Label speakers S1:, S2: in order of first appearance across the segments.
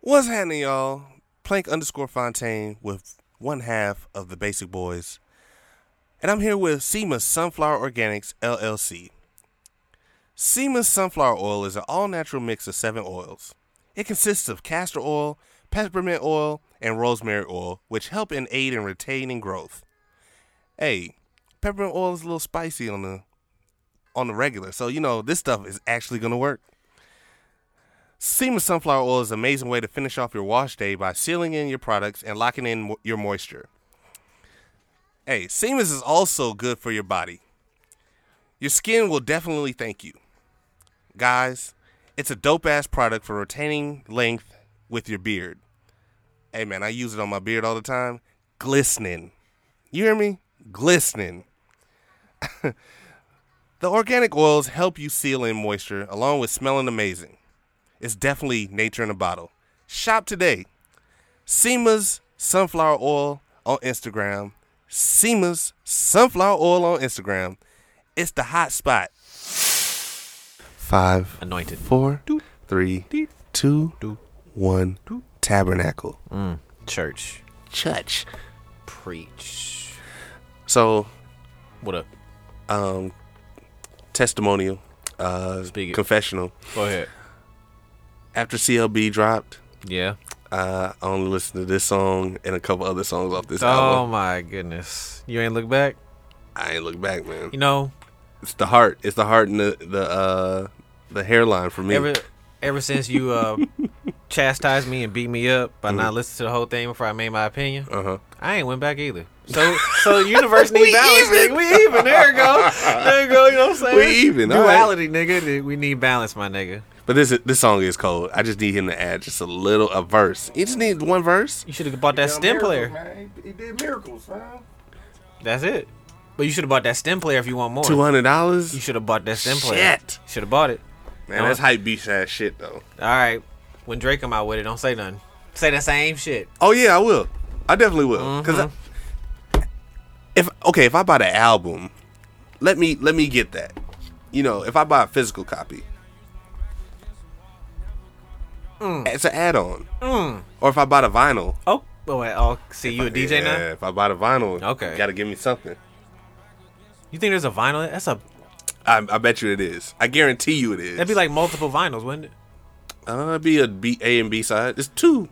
S1: What's happening, y'all? Plank underscore Fontaine with one half of the Basic Boys. And I'm here with SEMA Sunflower Organics LLC. SEMA Sunflower Oil is an all natural mix of seven oils. It consists of castor oil, peppermint oil, and rosemary oil, which help and aid in retaining growth. Hey, peppermint oil is a little spicy on the on the regular, so you know this stuff is actually gonna work. Seema sunflower oil is an amazing way to finish off your wash day by sealing in your products and locking in mo- your moisture. Hey, Seamus is also good for your body. Your skin will definitely thank you. Guys, it's a dope ass product for retaining length with your beard. Hey man, I use it on my beard all the time. Glistening. You hear me? Glistening. the organic oils help you seal in moisture along with smelling amazing. It's definitely nature in a bottle. Shop today. SEMA's Sunflower Oil on Instagram. SEMA's Sunflower Oil on Instagram. It's the hot spot. Five,
S2: Anointed.
S1: four, three, two, one. Tabernacle.
S2: Church.
S1: Church.
S2: Preach.
S1: So,
S2: What up?
S1: um, testimonial, uh,
S2: Speak it.
S1: confessional.
S2: Go ahead.
S1: After CLB dropped,
S2: Yeah.
S1: uh, I only listened to this song and a couple other songs off this
S2: Oh
S1: album.
S2: my goodness. You ain't look back?
S1: I ain't look back, man.
S2: You know,
S1: It's the heart. It's the heart and the the uh, the hairline for me.
S2: ever ever since you uh chastised me and beat me up by
S1: Mm-hmm.
S2: not listening to the whole thing before I made my opinion,
S1: uh huh.
S2: I ain't went back either. So so the universe need balance,
S1: even.
S2: nigga. We even. There you go. There you go, you know what I'm saying?
S1: We even, all right.
S2: Duality, nigga. We need balance, my nigga.
S1: But this is- this song is cold. I just need him to add just a little a verse. He just needs one verse.
S2: You should have bought that
S3: done
S2: stem player.
S3: miracles, Man. He, he did miracles, man.
S2: That's it. But you should have bought that stem player if you want more.
S1: Two hundred dollars.
S2: You should have bought that stem player.
S1: Shit.
S2: Should have bought it.
S1: Man, that's hype beast ass shit though.
S2: All right. When Drake come out with it, don't say nothing. Say the same shit.
S1: Oh yeah, I will. I definitely will. because
S2: Mhm.
S1: if okay, if I buy the album, let me let me get that. You know, if I buy a physical copy,
S2: Mm.
S1: it's an add-on. Or if I buy the vinyl,
S2: Oh, oh, wait, oh see, you a DJ
S1: yeah,
S2: now?
S1: Mm. If I buy the vinyl,
S2: Okay.
S1: you gotta give me something.
S2: You think there's a vinyl? That's a
S1: I, I bet you it is. I guarantee you it is.
S2: that'd be like multiple vinyls, wouldn't it?
S1: uh, it'd be a B, A and B side. It's two.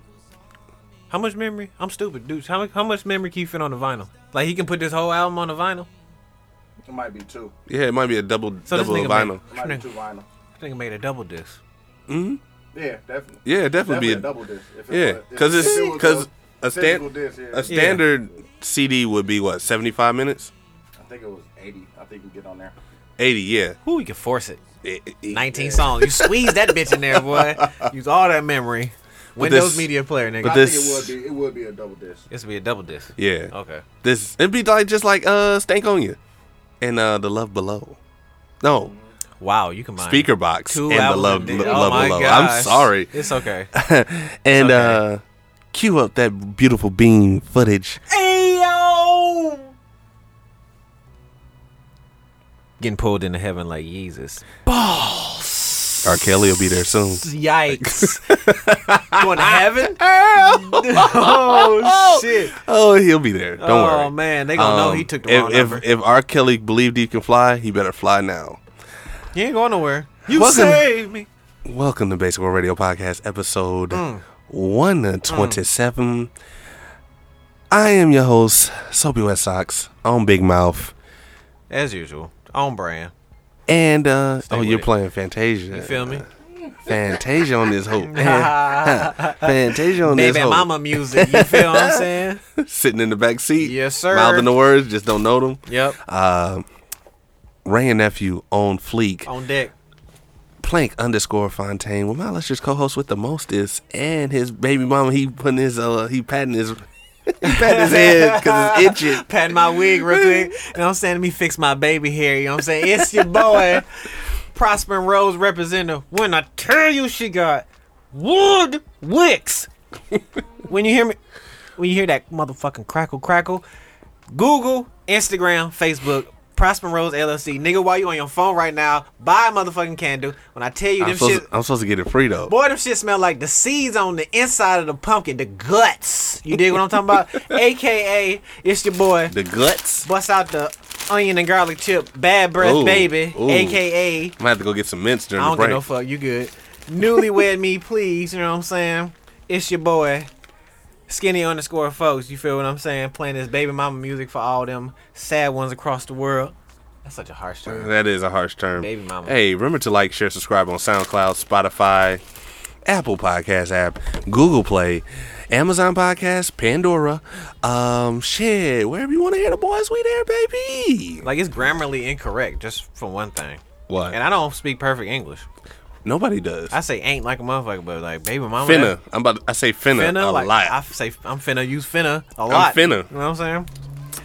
S2: How much memory? I'm stupid, dude. How much how much memory can you fit on the vinyl? Like he can put this whole album on the vinyl.
S3: It might be two.
S1: Yeah, it might be a double
S2: So this
S1: double
S2: nigga
S1: vinyl.
S2: made,
S3: It might
S2: this
S3: be
S2: nigga-
S3: two vinyl.
S2: this nigga made a double disc.
S3: Yeah, definitely.
S1: Yeah, it'd definitely
S3: definitely
S1: be
S3: a double disc. If
S1: Yeah,
S3: was- if-
S1: because
S3: if
S1: it's
S3: it was
S1: because a,
S3: physical
S1: stand
S3: disc, yeah.
S1: a standard CD would be what seventy five minutes,
S3: I think it was 80. I think we get on there.
S1: eighty. Yeah,
S2: Who we can force it?
S1: Eh, eh, eh.
S2: 19 songs. You squeeze that bitch in there, boy. Use all that memory. Windows
S1: this-
S2: Media Player, nigga.
S1: but
S3: I
S1: this-
S3: think it would be it would be a double disc.
S2: this would be a double disc.
S1: Yeah,
S2: Okay.
S1: this it'd be like just like uh Stank on you, and uh the Love Below. No
S2: Wow, you combined
S1: speaker box
S2: two
S1: and the
S2: albums
S1: Love,
S2: a day.
S1: Lo-
S2: oh
S1: Love
S2: my
S1: Below.
S2: Gosh.
S1: I'm sorry,
S2: It's okay.
S1: and
S2: okay.
S1: uh cue up that beautiful beam footage.
S2: Ayo! Getting pulled into heaven like Jesus.
S1: R. Kelly will be there soon.
S2: Yikes. Going to heaven? oh, shit.
S1: Oh, he'll be there. Don't
S2: oh,
S1: worry.
S2: man. They going to know
S1: Um,
S2: he took the
S1: if,
S2: wrong
S1: if,
S2: number.
S1: if R. Kelly believed he can fly, he better fly now.
S2: He ain't going nowhere. You
S1: Welcome-
S2: saved me.
S1: Welcome to Basic World Radio Podcast, episode
S2: Mm.
S1: 127. I am your host, Soapy Wet Socks, on Big Mouth.
S2: As usual. On brand.
S1: And, uh, oh,
S2: with
S1: you're
S2: it.
S1: playing Fantasia.
S2: You feel me?
S1: Fantasia on this hoop. Fantasia on this
S2: Baby
S1: hoop.
S2: mama music. You feel what I'm saying?
S1: Sitting in the back seat.
S2: Yes, sir.
S1: Mouthing the words, just don't know them.
S2: Yep.
S1: Ray and Nephew on Fleek.
S2: On deck.
S1: Plank underscore Fontaine. Well, my illustrious co-host with the most is, and his baby mama. He putting his uh, he patting his, he patting his head because it's itching.
S2: patting my wig real quick. You know what I'm saying? Let me fix my baby hair. You know what I'm saying? It's your boy, Prosper and Rose representative. When I tell you she got wood wicks. When you hear me, when you hear that motherfucking crackle crackle, Google, Instagram, Facebook, Prosper Rose LLC. Nigga, why you on your phone right now? Buy a motherfucking candle. When I tell you
S1: I'm
S2: them
S1: supposed,
S2: shit,
S1: to, I'm supposed to get it free though.
S2: boy, them shit smell like the seeds on the inside of the pumpkin, the guts. You dig what I'm talking about? AKA, it's your boy.
S1: The guts.
S2: Bust out the onion and garlic chip, bad breath
S1: Ooh,
S2: baby.
S1: ooh.
S2: AKA,
S1: I'm gonna have to go get some mints during
S2: I
S1: the
S2: don't
S1: break.
S2: give no fuck. You good? Newlywed me, please. You know what I'm saying? It's your boy, skinny underscore folks. You feel what I'm saying? Playing this baby mama music for all them sad ones across the world. That's such a harsh term.
S1: that is a harsh term.
S2: Baby mama.
S1: Hey, remember to like, share, subscribe on SoundCloud, Spotify, Apple Podcast app, Google Play, Amazon Podcast, Pandora. Um, shit, wherever you want to hear the boys, we there, baby.
S2: Like it's grammarly incorrect, just for one thing.
S1: What?
S2: And I don't speak perfect English.
S1: Nobody does.
S2: I say ain't like a motherfucker, but like baby mama.
S1: finna. I'm about. To, I say
S2: that-
S1: finna,
S2: Finna,
S1: a
S2: like
S1: lot.
S2: I say I'm finna use finna a lot.
S1: finna.
S2: You know what I'm saying?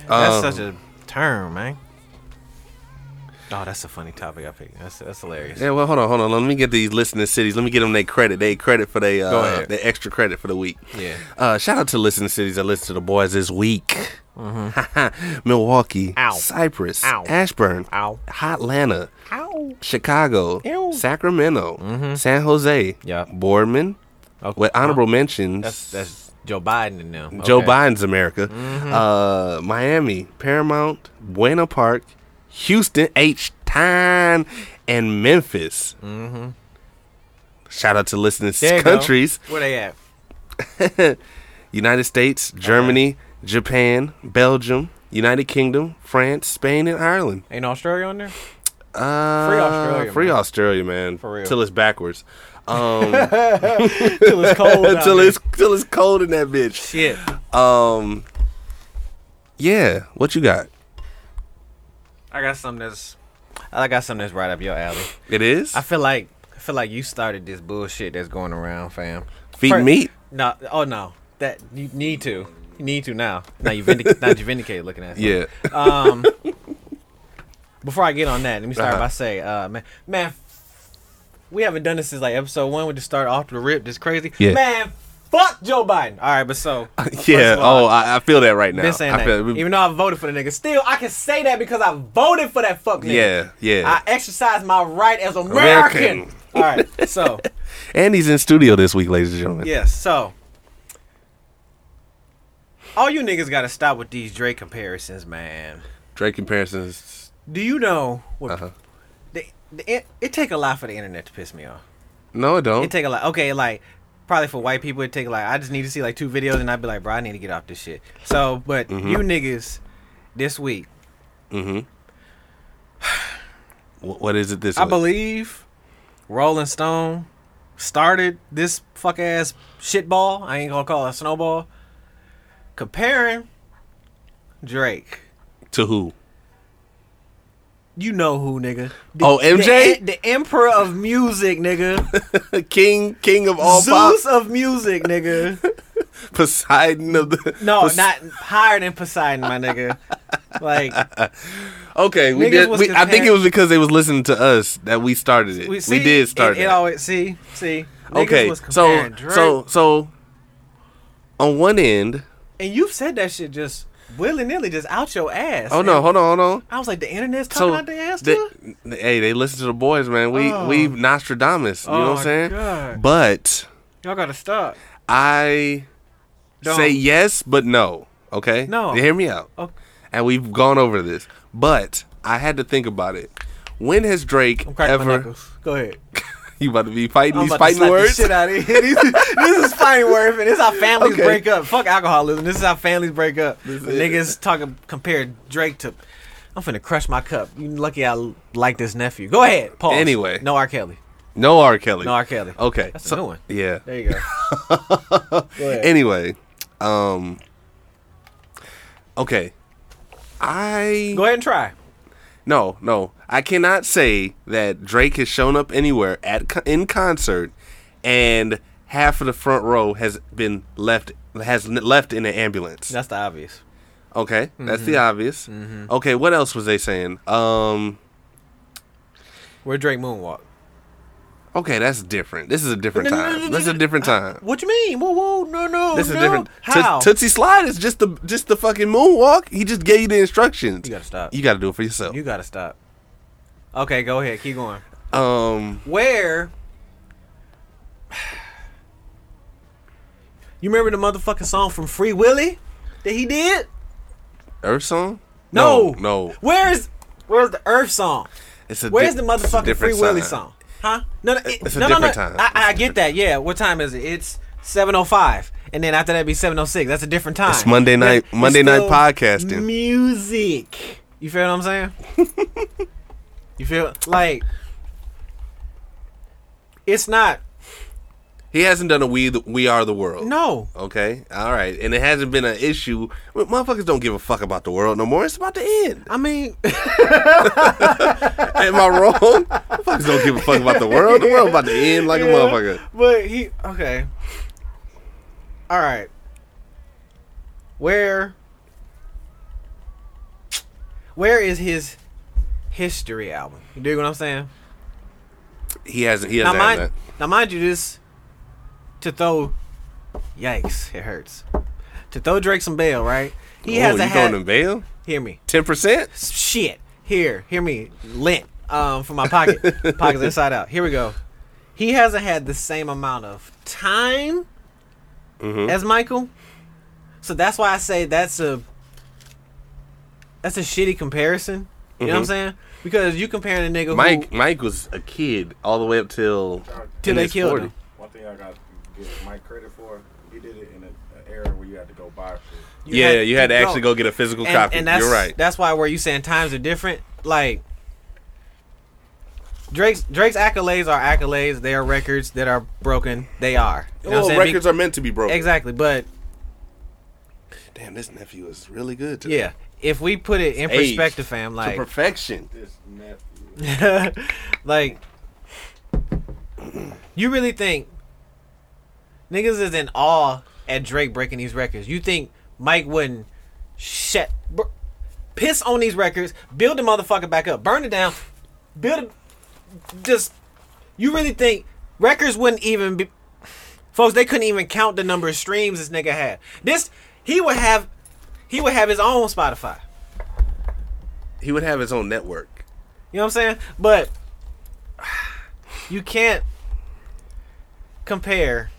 S2: That's
S1: Um,
S2: such a term, man. Oh, that's a funny topic I picked. That's that's hilarious.
S1: Yeah, well, hold on, hold on. Let me get these listening cities. Let me get them their credit. They credit for they
S2: Go
S1: uh,
S2: ahead.
S1: their extra credit for the week.
S2: Yeah.
S1: Uh, shout out to listening cities that listen to the boys this week. Milwaukee,
S2: Mm-hmm. Ow.
S1: Cypress,
S2: Ow.
S1: Ashburn,
S2: Ow.
S1: Hotlanta,
S2: Ow.
S1: Chicago,
S2: Ew.
S1: Sacramento, San Jose,
S2: Yeah.
S1: Boardman.
S2: Okay.
S1: With honorable mentions,
S2: That's that's Joe Biden and them.
S1: Joe
S2: Okay. Mm-hmm.
S1: Biden's America, uh, Miami, Paramount, Buena Park, Houston, H Town, and Memphis. Mm-hmm. Shout out to listening
S2: There you go.
S1: countries:
S2: Where they at?
S1: United States, Germany, Japan, Belgium, United Kingdom, France, Spain, and Ireland.
S2: Ain't Australia on there?
S1: Uh,
S2: Australia,
S1: free
S2: man.
S1: Australia, man.
S2: For real.
S1: till it's backwards. Um,
S2: Till it's cold. out
S1: till
S2: there.
S1: it's till it's cold in that bitch.
S2: shit.
S1: Um, yeah. What you got?
S2: I got something that's I got something that's right up your alley.
S1: It is
S2: I feel like I feel like you started this bullshit that's going around, fam.
S1: feed
S2: Fir-
S1: meat.
S2: No, oh no, that you need to, you need to now. Now you vindic- now you vindicate looking at. something.
S1: Yeah.
S2: Um, before I get on that, let me start
S1: Uh-huh.
S2: by saying, uh, man, man, we haven't done this since like episode one. We just started off the rip. This crazy,
S1: Yeah.
S2: man. Fuck Joe Biden. All right, but so
S1: yeah.
S2: first of all,
S1: oh, I, I feel that right now.
S2: been saying
S1: I feel-
S2: that. Even though I voted for the nigga, still I can say that because I voted for that fuck nigga.
S1: yeah. Yeah.
S2: I exercise my right as
S1: American.
S2: American. All right, so
S1: and he's in studio this week, ladies and gentlemen.
S2: yes, so all you niggas got to stop with these Drake comparisons, man.
S1: Drake comparisons.
S2: Do you know what
S1: Uh-huh.
S2: the, the, it, it take a lot for the internet to piss me off.
S1: No, it don't.
S2: It take a lot. Okay, like probably for white people, it take like I just need to see like two videos and I'd be like, bro, I need to get off this shit. So, but
S1: Mm-hmm.
S2: you niggas this week,
S1: Wh- what is it this
S2: I
S1: week?
S2: believe Rolling Stone started this fuck ass shitball. I ain't gonna call it a snowball. Comparing Drake.
S1: to who?
S2: You know who, nigga.
S1: Oh, MJ?
S2: The, the emperor of music, nigga.
S1: king, king of all pop,
S2: Zeus of music, nigga.
S1: Poseidon of the.
S2: No,
S1: Pos-
S2: not higher than Poseidon, my nigga. Like
S1: Okay, we
S2: Niggas
S1: did.
S2: was
S1: We, I think
S2: compared-
S1: it was because they was listening to us that we started it.
S2: we,
S1: We,
S2: see,
S1: did start
S2: it.
S1: it.
S2: it always see, see. Niggas
S1: okay,
S2: was
S1: so
S2: comparing
S1: so
S2: Drake.
S1: so. On one end,
S2: and you've said that shit just willy nilly, just out your ass.
S1: oh no,
S2: And
S1: hold on, hold on.
S2: I was like, the internet's talking
S1: So
S2: out their ass
S1: they-
S2: too.
S1: hey, they listen to the boys, man. We
S2: Oh.
S1: we Nostradamus. You know
S2: Oh,
S1: what I'm saying?
S2: God.
S1: But
S2: Y'all gotta stop.
S1: I
S2: Don't.
S1: say yes, but no. Okay.
S2: No.
S1: You hear me out.
S2: Oh,
S1: And we've gone over this, but I had to think about it. When has Drake
S2: I'm cracking my
S1: ever?
S2: knuckles. Go ahead.
S1: You about to be fighting
S2: I'm
S1: these
S2: about to
S1: fighting
S2: slap the
S1: words?
S2: shit out of here. These- this is fighting words, and this is how families
S1: Okay.
S2: break up. Fuck alcoholism. This is how families break up.
S1: This is
S2: When
S1: it.
S2: Niggas talking compare Drake to. I'm finna crush my cup. You lucky I l- like this nephew. Go ahead. Pause.
S1: Anyway.
S2: no R. Kelly.
S1: No R. Kelly.
S2: No R. Kelly.
S1: Okay.
S2: That's a new one.
S1: Yeah.
S2: There you go. go ahead.
S1: Anyway, um, okay. I
S2: go ahead and try.
S1: No, no. I cannot say that Drake has shown up anywhere at co- in concert and half of the front row has been left has n- left in an ambulance.
S2: That's Mm-hmm. the obvious.
S1: Okay, that's the obvious. Okay, what else was they saying? Um
S2: Where Drake moonwalk.
S1: Okay, that's different. This is a different
S2: No, no, no, no,
S1: time.
S2: no,
S1: This is a
S2: no.
S1: different time.
S2: What you mean? Whoa, whoa, no, no,
S1: This is
S2: no.
S1: different. Toot-
S2: How?
S1: Tootsie Slide is just the just the fucking moonwalk. He just gave you the instructions.
S2: You gotta stop.
S1: You gotta do it for yourself.
S2: You gotta stop. Okay, go ahead. Keep going.
S1: um,
S2: Where? You remember the motherfucking song from Free Willy that he did?
S1: Earth song?
S2: No,
S1: no.
S2: Where's Where's the Earth song?
S1: It's a
S2: Where's
S1: di-
S2: the
S1: it's a
S2: motherfucking Free
S1: different
S2: Willy
S1: sign.
S2: song? Huh? No, no, it,
S1: It's a
S2: no, no, no.
S1: different time.
S2: I, I
S1: It's a
S2: get that. Yeah. What time is it? It's seven oh five, and then after that be seven oh six. That's a different time.
S1: It's Monday night-
S2: It's
S1: Monday night
S2: still
S1: podcasting.
S2: Music. You feel what I'm saying? you feel like it's not.
S1: He hasn't done a we the, we are the world.
S2: No,
S1: Okay. All right. And it hasn't been an issue. Well, Motherfuckers don't give a fuck about the world no more. It's about to end.
S2: I mean,
S1: Am I wrong? Motherfuckers don't give a fuck about the world. The world about to end like a
S2: Yeah,
S1: motherfucker.
S2: But he okay. All right. Where Where is his history album? You dig what I'm saying?
S1: He hasn't. He
S2: Now
S1: hasn't. had
S2: mind,
S1: that.
S2: now mind you this to throw yikes, it hurts. To throw Drake some bail, right? He
S1: Ooh,
S2: hasn't
S1: Oh, you
S2: had
S1: going to bail?
S2: hear me.
S1: Ten percent?
S2: shit. Here, hear me. Lint um, from my pocket. Pockets inside out. Here we go. He hasn't had the same amount of time
S1: Mm-hmm.
S2: as Michael. So that's why I say that's a that's a shitty comparison. You know what I'm saying? Because you comparing a nigga
S1: Mm-hmm. Mike.
S2: who
S1: Mike was a kid all the way up till
S2: till
S1: in
S2: they
S1: his
S2: killed
S1: 40.
S2: him.
S3: One thing I got to give Mike credit for, he did it in an era where you had to go buy shit.
S2: You
S1: yeah, you had to actually go get a physical
S2: and,
S1: copy.
S2: and that's,
S1: You're right.
S2: That's why where you saying times are different. Like Drake's Drake's accolades are accolades. They are records that are broken. They are. You know what I'm
S1: well,
S2: saying? Be-
S1: records are meant to be broken.
S2: Exactly, but
S1: Damn, this nephew is really good. Today.
S2: yeah, if we put it in
S1: Aged
S2: perspective, fam,
S1: to
S2: like,
S1: perfection.
S3: This nephew.
S2: like, you really think niggas is in awe at Drake breaking these records? You think Mike wouldn't shut, br- piss on these records, build the motherfucker back up, burn it down, build it, just. You really think records wouldn't even be folks they couldn't even count the number of streams this nigga had this he would have he would have his own spotify
S1: He would have his own network.
S2: you know what i'm saying but you can't compare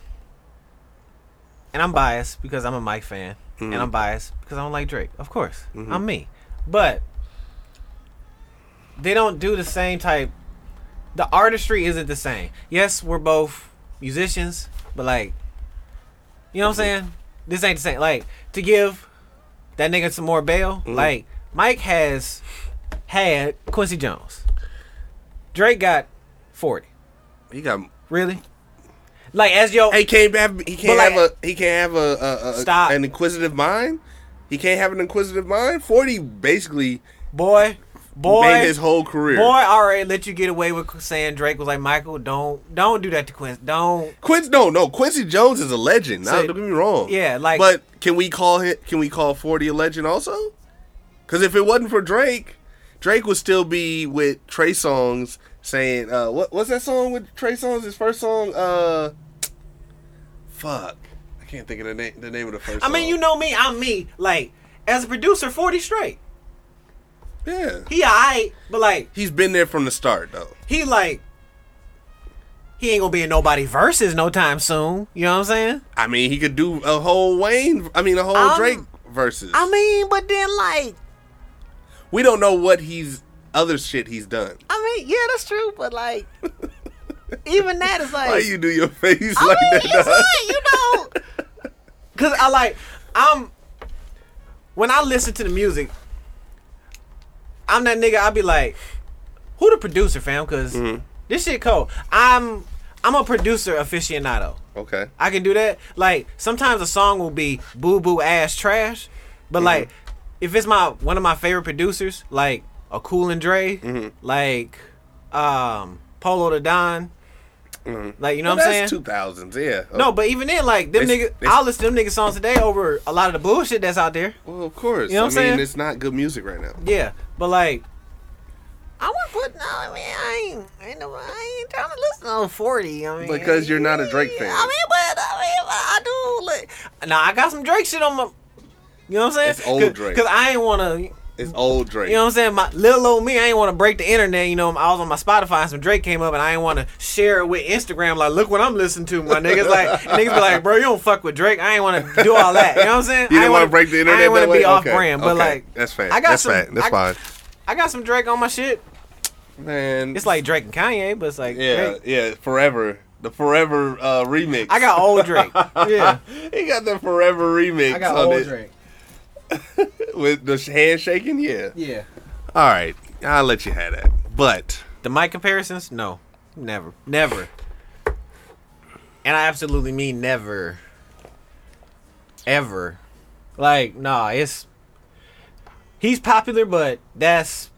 S2: and i'm biased because i'm a mike fan and i'm biased because i don't like drake of course i'm me but they don't do the same type the artistry isn't the same yes we're both musicians but like You know what I'm saying? This ain't the same. Like to give that nigga some more bail. Like Mike has had Quincy Jones. Drake got forty.
S1: He got
S2: Really? Like as yo,
S1: He can't have. He can't
S2: like-
S1: have a. He can't have a, a, a
S2: Stop.
S1: an inquisitive mind. He can't have an inquisitive mind. Forty basically
S2: boy, boy,
S1: made his whole career.
S2: boy, already let you get away with saying Drake was like Michael. Don't don't do that to Quincy. Don't.
S1: Quincy, no, no. Quincy Jones is a legend. Now,
S2: So-
S1: don't get me wrong.
S2: yeah, like-
S1: But can we call him? Can we call Forty a legend also? Because if it wasn't for Drake, Drake would still be with Trey Songs saying, uh, "What what's that song with Trey Songs? His first song, uh, fuck, I can't think of the name. The name of the first.
S2: I mean,
S1: song.
S2: you know me. I'm me. Like as a producer, forty straight.
S1: yeah,
S2: He alright, but like
S1: he's been there from the start though.
S2: he like he ain't gonna be in nobody verses no time soon. You know what I'm saying?
S1: I mean, he could do a whole Wayne. I mean, a whole
S2: Um,
S1: Drake versus.
S2: I mean, but then like,
S1: we don't know what he's other shit he's done.
S2: I mean, yeah, that's true, but like, even that is like,
S1: Why you do your face
S2: I
S1: like
S2: mean,
S1: that?
S2: it's
S1: dog?
S2: like, you know, because I like, I'm when I listen to the music, I'm that nigga. I be like, who the producer, fam? Because this shit cold. I'm I'm a producer aficionado.
S1: Okay.
S2: I can do that. Like sometimes a song will be boo boo ass trash, but like if it's my one of my favorite producers, like a Cool and Dre, like um Polo the Don, like you know what I'm saying.
S1: That's 2000s, yeah.
S2: no, but even then, like them
S1: They-
S2: niggas,
S1: they-
S2: I'll listen to them niggas songs today over a lot of the bullshit that's out there.
S1: Well, of course.
S2: You
S1: I
S2: know what I'm
S1: mean,
S2: saying?
S1: it's not good music right now.
S2: Yeah, but like, I would put no. I mean, I ain't, I ain't, no- I ain't trying to listen to no forty. I mean,
S1: Because you're not a Drake fan.
S2: I mean, but I mean, but I do. Like, now I got some Drake shit on my. You know what I'm saying?
S1: It's old
S2: Cause,
S1: Drake.
S2: 'cause I ain't wanna.
S1: It's old Drake.
S2: You know what I'm saying? My little old me, I ain't want to break the internet. You know, I was on my Spotify and some Drake came up, and I ain't want to share it with Instagram. Like, look what I'm listening to, my niggas. Like, niggas be like, bro, you don't fuck with Drake. I ain't want to do all that. You know what I'm saying?
S1: You didn't
S2: I ain't
S1: want
S2: wanna-
S1: to break the internet.
S2: I ain't
S1: that
S2: wanna
S1: way?
S2: be off
S1: Okay,
S2: brand, but
S1: okay.
S2: like,
S1: that's fair.
S2: I got
S1: that's
S2: some-
S1: fair. That's
S2: I-
S1: fine.
S2: I got some Drake on my shit.
S1: Man,
S2: It's like Drake and Kanye, but it's like,
S1: yeah,
S2: Drake.
S1: yeah, forever. The forever uh, remix.
S2: I got old Drake. Yeah,
S1: he got the forever remix
S4: I got
S1: on
S4: old
S1: it
S4: Drake.
S1: with the hand shaking. Yeah.
S4: Yeah.
S5: All right, I'll let you have that. But
S2: the mic comparisons, no, never, never. And I absolutely mean never, ever. Like, nah, it's he's popular, but that's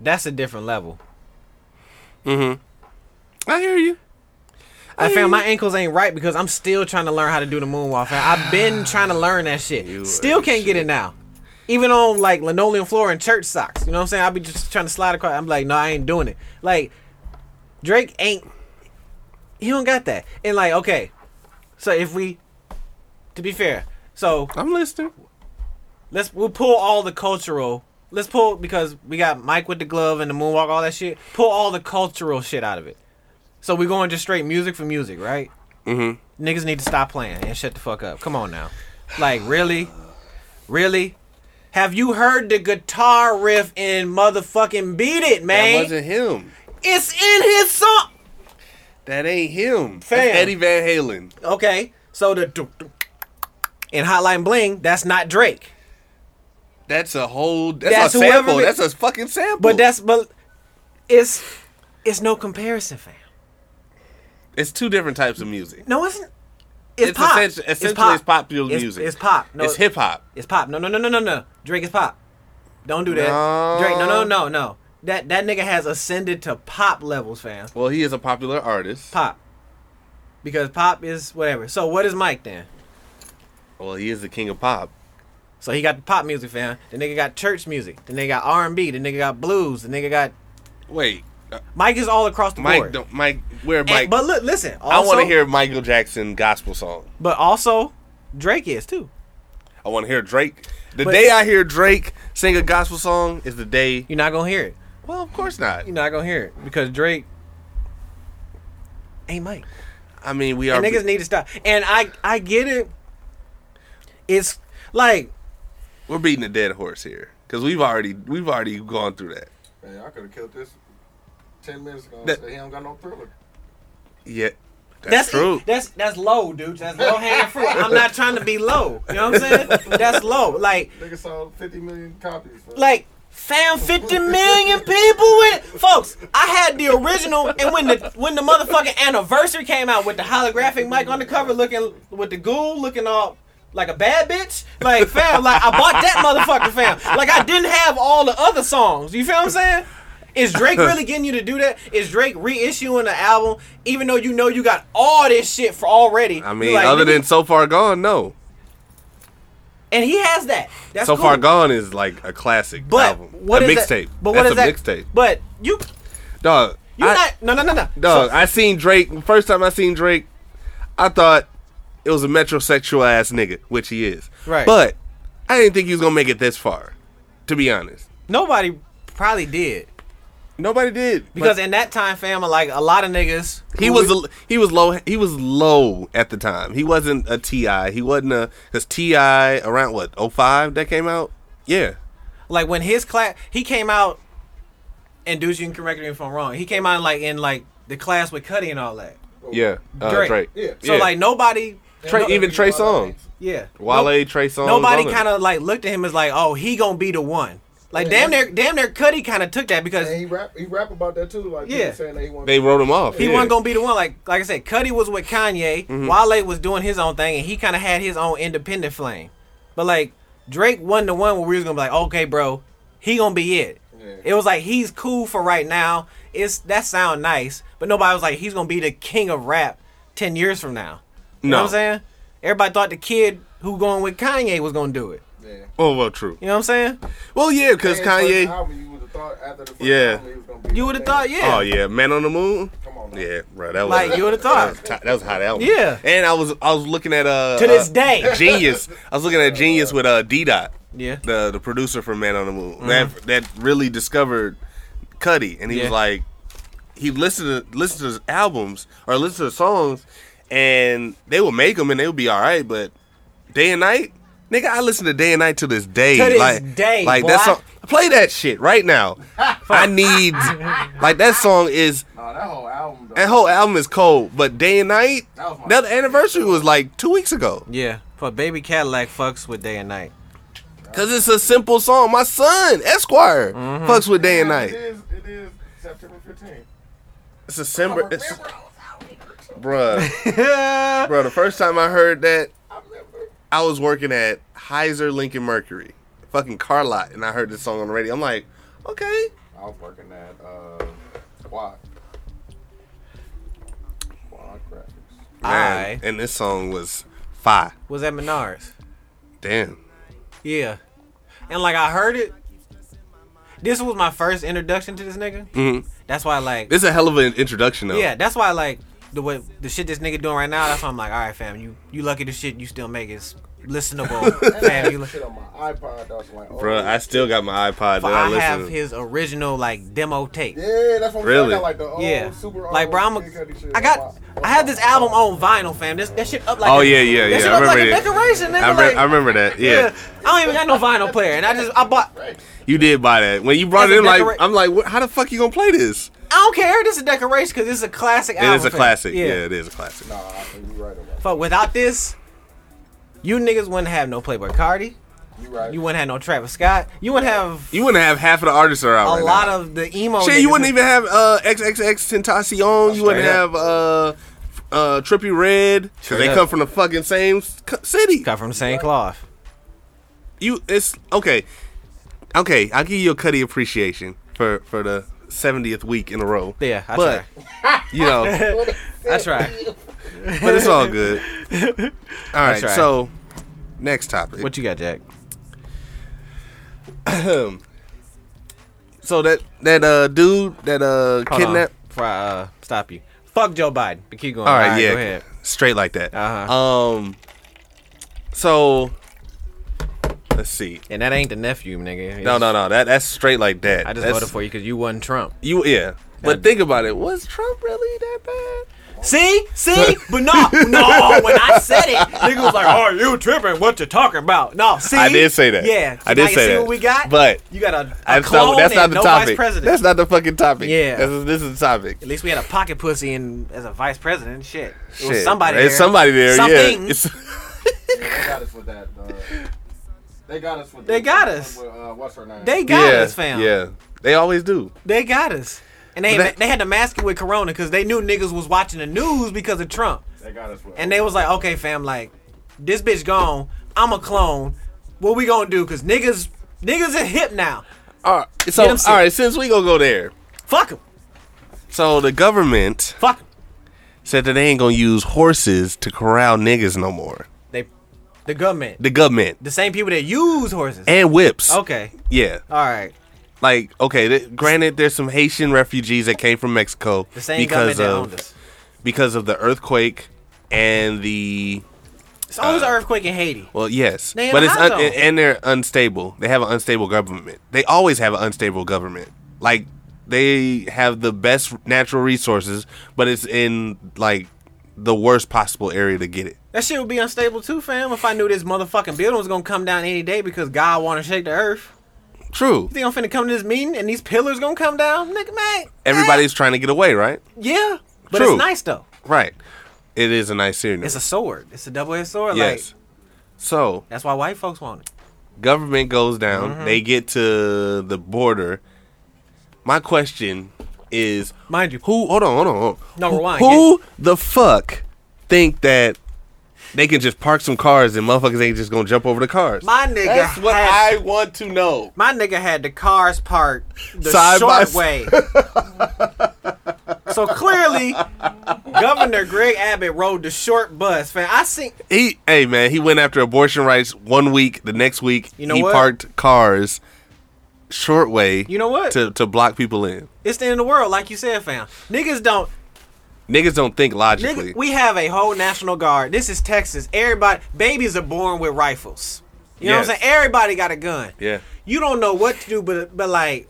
S2: that's a different level.
S5: I hear you.
S2: I found my ankles ain't right because I'm still trying to learn how to do the moonwalk. fam. I've been trying to learn that
S1: You
S2: shit. Still
S1: ain't
S2: can't get it now. Even on like linoleum floor and church socks. You know what I'm saying? I'll be just trying to slide across. I'm like, no, I ain't doing it. Like, Drake ain't. He don't got that. And like, okay. So if we. To be fair. So
S5: I'm listening.
S2: let's we'll pull all the cultural. Let's pull because we got Mike with the glove and the moonwalk, all that shit. Pull all the cultural shit out of it. So we're going just straight music for music, right? Mm-hmm. Niggas need to stop playing and shut the fuck up. Come on now, like really, really. Have you heard the guitar riff in motherfucking Beat It,
S1: That
S2: man?
S1: wasn't him.
S2: It's in his song.
S1: That ain't him. That's
S2: Fam.
S1: Eddie Van Halen.
S2: Okay, so the in Hotline Bling, that's not Drake.
S1: That's a whole. That's,
S2: That's
S1: a
S2: whoever
S1: sample.
S2: ma-
S1: That's a fucking sample.
S2: But that's but it's it's no comparison, fam.
S1: it's two different types of music.
S2: No, it's it's,
S1: It's
S2: pop.
S1: essen- essentially it's popular
S2: It's-
S1: music.
S2: It's, pop. No,
S1: it's hip hop.
S2: It's pop. No, no, no, no, no, no. Drake is pop. Don't do that.
S1: No.
S2: Drake. No, no, no, no. That that nigga has ascended to pop levels, fam.
S1: Well, he is a popular artist.
S2: Pop. Because pop is whatever. So what is Mike then?
S1: Well, he is the king of pop.
S2: So he got the pop music, fam. The nigga got church music. The nigga got R and B. The nigga got blues. The nigga got
S1: Wait, uh,
S2: Mike is all across the
S1: Mike,
S2: board.
S1: don't, Mike, where
S2: And-
S1: Mike?
S2: but look, listen.
S1: I want
S2: also-
S1: to hear Michael Jackson gospel song.
S2: But also, Drake is too.
S1: I want to hear Drake. The
S2: But-
S1: day I hear Drake sing a gospel song is the day.
S2: You're not gonna hear it.
S1: Well, of course not.
S2: You're not gonna hear it because Drake ain't Mike.
S1: I mean, we are.
S2: And niggas need to stop. And I I get it. It's like
S1: we're beating a dead horse here because we've already we've already gone through that.
S3: Man, I could have killed this ten minutes ago. and
S1: That-
S3: said he don't got no thriller.
S1: Yeah, that's,
S2: that's
S1: true.
S2: That's that's low, dude. That's low hanging fruit. I'm not trying to be low. You know what I'm saying? That's low. Like
S3: Nigga sold fifty million copies. fam.
S2: like fam 50 million people with folks i had the original and when the when the motherfucking anniversary came out with the holographic mic on the cover looking with the ghoul looking all like a bad bitch like fam like i bought that motherfucking fam like i didn't have all the other songs you feel what i'm saying is Drake really getting you to do that? Is Drake reissuing the album, even though you know you got all this shit for already?
S5: I
S2: You
S5: mean,
S2: like,
S5: other
S2: nigga-
S5: than so far gone, no.
S2: and he has that. That's
S5: so
S2: cool.
S5: far gone is like a classic
S2: but
S5: album,
S2: what
S5: a
S2: is that-
S5: mixtape.
S2: But what is
S5: that's
S2: that?
S5: a mixtape,
S2: But you
S5: dog.
S2: You
S5: I,
S2: not no no no no.
S5: dog.
S2: So-
S5: I seen Drake first time I seen Drake. I thought it was a metrosexual ass nigga, which he is.
S2: Right.
S5: But I didn't think he was gonna make it this far. To be honest,
S2: nobody probably did
S5: nobody did
S2: because in that time, fam, like a lot of niggas,
S5: He
S2: who
S5: was a- he was low he was low at the time. He wasn't a Ti. He wasn't a because Ti around what 05 that came out. Yeah,
S2: like when his class he came out, and dudes, you can correct me if I'm wrong. He came out like in like the class with Cuddy and all that.
S5: yeah. Uh,
S2: Drake.
S5: Drake.
S3: Yeah.
S2: So
S5: Yeah.
S2: like nobody,
S5: Trey,
S2: no-
S5: even Trey Songz,
S2: yeah,
S5: Wale,
S2: Nope.
S5: Trey Songz.
S2: nobody
S5: all of
S2: kind of like looked at him as like, oh, he gonna be the one. Like damn near, damn near, Cuddy kind of took that because
S3: And he rap, he rap about that too. Like
S2: Yeah.
S3: yeah, saying that he
S5: them.
S3: want.
S5: they wrote him off.
S2: He
S5: yeah.
S2: wasn't gonna be the one. Like like I said, Cuddy was with Kanye. Wale was doing his own thing, and he kind of had his own independent flame. But like Drake wasn't the one where we was gonna be like, okay, bro, he gonna be it.
S3: Yeah.
S2: It was like he's cool for right now. It's that sound nice, but nobody was like he's gonna be the king of rap ten years from now. You know
S5: No.
S2: what I'm saying? Everybody thought the kid who going with Kanye was gonna do it.
S3: yeah.
S5: Oh well, true.
S2: You know what I'm saying?
S5: Well, yeah, because
S3: Hey, first
S5: Kanye.
S3: album, you would've thought after the first
S1: Yeah.
S3: round he was gonna be
S2: You would have thought, yeah.
S1: Oh yeah, Man on the Moon.
S3: Come on now.
S1: Yeah, bro, that was
S2: Like, you would've thought.
S1: that was, ti- that was a hot album.
S2: Yeah.
S1: and I was I was looking at uh
S2: To this
S1: uh,
S2: day.
S1: Genius. I was looking at Genius with uh D Dot,
S2: Yeah. Mm-hmm.
S1: the the producer from Man on the Moon that that really discovered Cuddy, and he
S2: Yeah.
S1: was like, he listened to listened to his albums or listened to his songs, and they would make them and they would be all right, but day and night. Nigga, I listen to day and night to this day.
S2: To this
S1: like,
S2: day,
S1: like
S2: boy.
S1: that song. Play that shit right now. I need, like that song is
S3: Nah, that whole album. Though,
S1: that whole album is cold, but day and night.
S3: That was my-
S1: That anniversary was like two weeks ago.
S2: Yeah. But Baby Cadillac fucks with day and night.
S1: Cause it's a simple song. My son Esquire
S2: Mm-hmm.
S1: fucks with day and
S3: It
S1: night.
S3: is. It is September 15th.
S1: It's December. It's bruh, bruh. The first time I heard that, I was working at Heiser Lincoln Mercury, fucking car lot, and I heard this song on the radio. I'm like, okay,
S3: I was working at uh, Quad. Quad Graphics.
S1: man.
S2: Aight.
S1: And this song was fire.
S2: Was at Menards.
S1: Damn.
S2: Yeah. And like I heard it. This was my first introduction to this nigga.
S1: Mhm.
S2: That's why like
S1: It's a hell of an introduction though.
S2: Yeah, that's why like the way the shit this nigga doing right now, that's why I'm like, all right fam, you you lucky the shit you still make is listenable. fam, you,
S3: That shit on my iPod. That was like, oh,
S1: Bruh, I still got my iPod.
S2: but
S1: that I,
S2: I
S1: listen
S2: have
S1: to.
S2: his original like demo tape.
S3: Yeah, that's what I'm
S1: Really?
S3: saying. I got, Like the old
S2: Yeah,
S3: super
S2: like bro, I'm a,
S3: old Kid Cudi shit
S2: I
S3: on
S2: got
S3: my-
S2: I have this album on vinyl, fam. This that shit up like
S1: Oh
S2: a-
S1: yeah, yeah, yeah.
S2: That shit
S1: I
S2: up like a
S1: remember that.
S2: decoration, nigga.
S1: I, re-
S2: like,
S1: I remember that. Yeah.
S2: I don't even got no vinyl player, and I just I bought. I
S1: you did buy that when you brought
S2: As
S1: it
S2: a
S1: in. Like
S2: decora-
S1: I'm like, "What- how the fuck you gonna play this?
S2: don't care. This is a decoration because this is a classic
S1: It
S2: album.
S1: is a
S2: fam.
S1: classic. Yeah. it is a classic.
S3: Nah, I think you right about.
S2: But without this, you niggas wouldn't have no Playboy Cardi.
S3: it. You right.
S2: You wouldn't have no Travis Scott. You wouldn't have
S1: You wouldn't have half of the artists that are out
S2: a
S1: right
S2: lot
S1: now.
S2: of the emo.
S1: shit. You
S2: niggas
S1: wouldn't even have uh, XXX Tentacion. You wouldn't
S2: Straight
S1: have uh, uh, Trippy Red because
S2: Straight
S1: they
S2: up.
S1: come from the fucking same s- c- city.
S2: cut from the same cloth.
S1: You it's okay. Okay, I'll give you a Cuddy appreciation for for the 70th week in a row.
S2: Yeah, I
S1: but you know.
S2: That's right.
S1: but it's all good. All right,
S2: right.
S1: so next topic.
S2: What you got, Jack?
S1: so that that uh dude that uh
S2: Hold on.
S1: kidnapped.
S2: Before I, uh, stop you. Fuck Joe Biden. But keep going.
S1: All right,
S2: Go
S1: yeah,
S2: ahead.
S1: straight like that.
S2: Uh-huh.
S1: Um, so let's see.
S2: And that ain't the nephew, nigga.
S1: No, no, no. That that's straight like that.
S2: I just
S1: That's-
S2: voted for you because you wasn't Trump.
S1: you. Yeah,
S2: I-
S1: but think about it. Was Trump really that bad?
S2: See, see, but no, no. When I said it, nigga was like, "Oh, you tripping? What you talking about?" No, see,
S1: I did say that.
S2: Yeah,
S1: I
S2: Now
S1: did say
S2: you see
S1: that.
S2: What we got?
S1: But-
S2: you got a, a
S1: That's
S2: clone
S1: not, that's not
S2: and
S1: the
S2: no
S1: topic.
S2: vice president.
S1: That's not the fucking topic.
S2: Yeah.
S1: this is, this is the topic.
S2: At least we had a pocket pussy in as a vice president. Shit, it was
S1: Shit,
S2: somebody.
S1: It's
S2: there.
S1: somebody there.
S2: Something.
S1: Yeah. It's-
S3: They got us with that. Uh, they got us with.
S2: They
S3: the-
S2: got us.
S3: With, uh, what's her name?
S2: They got
S1: yeah,
S2: us, fam.
S1: Yeah, they always do.
S2: They got us. And they,
S1: But that-
S2: they had to mask it with Corona because they knew niggas was watching the news because of Trump.
S3: They got us with.
S2: And they was like, okay, fam, like, this bitch gone. I'm a clone. What we gonna do? Because niggas, niggas are hip now.
S1: All right, so
S2: Get 'em sick.
S1: all right, since we gonna go there,
S2: Fuck 'em.
S1: so the government
S2: Fuck 'em.
S1: said that they ain't gonna use horses to corral niggas no more.
S2: They, the government.
S1: The government
S2: The same people that use horses.
S1: and whips.
S2: Okay.
S1: Yeah,
S2: All right.
S1: like okay. Th- granted, there's some Haitian refugees that came from Mexico
S2: The same
S1: because
S2: government that
S1: of
S2: owned us.
S1: because of the earthquake and the
S2: It's always
S1: uh,
S2: an earthquake in Haiti.
S1: well, yes,
S2: They in
S1: but
S2: a
S1: it's
S2: hot
S1: un-
S2: zone.
S1: and they're unstable. They have an unstable government. They always have an unstable government. Like they have the best natural resources, but it's in like the worst possible area to get it.
S2: That shit would be unstable too, fam, if I knew this motherfucking building was gonna come down any day because God wanna shake the earth.
S1: True.
S2: You think I'm finna come to this meeting and these pillars gonna come down? Nigga, man.
S1: Everybody's trying to get away, right?
S2: eh, yeah. But
S1: True.
S2: it's nice though.
S1: Right. It is a nice series.
S2: It's a sword. It's a double edged sword.
S1: yes.
S2: Like
S1: so
S2: that's why white folks want it.
S1: government goes down.
S2: Mm-hmm.
S1: They get to the border. My question is,
S2: Mind you,
S1: who? Hold on, hold on. Hold on.
S2: No,
S1: Who-
S2: rewind,
S1: Who the fuck think that they can just park some cars and motherfuckers ain't just gonna jump over the cars?
S2: my nigga
S1: That's what
S2: had,
S1: I want to know.
S2: my nigga had the cars parked the
S1: Side by
S2: short
S1: s-
S2: way. so clearly Governor Greg Abbott rode the short bus, fam. I seen
S1: He, hey man, he went after abortion rights one week. The next week,
S2: You know
S1: he
S2: what?
S1: parked cars short way
S2: You know what?
S1: to, to block people in.
S2: It's the end of the world, like you said, fam. Niggas don't.
S1: Niggas don't think logically.
S2: Nigga, we have a whole national guard. This is Texas. Everybody, babies are born with rifles. You know what I'm
S1: Yes.
S2: saying? Everybody got a gun.
S1: yeah.
S2: You don't know what to do, but but like,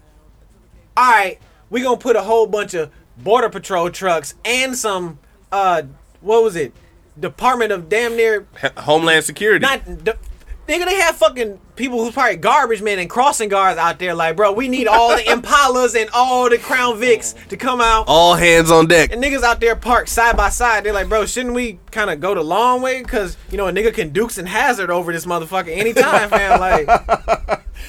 S2: all right, we gonna put a whole bunch of border patrol trucks and some uh, what was it? Department of damn near
S1: H- Homeland Security.
S2: not the, nigga. They have fucking people who's probably garbage men and crossing guards out there. Like, bro, we need all the Impalas and all the Crown Vics to come out.
S1: All hands on deck.
S2: And niggas out there parked side by side. They're like, bro, shouldn't we kind of go the long way? Cause you know a nigga can Dukes and Hazard over this motherfucker anytime, fam. Like,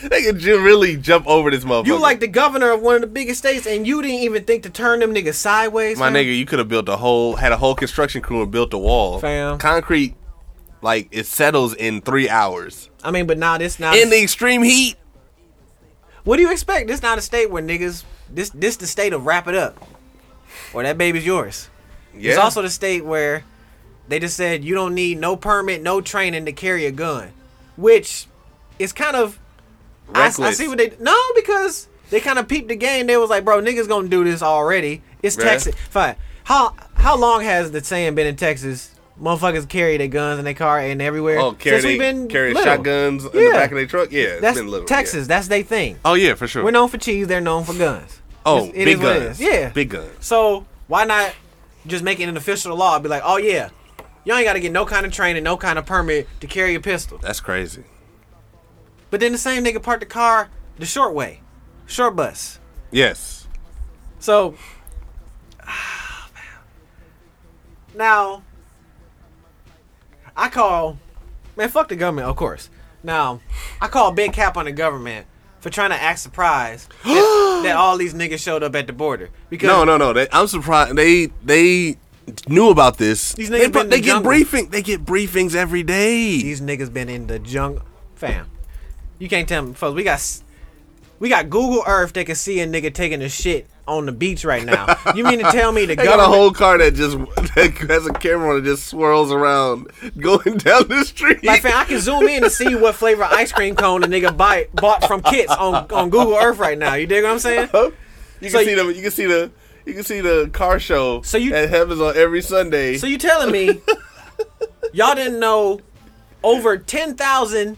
S1: Nigga ju- really jump over this motherfucker.
S2: you like the governor of one of the biggest states, and you didn't even think to turn them niggas sideways.
S1: my
S2: fam?
S1: nigga? You could have built a whole, had a whole construction crew and built a wall.
S2: Fam.
S1: Concrete, like it settles in three hours.
S2: I mean, but now this not.
S1: In the extreme heat.
S2: what do you expect? This not a state where niggas. This this the state of wrap it up, or that baby's yours.
S1: Yeah.
S2: It's also the state where they just said you don't need no permit, no training to carry a gun, which is kind of I, I
S1: Reckless.
S2: see what they no because they kind of peeped the game. They was like, bro, niggas gonna do this already. It's
S1: Right.
S2: Texas. Fine. How how long has the saying been in Texas? Motherfuckers carry their guns in their car and everywhere.
S1: Oh, carry,
S2: since we've been
S1: carry
S2: little.
S1: shotguns in
S2: Yeah.
S1: the back of their truck. Yeah, it's
S2: That's
S1: been little, yeah.
S2: Texas. That's they thing.
S1: Oh yeah, for sure.
S2: We're known for cheese. They're known for guns.
S1: Oh,
S2: It's- it
S1: big
S2: is what it
S1: guns.
S2: is. Yeah,
S1: Big guns.
S2: So why not just make it an official law? Be like, oh yeah, y'all ain't got to get no kind of training, no kind of permit to carry a pistol.
S1: That's crazy.
S2: But then the same nigga parked the car the short way, short bus.
S1: Yes.
S2: So ah, man. now I call man, fuck the government, of course. Now I call big cap on the government for trying to act surprised that, that all these niggas showed up at the border because
S1: No, no, no. They, I'm surprised they they knew about this.
S2: These niggas
S1: they
S2: been
S1: pro-
S2: in the
S1: they get
S2: jungle.
S1: briefing. They get briefings every day.
S2: These niggas been in the junk, fam. You can't tell me, folks. We got s- we got Google Earth that can see a nigga taking a shit on the beach right now. You mean to tell me the
S1: They got a
S2: government?
S1: whole car that just that has a camera that just swirls around going down the street.
S2: like, fam, I can zoom in to see what flavor ice cream cone a nigga bite, bought from Kits on, on Google Earth right now. You dig what I'm saying?
S1: you can
S2: So
S1: see
S2: you-
S1: the you can see the you can see the car show
S2: So you-
S1: that happens on every Sunday.
S2: So you telling me y'all didn't know over 10,000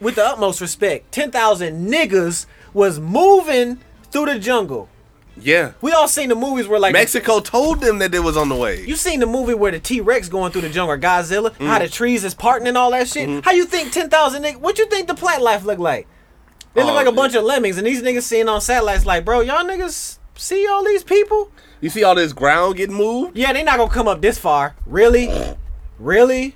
S2: with the utmost respect, 10,000 niggas was moving through the jungle.
S1: yeah.
S2: We all seen the movies where like
S1: Mexico told them that it was on the way.
S2: You seen the movie where the T Rex going through the jungle, or Godzilla,
S1: Mm.
S2: how the trees is parting and all that shit?
S1: Mm-hmm.
S2: How you think ten thousand niggas? What you think the plant life look like? They look
S1: Oh,
S2: like a
S1: dude.
S2: bunch of lemmings, and these niggas seeing on satellites like, bro, y'all niggas see all these people?
S1: you see all this ground getting moved?
S2: Yeah, they not gonna come up this far, really, really.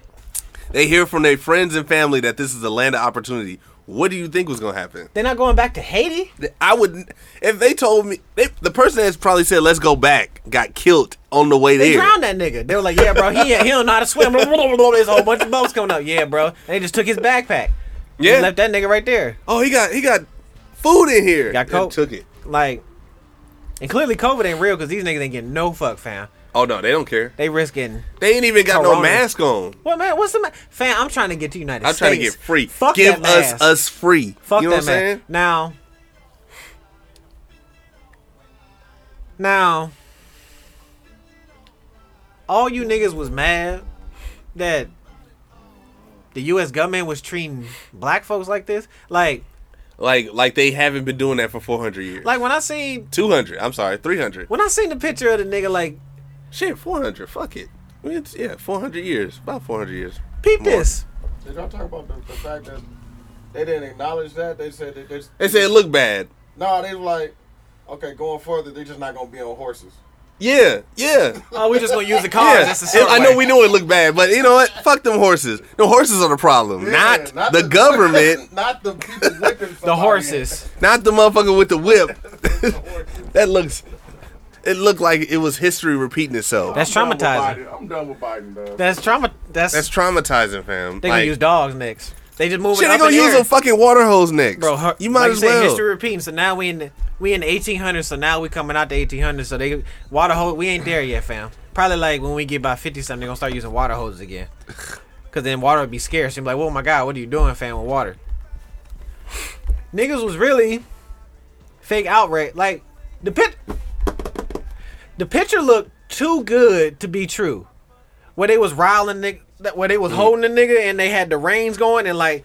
S1: They hear from their friends and family that this is a land of opportunity. What do you think was gonna happen?
S2: They're not going back to Haiti.
S1: I wouldn't. If they told me, they, the person that's probably said "Let's go back" got killed on the way
S2: They
S1: there.
S2: drowned that nigga. They were like, yeah, bro, he he don't know how to swim. There's a whole bunch of boats coming up. Yeah, bro, and they just took his backpack.
S1: Yeah.
S2: left that nigga right there.
S1: Oh, he got he got food in here.
S2: Got
S1: And
S2: coke.
S1: Took it.
S2: Like, and clearly COVID ain't real because these niggas ain't getting no fuck, fam.
S1: Oh no, they don't care.
S2: They risking.
S1: They ain't even got no
S2: Corona.
S1: mask on.
S2: What man? What's the ma- fam? I'm trying to get to United
S1: I'm
S2: States.
S1: trying to get free.
S2: Fuck
S1: Give
S2: that
S1: us
S2: mask.
S1: us free.
S2: Fuck
S1: you know what
S2: that
S1: I'm
S2: man.
S1: saying?
S2: Now, now, all you niggas was mad that the U.S. government was treating black folks like this. Like,
S1: Like like they haven't been doing that for 400 years.
S2: like when I seen
S1: Two hundred. I'm sorry, three hundred.
S2: when I seen the picture of the nigga, like,
S1: Shit, four hundred. Fuck it. I mean, it's, yeah, four hundred years. About four hundred years.
S2: peep
S1: More.
S2: this.
S3: Did y'all talk about the, the fact that they didn't acknowledge that? They said that they,
S1: They said it looked bad.
S3: no, they were like, okay, going further, they're just not gonna be on horses.
S1: Yeah, yeah.
S2: Oh, we just gonna use the cars.
S1: Yeah,
S2: That's the short
S1: I know
S2: way.
S1: we knew it looked bad, but you know what? Fuck them horses. The horses are the problem,
S3: Yeah,
S1: not, the, government,
S3: not the people whipping
S2: the
S3: somebody.
S2: horses.
S1: not the motherfucker with the whip.
S3: The horses.
S1: that looks, it looked like it was history repeating itself.
S2: That's
S3: I'm done with
S2: traumatizing.
S3: Biden. I'm done with Biden, dog.
S2: That's trauma. That's,
S1: That's traumatizing, fam.
S2: they gonna
S1: like,
S2: use dogs next. They just moving.
S1: shit,
S2: up
S1: they gonna
S2: in the
S1: use
S2: air.
S1: a fucking water hose next,
S2: bro. her-
S1: you might
S2: like
S1: as
S2: said,
S1: well.
S2: History repeating. So now we in the, we in the 1800s. So now we coming out the 1800s. So they water hose. We ain't there yet, fam. Probably like when we get by 50 something, they gonna start using water hoses again. Cause then water would be scarce. And be like, oh my god, what are you doing, fam, with water? Niggas was really fake outrage. Like the pit, the picture looked too good to be true. Where they was riling nigga, that- where they
S5: Mm.
S2: was holding the nigga, and they had the reins going, and like,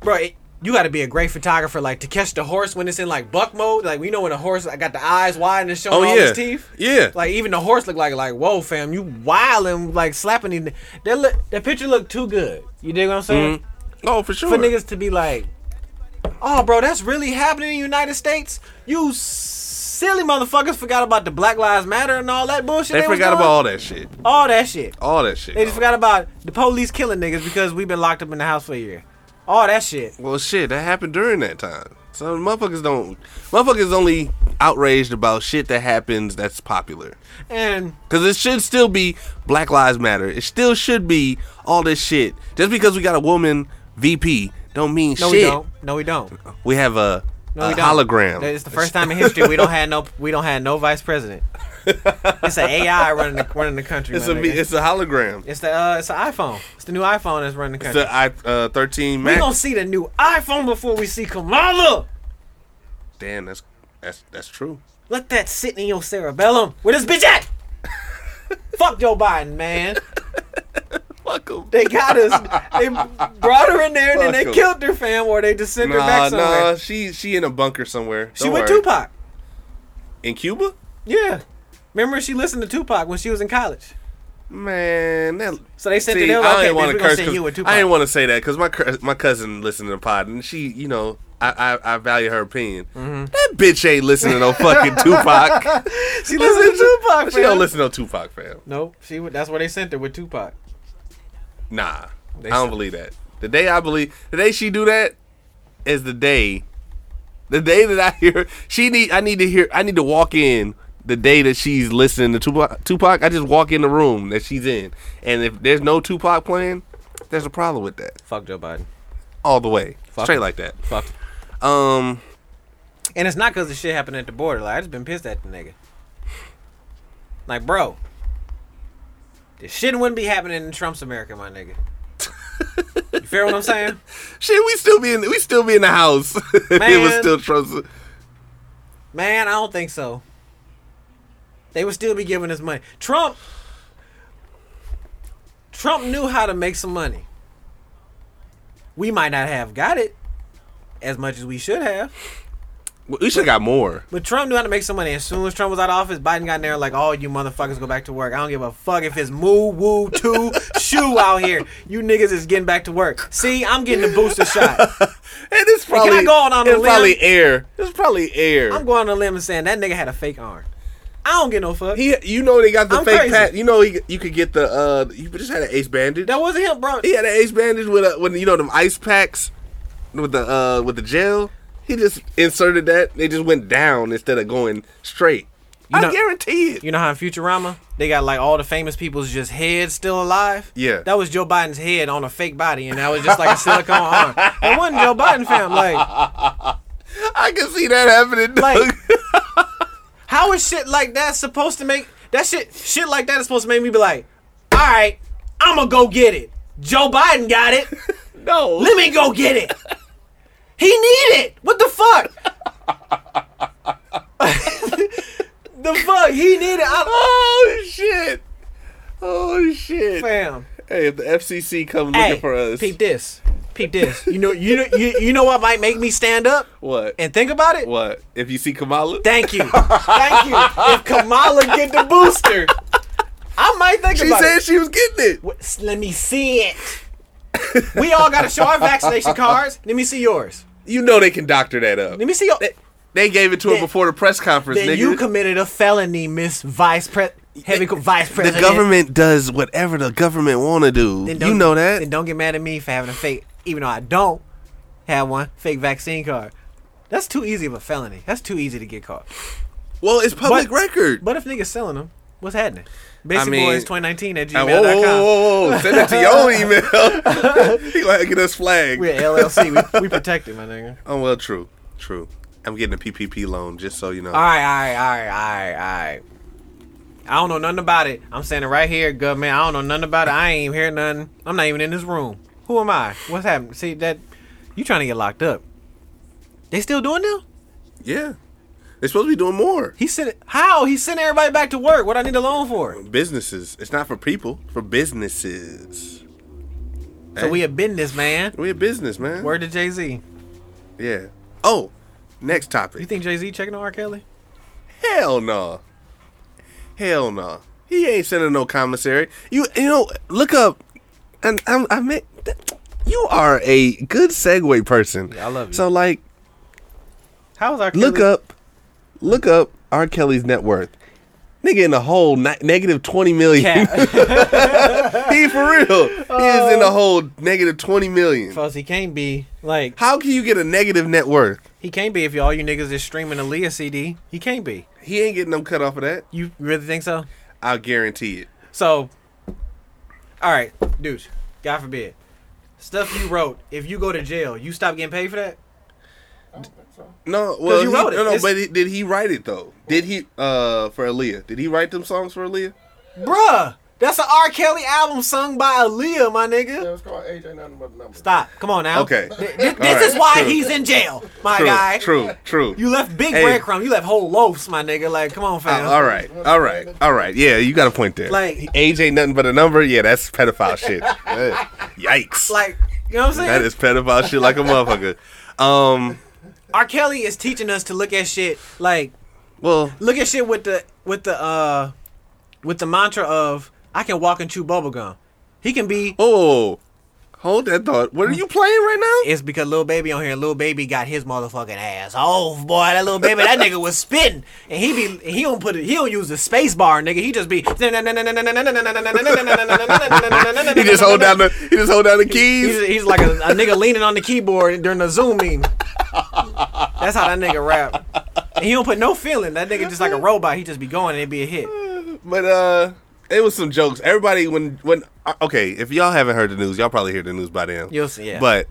S2: bro, it, you got to be a great photographer, like to catch the horse when it's in like buck mode. Like we know when a horse, I got the eyes wide and it's showing
S5: Oh,
S2: all
S5: yeah.
S2: his teeth.
S5: Yeah.
S2: like even the horse looked like like, whoa, fam, you wilding, like slapping. these n- That look, that picture looked too good. You dig what I'm saying?
S5: Oh, for sure.
S2: for niggas to be like, "Oh, bro, that's really happening in the United States." You silly motherfuckers forgot about the Black Lives Matter and all that bullshit.
S1: They
S2: was
S1: forgot
S2: doing.
S1: about all that shit.
S2: all that shit.
S1: All that shit.
S2: They just
S1: gone.
S2: forgot about the police killing niggas because we've been locked up in the house for a year. All that shit.
S1: Well, shit, that happened during that time. So motherfuckers don't. Motherfuckers only outraged about shit that happens that's popular.
S2: And
S1: Cause it should still be Black Lives Matter. It still should be all this shit. Just because we got a woman VP don't mean
S2: no, we
S1: shit.
S2: don't. No, we don't.
S1: We have a,
S2: No,
S1: a
S2: we don't.
S1: hologram.
S2: It's the first time in history we don't have no we don't have no vice president. It's an AI running the, running the country.
S1: It's
S2: my
S1: a
S2: nigga.
S1: it's a hologram.
S2: It's the uh, it's the iPhone. It's the new iPhone that's running the
S1: It's
S2: country.
S1: the I uh, thirteen
S2: We
S1: Max.
S2: gonna see the new iPhone before we see Kamala.
S1: Damn, that's that's that's true.
S2: Let that sit in your cerebellum. Where this bitch at? Fuck Joe Biden, man.
S1: Fuck 'em.
S2: They got us. They brought her in there and then
S1: Fuck
S2: they
S1: 'em.
S2: killed her, fam, or they just sent her
S1: Nah,
S2: back somewhere.
S1: nah, she she in a bunker somewhere.
S2: she
S1: Don't
S2: went
S1: worry.
S2: Tupac.
S1: in Cuba.
S2: Yeah. Remember, she listened to Tupac when she was in college.
S1: Man, that.
S2: So they sent
S1: See,
S2: her there.
S1: I
S2: Like, okay,
S1: didn't want
S2: want
S1: to
S2: we gonna
S1: curse.
S2: send you with
S1: 'cause-
S2: Tupac.
S1: I didn't want to say that because my cur- my cousin listened to the pod and she, you know, I I, I value her opinion.
S2: Mm-hmm.
S1: That bitch ain't listening to no fucking Tupac.
S2: she listened to Tupac, fam.
S1: she don't listen to no Tupac, fam.
S2: Nope. She. w- That's where they sent her with Tupac.
S1: Nah,
S2: They
S1: I don't
S2: said-
S1: believe that. The day I believe, the day she do that, is the day, the day that I hear she need. I need to hear. I need to walk in the day that she's listening to Tupac. Tupac. I just walk in the room that she's in, and if there's no Tupac playing, there's a problem with that.
S2: Fuck Joe Biden.
S1: all the way,
S2: Fuck
S1: straight
S2: it.
S1: like that.
S2: Fuck.
S1: Um,
S2: And it's not because the shit happened at the border. Like I just been pissed at the nigga. Like, bro, this shit wouldn't be happening in Trump's America, my nigga. You feel what I'm saying?
S1: shit, we still be in, we still be in the house. it was
S2: Man.
S1: still Trump's.
S2: Man, I don't think so. They would still be giving us money. Trump, Trump knew how to make some money. We might not have got it as much as we should have.
S1: We should have got more.
S2: But Trump knew how to make some money. As soon as Trump was out of office, Biden got in there like, "All you motherfuckers go back to work. I don't give a fuck if it's moo woo two shoe out here. You niggas is getting back to work. See, I'm getting the booster shot.
S1: And it's probably
S2: go out on a
S1: it's
S2: limb?
S1: probably air. It's probably air.
S2: I'm going on a limb and saying that nigga had a fake arm. I don't get no fuck.
S1: he, you know, they got the
S2: I'm
S1: fake
S2: crazy.
S1: pat. You know, he, you could get the. uh You just had an ace bandage.
S2: that wasn't him, bro.
S1: He had an ace bandage with a with you know them ice packs with the uh with the gel. He just inserted that. They just went down instead of going straight. I
S2: know-
S1: guarantee it.
S2: You know how in Futurama they got like all the famous people's just heads still alive?
S1: Yeah.
S2: That was Joe Biden's head on a fake body, and that was just like a silicone arm. That wasn't Joe Biden, fam. Like,
S1: I can see that happening.
S2: like,
S1: Like,
S2: how is shit like that supposed to make that shit shit like that is supposed to make me be like, all right, I'm gonna go get it. Joe Biden got it.
S1: no,
S2: Let me go get it. He need it. What the fuck? the fuck he needed. I,
S1: Oh shit! Oh shit!
S2: fam.
S1: Hey, if the FCC come looking
S2: Hey,
S1: for us,
S2: peep this. Peep this. You know, you know, you, you know what might make me stand up
S1: what?
S2: and think about it.
S1: what? If you see Kamala,
S2: Thank you, thank you. If Kamala get the booster, I might think
S1: she
S2: about
S1: said
S2: it.
S1: she was getting it.
S2: Wait, s- Let me see it. we all gotta show our vaccination cards. Let me see yours.
S1: You know they can doctor that up.
S2: Let me see your. That,
S1: They gave it to her
S2: That-
S1: before the press conference, nigga.
S2: you committed a felony, Miss Vice Pre, heavy co- Vice
S1: the
S2: President.
S1: government does whatever the government want to do.
S2: Then
S1: You
S2: don't-
S1: know
S2: Then
S1: that.
S2: don't get mad at me for having a fake, even though I don't have one fake vaccine card. That's too easy of a felony. That's too easy to get caught.
S1: Well, it's public
S2: But-
S1: record.
S2: But if niggas selling them, what's happening? Basic
S1: mean-
S2: Boys 2019 at
S1: Now, whoa, whoa,
S2: gmail.com.
S1: whoa, whoa! Send it to your own email. you gonna get us flagged.
S2: We're LLC. We, we protected, my nigga.
S1: Oh well, true, true. I'm getting a PPP loan, just so you know.
S2: All right, all right, all right, all right, all right. I don't know nothing about it. I'm standing right here, good man. I don't know nothing about it. I ain't even hear nothing. I'm not even in this room. Who am I? What's happening? See that? You trying to get locked up? They still doing them?
S1: Yeah, They're supposed to be doing more.
S2: He sent how? He sent everybody back to work. What I need a loan for?
S1: Businesses. It's not for people. For businesses.
S2: So we a business man.
S1: We a business, man.
S2: Word to Jay Z.
S1: Yeah. Oh, next
S2: You
S1: topic.
S2: think Jay Z checking on R. Kelly?
S1: Hell no. Hell no. He ain't sending no commissary. You you know look up, and I'm, I mean, you are a good segue person.
S2: Yeah, I love you.
S1: So like,
S2: How is R. Kelly?
S1: look up, look up R. Kelly's net worth. Nigga in the hole, ni- negative twenty million.
S2: Cap.
S1: he for real. he is in
S2: Oh.
S1: the hole, negative twenty million.
S2: Cause he can't be like
S1: How can you get a negative net worth?
S2: he can't be if all you niggas is streaming a Leah CD. He can't be.
S1: He ain't getting no cut off of that.
S2: You really think so?
S1: I'll guarantee it.
S2: So, all right, dude. God forbid, stuff you wrote. If you go to jail, you stop getting paid for that.
S1: No, well,
S2: you
S1: he-
S2: wrote it.
S1: no, no.
S2: It's-
S1: But he, did he write it though? Did he uh for Aaliyah? Did he write them songs for Aaliyah?
S2: Bruh, that's an R. Kelly album sung by Aaliyah, my
S3: Yeah,
S2: nigga.
S3: it's called age ain't nothing but a number.
S2: Stop. Come on now.
S1: Okay.
S2: Th- th-
S1: All
S2: this
S1: right.
S2: is why
S1: True.
S2: he's in jail, my
S1: True,
S2: guy.
S1: true, true.
S2: You left big
S1: Hey.
S2: breadcrumb. You left whole loaves, my nigga. Like, come on,
S1: Uh,
S2: fam.
S1: all right, all right, all right. Yeah, you got a point there.
S2: Like-
S1: age ain't nothing but a number. Yeah, that's pedophile shit. Yeah. Yikes.
S2: Like, you know what I'm saying?
S1: that is pedophile shit like a motherfucker. Um,
S2: R. Kelly is teaching us to look at shit like
S1: well,
S2: look at shit with the with the uh with the mantra of I can walk and chew bubblegum. He can be
S1: oh, hold that thought. What are you playing right now?
S2: it's because little baby on here, little baby got his motherfucking ass off, boy. That little baby, that nigga was spitting, and he be he don't put it, he don't use the space bar, nigga. He just be
S1: He just hold down the he just hold down the keys.
S2: He's, he's like a, a nigga leaning on the keyboard during the Zoom meeting. That's how that nigga rap. And he don't put no feeling. That nigga just like a robot. He just be going and it be a hit.
S1: But uh, it was some jokes. Everybody when when uh, okay, if y'all haven't heard the news, y'all probably hear the news by now.
S2: You'll see, yeah.
S1: But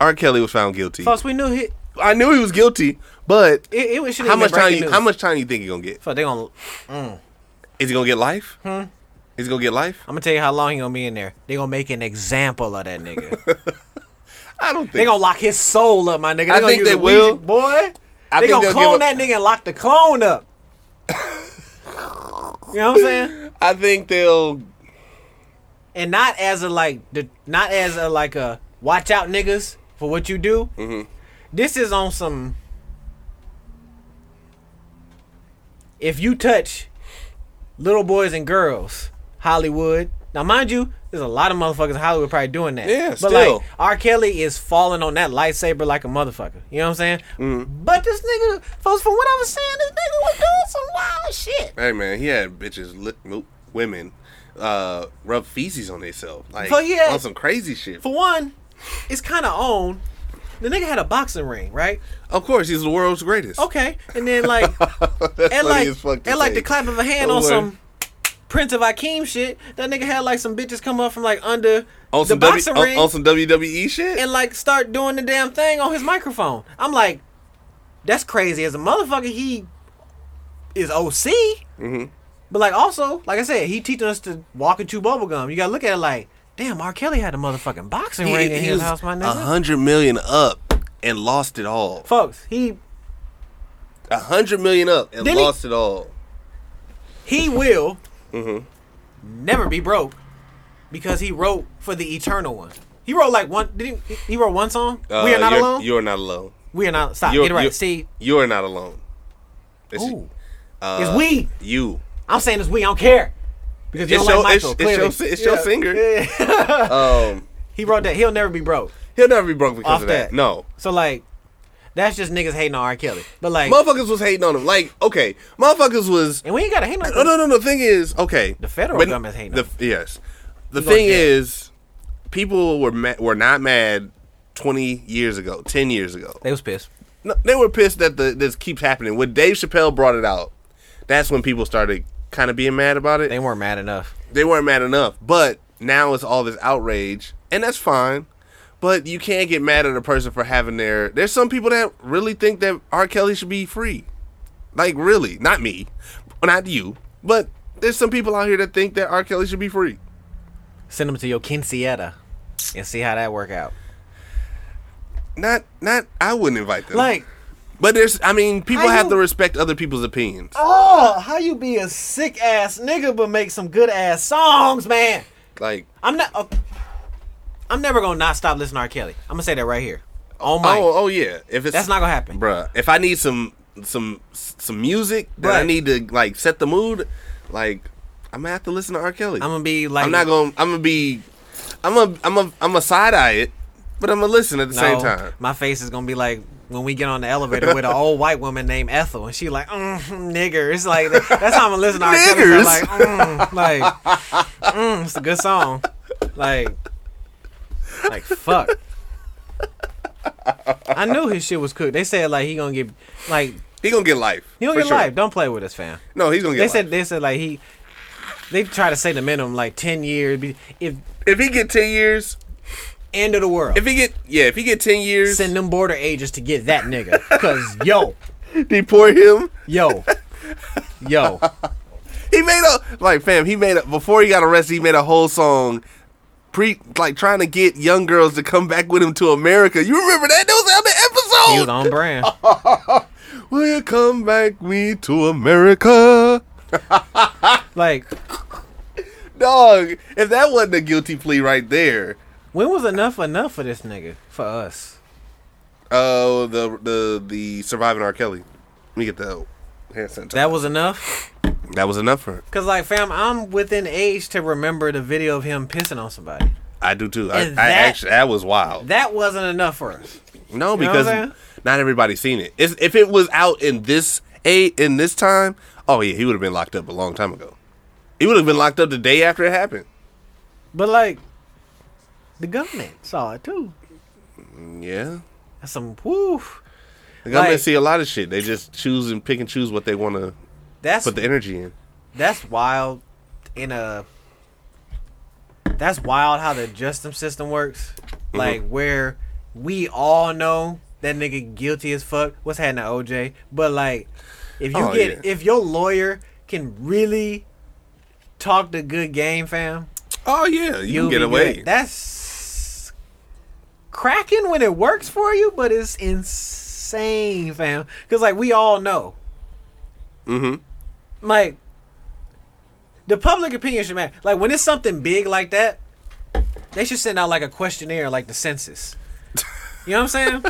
S1: R. Kelly was found guilty.
S2: Folks, we knew he. It,
S1: I knew he was guilty, but
S2: it, it should
S1: how much time? You, how much time you think he gonna get?
S2: Fuck, they gonna. I'm
S1: Is he gonna get life? Hmm? Is he gonna get life?
S2: gonna tell you how long he gonna be in there. They gonna make an example of that nigga.
S1: I don't think.
S2: they gonna lock his soul up, my nigga. They
S1: I
S2: gonna
S1: think
S2: use
S1: they
S2: a
S1: will.
S2: Ouija- boy.
S1: I
S2: they
S1: think
S2: gonna
S1: they'll
S2: clone
S1: give
S2: that
S1: up-
S2: nigga and lock the clone up. you know what I'm saying?
S1: I think they'll.
S2: and not as a like the not as a like a watch out niggas for what you do.
S1: Mm-hmm.
S2: This is on some. If you touch little boys and girls, Hollywood. Now, mind you, there's a lot of motherfuckers in Hollywood probably doing that.
S1: Yeah,
S2: but
S1: still.
S2: like R. Kelly is falling on that lightsaber like a motherfucker. You know what I'm saying?
S1: Mm-hmm.
S2: But this nigga, folks, from what I was saying, this nigga was doing some wild shit.
S1: Hey man, he had bitches, li- nope, women, uh, rub feces on themselves, like
S2: But he had-
S1: on some crazy shit.
S2: For one, it's kind of on. The nigga had a boxing ring, right?
S1: Of course, he's the world's greatest.
S2: Okay, and then like,
S1: That's
S2: and
S1: funny
S2: like,
S1: as fuck to
S2: and like the
S1: say.
S2: clap of a hand
S1: Don't
S2: on
S1: worry.
S2: some Prince of Akeem shit. That nigga had like some bitches come up from like under
S1: on
S2: the
S1: some, w-
S2: boxing
S1: on,
S2: ring
S1: on some WWE shit.
S2: and like start doing the damn thing on his microphone. I'm like, that's crazy. As a motherfucker, he is OC.
S1: Mm-hmm.
S2: But like also, like I said, he teaching us to walk and chew bubblegum. You gotta look at it like, damn, R. Kelly had a motherfucking boxing ring in his house, my
S1: a
S2: nigga.
S1: hundred million up and lost it all.
S2: Folks, he
S1: A hundred million up and
S2: Didn't he-
S1: lost it all.
S2: he will
S1: Mm-hmm.
S2: never be broke because he wrote for the eternal one. He wrote like one. Did he? He wrote one song. we
S1: Uh,
S2: are not
S1: you're-
S2: alone.
S1: You are not alone.
S2: we are not. Stop.
S1: You're,
S2: Get it right.
S1: you're-
S2: See.
S1: you are not alone. It's,
S2: Ooh.
S1: uh,
S2: it's we.
S1: You.
S2: I'm saying it's we. I don't care because you
S1: It's
S2: don't
S1: your,
S2: like
S1: it's,
S2: Michael.
S1: it's your,
S2: clearly.
S1: si- it's your singer. um,
S2: he wrote that. He'll never be broke
S1: he'll never be broke because
S2: off
S1: of
S2: that.
S1: that. No.
S2: So like, that's just niggas hating on R. Kelly. But like,
S1: Motherfuckers was hating on him. Like, okay, motherfuckers was.
S2: and we ain't gotta hate on.
S1: No, no, no. The thing is, okay. The
S2: federal government's hating on
S1: Yes. The
S2: gonna
S1: thing
S2: jail.
S1: is, people were ma- were not mad twenty years ago, ten years ago.
S2: They was pissed.
S1: No, they were pissed that the this keeps happening. When Dave Chappelle brought it out, that's when people started kind of being mad about it.
S2: They weren't mad enough.
S1: They weren't mad enough, but now it's all this outrage, and that's fine. But you can't get mad at a person for having their. There's some people that really think that R. Kelly should be free, like really, not me, not you, but there's some people out here that think that R. Kelly should be free.
S2: Send them to your quinceañera and see how that work out.
S1: Not, not. I wouldn't invite them.
S2: Like,
S1: But there's, I mean, people
S2: I
S1: have to
S2: know-
S1: respect other people's opinions.
S2: Oh, how you be a sick ass nigga but make some good ass songs, man?
S1: Like,
S2: I'm not. oh, I'm never gonna not stop listening to R. Kelly. I'm gonna say that right here. Oh my,
S1: oh, oh yeah. If it's
S2: that's not gonna happen.
S1: bruh. If I need some some some music that I
S2: Right.
S1: need to like set the mood, like I'm gonna have to listen to R. Kelly.
S2: I'm gonna be like,
S1: I'm not gonna. I'm gonna be. I'm gonna. I'm gonna. I'm gonna side eye it, but I'm gonna listen at the same
S2: No,
S1: time.
S2: My face is gonna be like when we get on the elevator with an old white woman named Ethel, and she like mm, niggers. Like that's how I'm gonna listen to R. Kelly.
S1: Niggers?
S2: so Like, mm, like, mm, it's a good song. Like, like fuck. I knew his shit was cooked. They said like he gonna get like
S1: He gonna get life.
S2: he gonna
S1: for
S2: get
S1: sure.
S2: life. Don't play with us, fam.
S1: No, he's gonna get.
S2: They
S1: life.
S2: said they said like he. They try to say the minimum like ten years. be- If
S1: if he get ten years,
S2: end of the world.
S1: if he get yeah, if he get ten years,
S2: Send them border agents to get that nigga. Cause yo,
S1: deport him.
S2: yo, yo.
S1: He made a like fam. He made a before he got arrested. He made a whole song, pre like trying to get young girls to come back with him to America. You remember that? That was on
S2: He
S1: the
S2: was
S1: episode.
S2: on brand.
S1: Will you come back me to America,
S2: Like,
S1: dog? If that wasn't a guilty plea right there,
S2: when was enough enough for this nigga? For us.
S1: oh the the the surviving R Kelly. Let me get the hand sanitizer.
S2: That was enough?
S1: that was enough for him.
S2: Cause like fam, I'm within age to remember the video of him pissing on somebody.
S1: I do too. I,
S2: And
S1: I
S2: that-
S1: actually that was wild.
S2: That wasn't enough for us.
S1: No,
S2: know what
S1: because
S2: I'm saying?
S1: not everybody's seen it. It's, if it was out in this a in this time, oh yeah, he would have been locked up a long time ago. He would have been locked up the day after it happened.
S2: But like, the government saw it too.
S1: Yeah,
S2: That's some woo.
S1: the government
S2: Like-
S1: see a lot of shit. They just choose and pick and choose what they want to
S2: That's
S1: put the energy in.
S2: that's wild in a that's wild how the justice system works
S1: Mm-hmm.
S2: like where we all know that nigga guilty as fuck what's happening to oj but like if you
S1: Oh,
S2: get
S1: yeah.
S2: if your lawyer can really talk the good game fam
S1: Oh yeah, you
S2: you'll
S1: can get
S2: be
S1: away.
S2: good. that's cracking when it works for you but it's insane fam because like we all know
S1: mm-hmm.
S2: like the public opinion should matter. Like when it's something big like that, they should send out like a questionnaire, like the census. You know what I'm saying?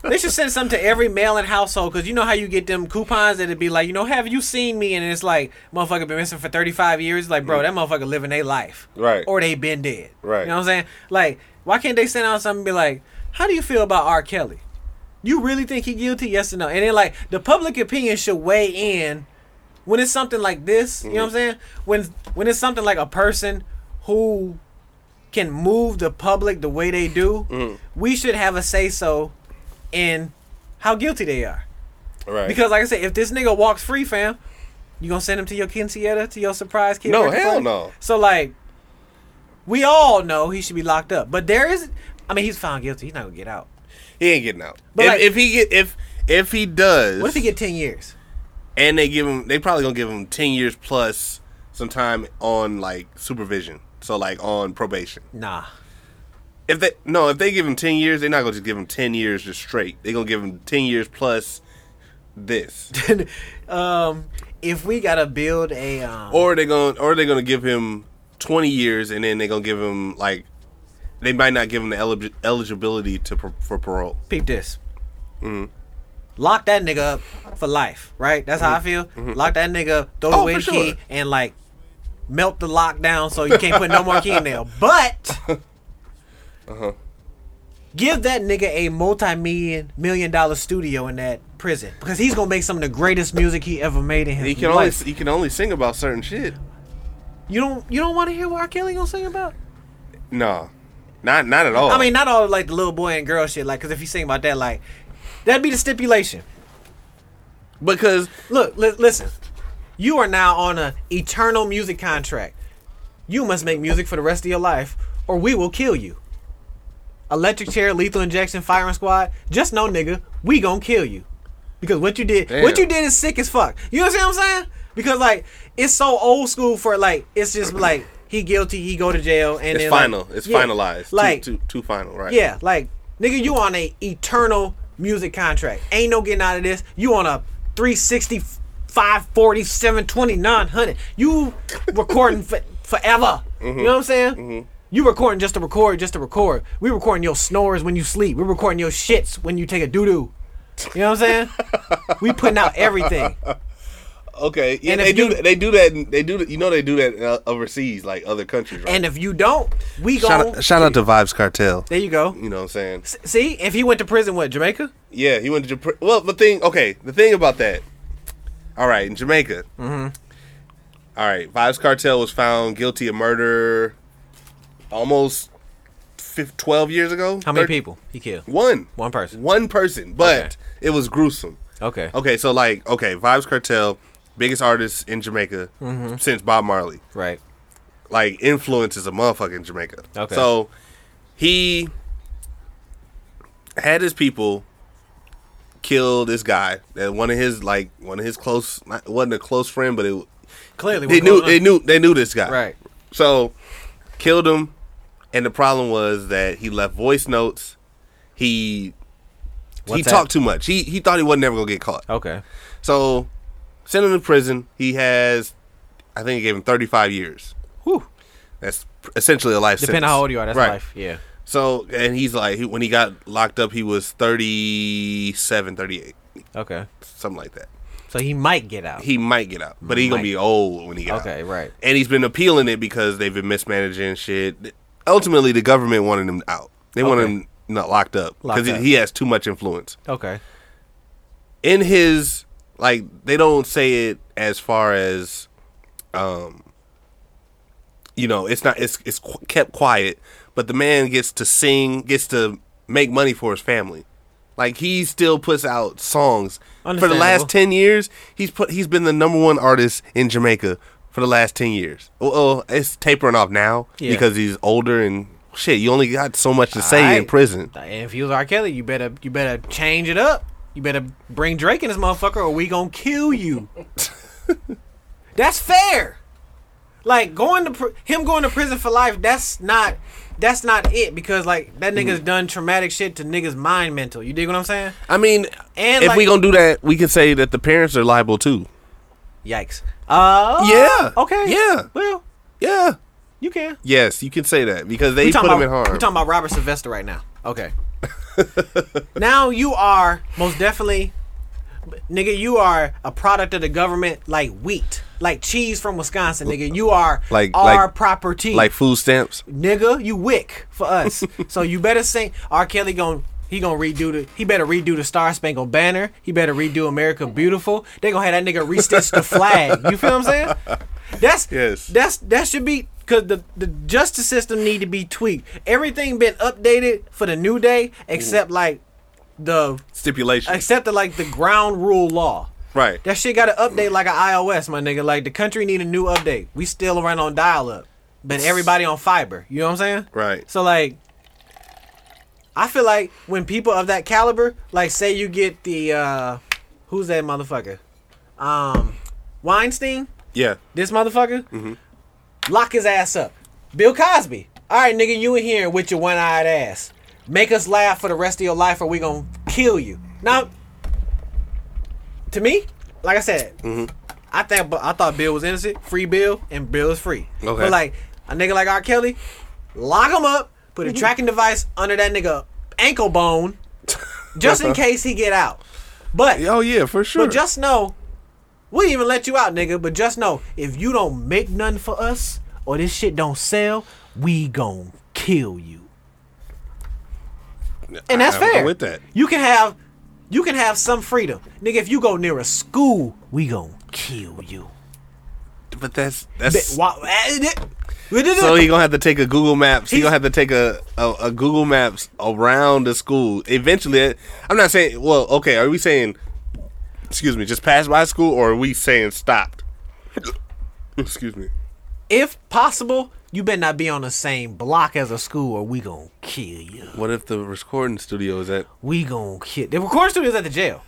S2: they should send something to every male and household because you know how you get them coupons that'd be like, you know, have you seen me? And it's like, motherfucker been missing for 35 years. Like, bro, that motherfucker living their life.
S1: Right.
S2: Or they been dead.
S1: Right.
S2: You know what I'm saying? Like, why can't they send out something and be like, how do you feel about R. Kelly? You really think he guilty? Yes or no? And then like the public opinion should weigh in when it's something like this. You know what I'm saying? When when it's something like a person who can move the public the way they do, we should have a say so in how guilty they are.
S1: Right.
S2: Because like I said, if this nigga walks free, fam, you gonna send him to your quinceanera to your surprise kid?
S1: No,
S2: birthday
S1: hell
S2: party?
S1: no.
S2: So like, we all know he should be locked up, but there is. I mean, he's found guilty. He's not gonna get out.
S1: he ain't getting out.
S2: But,
S1: if,
S2: like-
S1: if he get if if he does,
S2: What if he get ten years?
S1: and they give him they probably gonna give him 10 years plus some time on like supervision so like on probation
S2: Nah.
S1: if they no if they give him 10 years they're not gonna just give him 10 years just straight they gonna give him 10 years plus this
S2: um, if we gotta build a um,
S1: or they gonna or they gonna give him 20 years and then they gonna give him like they might not give him the elig- eligibility to pr- for parole
S2: peep this.
S1: Mm-hmm.
S2: Lock that nigga up for life, right? That's how I feel. Lock that nigga up, throw
S1: Mm-hmm. Oh,
S2: away the
S1: for
S2: key,
S1: sure.
S2: and like melt the lock down so you can't put no more key in there. But
S1: Uh-huh.
S2: give that nigga a multi-million million dollar studio in that prison because he's gonna make some of the greatest music he ever made in his
S1: he can only
S2: life.
S1: s- he can only sing about certain shit
S2: You don't you don't want to hear what R. Kelly gonna sing about?
S1: nah not not at all
S2: I mean, not all like the little boy and girl shit. Like, cause if you sing about that, like, that'd be the stipulation.
S1: because
S2: Look, li- listen. You are now on an eternal music contract. You must make music for the rest of your life, or we will kill you. Electric chair, lethal injection, firing squad. Just know, nigga, we gonna kill you because what you did, what you
S1: Damn.
S2: did is sick as fuck. You know what I'm saying? Because like, it's so old school for like, it's just like he guilty, he go to jail, and
S1: it's
S2: then, like,
S1: final it's
S2: yeah,
S1: finalized
S2: Like,
S1: like too, too, too final right
S2: yeah, like nigga, you on a eternal music contract. Ain't no getting out of this. You on a 360, 540, 720, 900. You recording for, forever.
S1: Mm-hmm.
S2: You know what I'm saying? You recording just to record, just to record. We recording your snores when you sleep. We recording your shits when you take a doo doo. You know what I'm saying? we putting out everything.
S1: Okay, yeah,
S2: And
S1: they
S2: if
S1: do.
S2: you-
S1: They do that. in- They do. that- You know, they do that in, uh, overseas, like other countries. Right?
S2: And if you don't, we
S5: Shout
S2: go.
S5: out, shout out to Vibes Cartel.
S2: There you go.
S1: you know what I'm saying?
S2: See, if he went to prison, what Jamaica?
S1: Yeah, he went to Japan. Well, the thing, okay, the thing about that. All right, in Jamaica. Mm-hmm. right, Vibes Cartel was found guilty of murder almost fif- 12 years ago.
S2: How many
S1: Thir-
S2: people he killed?
S1: One.
S2: One person.
S1: One person, but
S2: Okay.
S1: it was gruesome.
S2: Okay.
S1: Okay, so like, okay, Vibes Cartel, biggest artist in Jamaica
S2: Mm-hmm.
S1: since Bob Marley
S2: Right.
S1: like influences a motherfucker in Jamaica.
S2: Okay.
S1: So he had his people kill this guy that one of his like one of his close not- wasn't a close friend, but it
S2: Clearly,
S1: they
S2: we're
S1: knew
S2: going
S1: they
S2: on.
S1: knew they knew this guy.
S2: Right.
S1: So killed him, and the problem was that he left voice notes. He he
S2: What's that?
S1: talked too much. He he thought he wasn't ever gonna get caught.
S2: Okay.
S1: So sent him to prison. He has, I think, it gave him thirty five years.
S2: Whew.
S1: That's essentially a life
S2: Depending
S1: sentence.
S2: on how old you are, that's
S1: right.
S2: life. Yeah.
S1: So, and he's like, he, when he got locked up, he was 37, 38,
S2: Okay.
S1: something like that.
S2: So he might get out.
S1: He might get out, but he's going
S2: Might.
S1: to be old when he gets out.
S2: okay. Right.
S1: And he's been appealing it because they've been mismanaging shit. Ultimately, the government wanted him out. They wanted
S2: Okay.
S1: him not locked up
S2: Locked
S1: because he,
S2: up.
S1: he has too much influence.
S2: Okay.
S1: in his like they don't say it as far as um you know it's not it's it's qu- kept quiet but the man gets to sing gets to make money for his family like he still puts out songs for the
S2: Understandable.
S1: last 10 years he's put he's been the number one artist in Jamaica for the last 10 years well, oh it's tapering off now
S2: Yeah.
S1: because he's older and shit you only got so much to say in
S2: Alright.
S1: prison
S2: And if he was R. Kelly, you better you better change it up. You better bring Drake in this motherfucker, or we gonna kill you. that's fair. Like going to pr- him going to prison for life. That's not that's not it because like that
S1: Mm-hmm.
S2: nigga's done traumatic shit to niggas mind mental. You dig what I'm saying?
S1: i mean
S2: And,
S1: if
S2: like-
S1: we going to do that we can say that the parents are liable too
S2: Yikes. Uh,
S1: Yeah.
S2: Okay.
S1: Yeah.
S2: Well,
S1: Yeah.
S2: you can.
S1: Yes, you can say that because they
S2: We
S1: put
S2: talking
S1: him in
S2: about-
S1: harm.
S2: We talking about Robert Sylvester right now. Okay. now you are most definitely, nigga. You are a product of the government, like wheat, like cheese from Wisconsin, nigga. You are
S1: Like-
S2: our
S1: like-
S2: property,
S1: like food stamps.
S2: nigga. You wick for us. so you better sing. R. Kelly gon' He gonna redo the. He better redo the Star Spangled Banner. He better redo America Beautiful. They gonna have that nigga restitch the flag. You feel what I'm saying? That's
S1: Yes.
S2: That's that should be because the the justice system need to be tweaked. Everything been updated for the new day except like the
S1: Stipulation.
S2: except the like the ground rule law.
S1: right.
S2: That shit got to update like an iOS, my nigga. Like the country need a new update. We still run on dial up, but everybody on fiber. You know what I'm saying?
S1: Right.
S2: So like, I feel like when people of that caliber, like say you get the uh who's that motherfucker, um, Weinstein,
S1: Yeah.
S2: this motherfucker, lock his ass up. Bill Cosby. All right, nigga, you in here with your one eyed ass. Make us laugh for the rest of your life, or we gonna kill you. Now, to me, like I said, I think I thought Bill was innocent. Free Bill, and Bill is free.
S1: Okay.
S2: But like a nigga like R. Kelly, lock him up, put a tracking device under that nigga ankle bone, just in case he get out. But
S1: Oh yeah, for sure.
S2: but just know, we even let you out, nigga. But just know, if you don't make none for us or this shit don't sell, we gon' kill you. And that's
S1: I- I'm
S2: fair.
S1: with that.
S2: you can have, you can have some freedom, nigga. If you go near a school, we gon' kill you.
S1: but that's
S2: Be- eh,
S1: that's.
S2: why-
S1: So he gonna have to take a Google Maps. He
S2: He's-
S1: gonna have to take a, a a Google Maps around the school. Eventually, I'm not saying. Well, okay. Are we saying? Excuse me. Just pass by school, or are we saying stopped? excuse me.
S2: if possible, you better not be on the same block as a school, or we gon' kill you.
S1: What if the recording studio is at?
S2: We gon' kill. The recording studio's at the jail.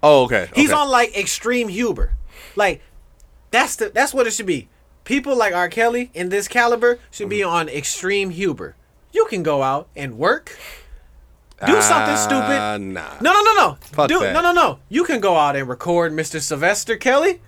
S1: Oh, okay.
S2: He's
S1: okay.
S2: on like extreme Huber. Like that's the that's what it should be. People like R. Kelly in this
S1: Mm-hmm.
S2: caliber should be on extreme Huber. You can go out and work, Do something stupid.
S1: Uh, Ah, nah.
S2: No, no, no, no.
S1: Fuck
S2: do,
S1: that.
S2: No, no, no. You can go out and record Mr. Sylvester Kelly.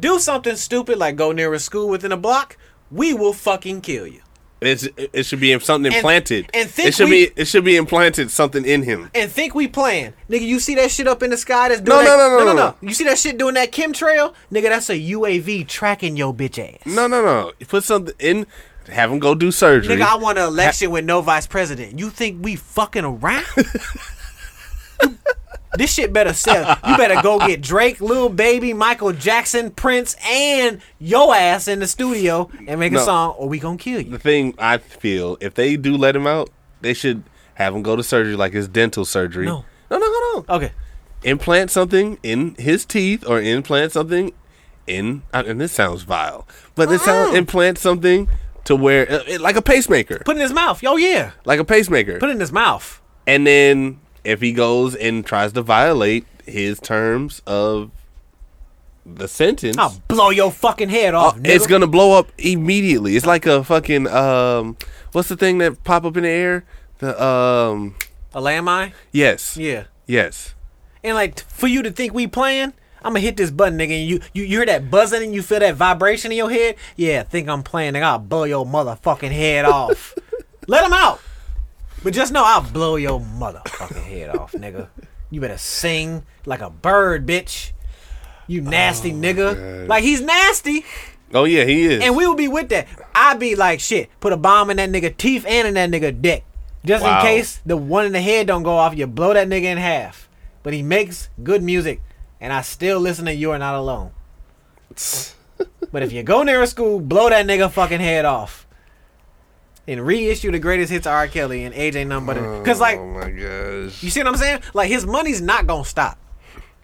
S2: Do something stupid like go near a school within a block. We will fucking kill you.
S1: It's, it should be something implanted.
S2: and think
S1: it should
S2: we-
S1: be it should be implanted something in him.
S2: And think we playing. Nigga, you see that shit up in the sky that's doing
S1: No,
S2: that?
S1: no, no, no, no.
S2: You see that shit doing that chemtrail? Nigga, that's a UAV tracking your bitch ass.
S1: No, no, no. You put something in. Have him go do surgery.
S2: Nigga, I won an election with no vice president. You think we fucking around? this shit better sell. You better go get Drake, Lil Baby, Michael Jackson, Prince, and yo ass in the studio and make a
S1: No.
S2: song, or we gonna kill you.
S1: the thing I feel if they do let him out, they should have him go to surgery like his dental surgery.
S2: No.
S1: no, no, no. no.
S2: Okay.
S1: Implant something in his teeth or implant something in. I- And this sounds vile, but it sounds implant something to where uh, it- like a pacemaker,
S2: Uh-huh. Put it in his mouth. Yo, yeah.
S1: like a pacemaker.
S2: Put it in his mouth.
S1: And then if he goes and tries to violate his terms of the sentence,
S2: I'll blow your fucking head off. Ah, nigga.
S1: Oh, it's gonna blow up immediately. It's like a fucking um, what's the thing that pop up in the air? The um,
S2: A landmine?
S1: yes,
S2: Yeah.
S1: yes.
S2: And like for you to think we playing, I'm gonna hit this button, nigga. And you, you you hear that buzzing and you feel that vibration in your head. Yeah, think I'm playing. Nigga, I'll blow your motherfucking head off. Let him out. But just know I'll blow your motherfucking head off, nigga. You better sing like a bird, bitch. You nasty nigga. Like he's nasty,
S1: Oh yeah, he is.
S2: and we will be with that. I be like shit. Put a bomb in that nigga teeth and in that nigga dick, just
S1: Wow.
S2: in case the one in the head don't go off. You blow that nigga in half. But he makes good music, and I still listen to "You Are Not Alone." but if you go near a school, blow that nigga fucking head off, and reissue the greatest hits of R. Kelly and AJ none but because like
S1: oh my gosh.
S2: you see what I'm saying? Like his money's not gonna stop.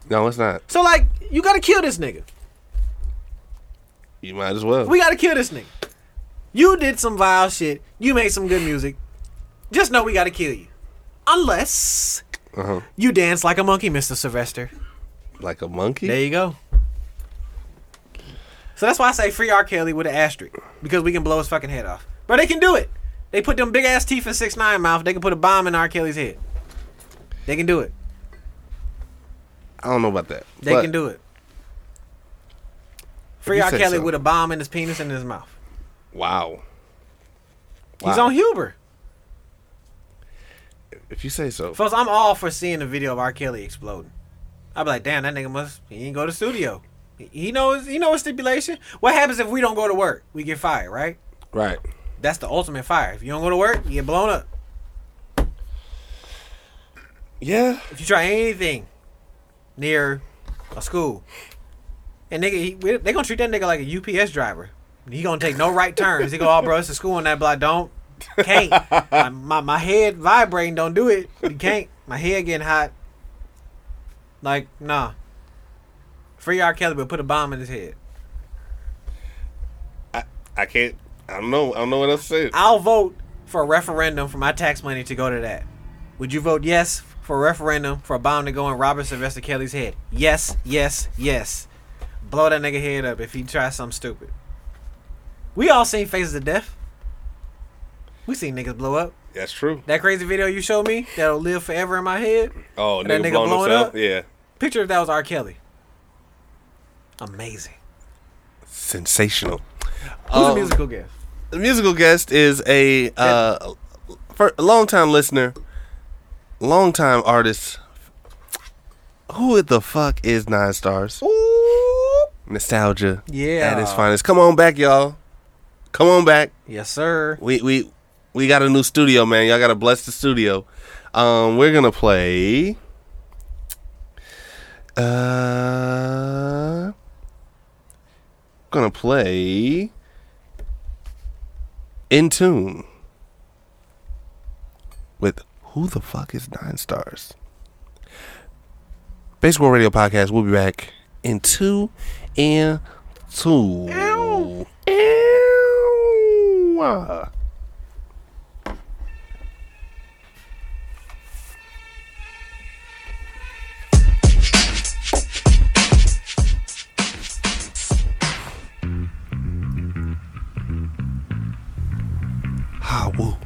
S1: No, it's not.
S2: So like you gotta kill this nigga.
S1: You might as well.
S2: We gotta kill this nigga. You did some vile shit. You made some good music. Just know we gotta kill you. Unless
S1: uh-huh.
S2: you dance like a monkey, Mr. Sylvester.
S1: Like a monkey.
S2: There you go. So that's why I say free R. Kelly with an asterisk. Because we can blow his fucking head off. But they can do it. They put them big ass teeth in 6 9 mouth. They can put a bomb in R. Kelly's head. They can do it.
S1: I don't know about that.
S2: They
S1: but
S2: can do it. Free
S1: you
S2: R.
S1: say
S2: Kelly
S1: so.
S2: with a bomb in his penis and in his mouth.
S1: Wow.
S2: He's
S1: Wow.
S2: on Huber.
S1: If you say so.
S2: Folks, I'm all for seeing a video of R. Kelly exploding. I'd be like, damn, that nigga must he didn't go to studio. He- He knows he knows stipulation. What happens if we don't go to work? We get fired, right?
S1: Right.
S2: That's the ultimate fire. If you don't go to work, you get blown up.
S1: Yeah.
S2: If you try anything near a school, and nigga, he, we- they gonna treat that nigga like a UPS driver. He gonna take no right turns. He go, oh, bro, it's a school on that block. Don't, can't. My, my, my head vibrating. Don't do it. You can't. My head getting hot. Like, nah. Free R. Kelly, but put a bomb in his head.
S1: I can't. I don't know. I don't know what else to say.
S2: I'll vote for a referendum for my tax money to go to that. Would you vote yes for a referendum for a bomb to go in Robert Sylvester Kelly's head? Yes, yes, yes. Blow that nigga head up if he tries something stupid. We all seen Faces of Death. We seen niggas blow up.
S1: That's true.
S2: That crazy video you showed me that'll live forever in my head.
S1: Oh,
S2: And that
S1: nigga,
S2: nigga
S1: blowing
S2: blowing
S1: himself.
S2: up?
S1: Yeah.
S2: Picture if that was R. Kelly. Amazing.
S1: Sensational.
S2: Who's a
S1: Um,
S2: musical guest?
S1: The musical guest is a uh, for long time listener, long time artist. Who the fuck is Nine Stars? Nostalgia.
S2: Yeah.
S1: At its finest. Come on back, y'all. Come on back.
S2: Yes, sir.
S1: We we we got a new studio, man. Y'all gotta bless the studio. Um, we're gonna play. Uh, gonna play. In tune. With who the fuck is Nine Stars? Baseball Radio Podcast. We'll be back in two and two. Ow. Ow. Ha woo.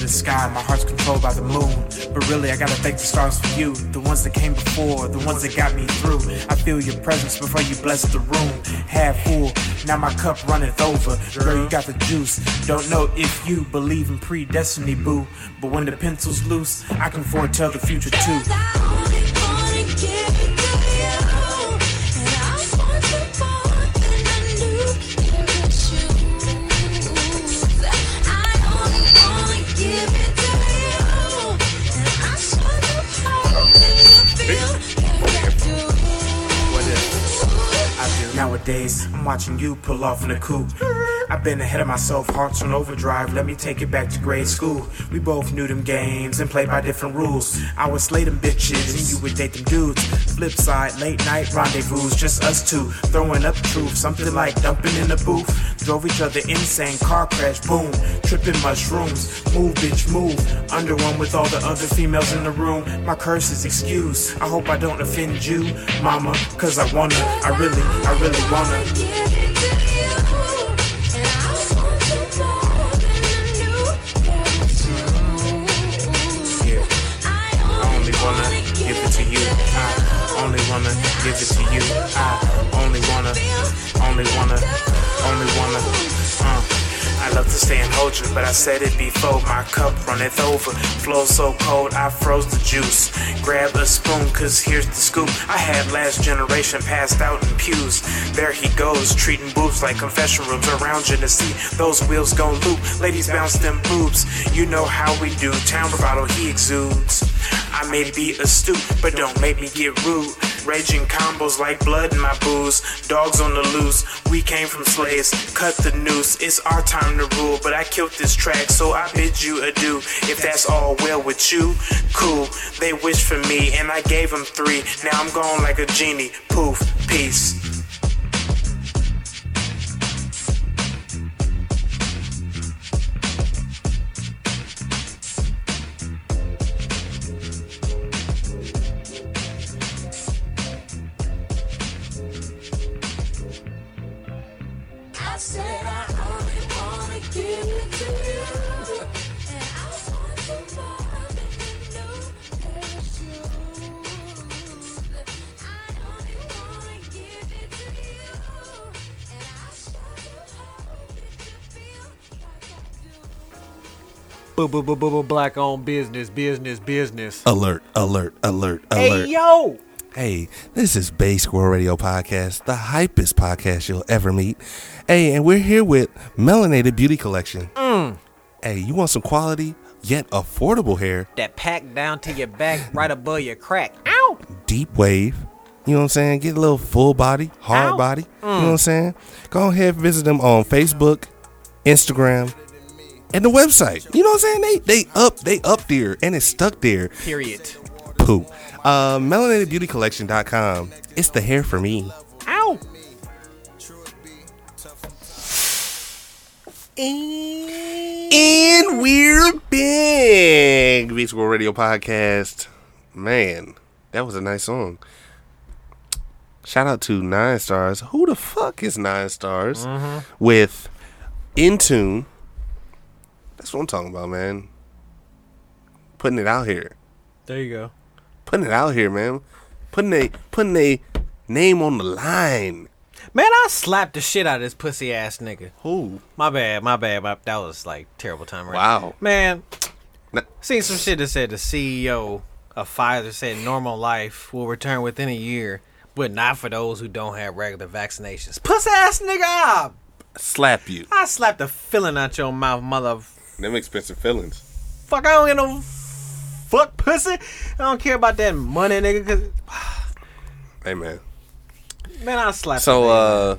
S4: the sky, my heart's controlled by the moon. But really, I gotta thank the stars for you. The ones that came before, the ones that got me through. I feel your presence before you bless the room. Half full, now my cup runneth over. Girl, you got the juice. Don't know if you believe in predestiny, boo. But when the pencil's loose, I can foretell the future too. Nowadays, I'm watching you pull off in the coupe. I've been ahead of myself, hearts on overdrive. Let me take it back to grade school. We both knew them games and played by different rules. I would slay them bitches and you would date them dudes. Flip side, late night rendezvous, just us two throwing up truth, something like dumping in the booth. Drove each other insane, car crash, boom, tripping mushrooms. Move, bitch, move. Under one with all the other females in the room. My curse is excuse. I hope I don't offend you, mama, cause I wanna, I really, I really wanna. I only wanna give it to you. I only wanna give it to you. I only wanna, only wanna, only wanna. Uh. I love to stay and hold you, but I said it before. My cup runneth over. Flow so cold, I froze the juice. Grab a spoon, cause here's the scoop. I had last generation passed out in pews. There he goes, treating boobs like confession rooms around you to see those wheels gon' loop. Ladies bounce them boobs. You know how we do. Town bravado, he exudes. I may be astute, but don't make me get rude. Raging combos like blood in my booze. Dogs on the loose, we came from slaves. Cut the noose, it's our time to rule. But I killed this track, so I bid you adieu. If that's all well with you, cool. They wished for me, and I gave them three. Now I'm gone like a genie. Poof, peace.
S2: Boo, boo, boo, boo, boo, black on business, business, business.
S1: Alert, alert, alert, alert.
S2: Hey, yo!
S1: Hey, this is Bay Squirrel Radio Podcast, the hypest podcast you'll ever meet. Hey, and we're here with Melanated Beauty Collection.
S2: Mm.
S1: Hey, you want some quality yet affordable hair?
S2: That pack down to your back, right above your crack. Ow!
S1: Deep wave. You know what I'm saying? Get a little full body, hard
S2: Ow. Mm.
S1: body. You know what I'm saying? Go ahead and visit them on Facebook, Instagram, and the website. You know what I'm saying? They they up they up there and it's stuck there.
S2: Period.
S1: Poo. Uh, MelanatedBeautyCollection.com. It's the hair for me.
S2: Ow!
S1: And we're big. Beat Squirrel Radio Podcast. Man, that was a nice song. Shout out to Nine Stars. Who the fuck is Nine Stars? With In Tune. That's what I'm talking about, man. Putting it out here.
S2: There you go.
S1: Putting it out here, man. Putting a putting a name on the line.
S2: Man, I slapped the shit out of this pussy ass nigga.
S1: Who?
S2: My bad, my bad. My, that was like terrible time. Right?
S1: Wow.
S2: Man,
S1: N-
S2: seen some shit that said the CEO of Pfizer said normal life will return within a year, but not for those who don't have regular vaccinations. Puss ass nigga, I,
S1: Slap you.
S2: I slapped the filling out your mouth, motherfucker.
S6: Them expensive feelings.
S2: I don't get no fuck pussy. I don't care about that money, nigga. Cause
S1: Hey man.
S2: man, I slapped.
S1: So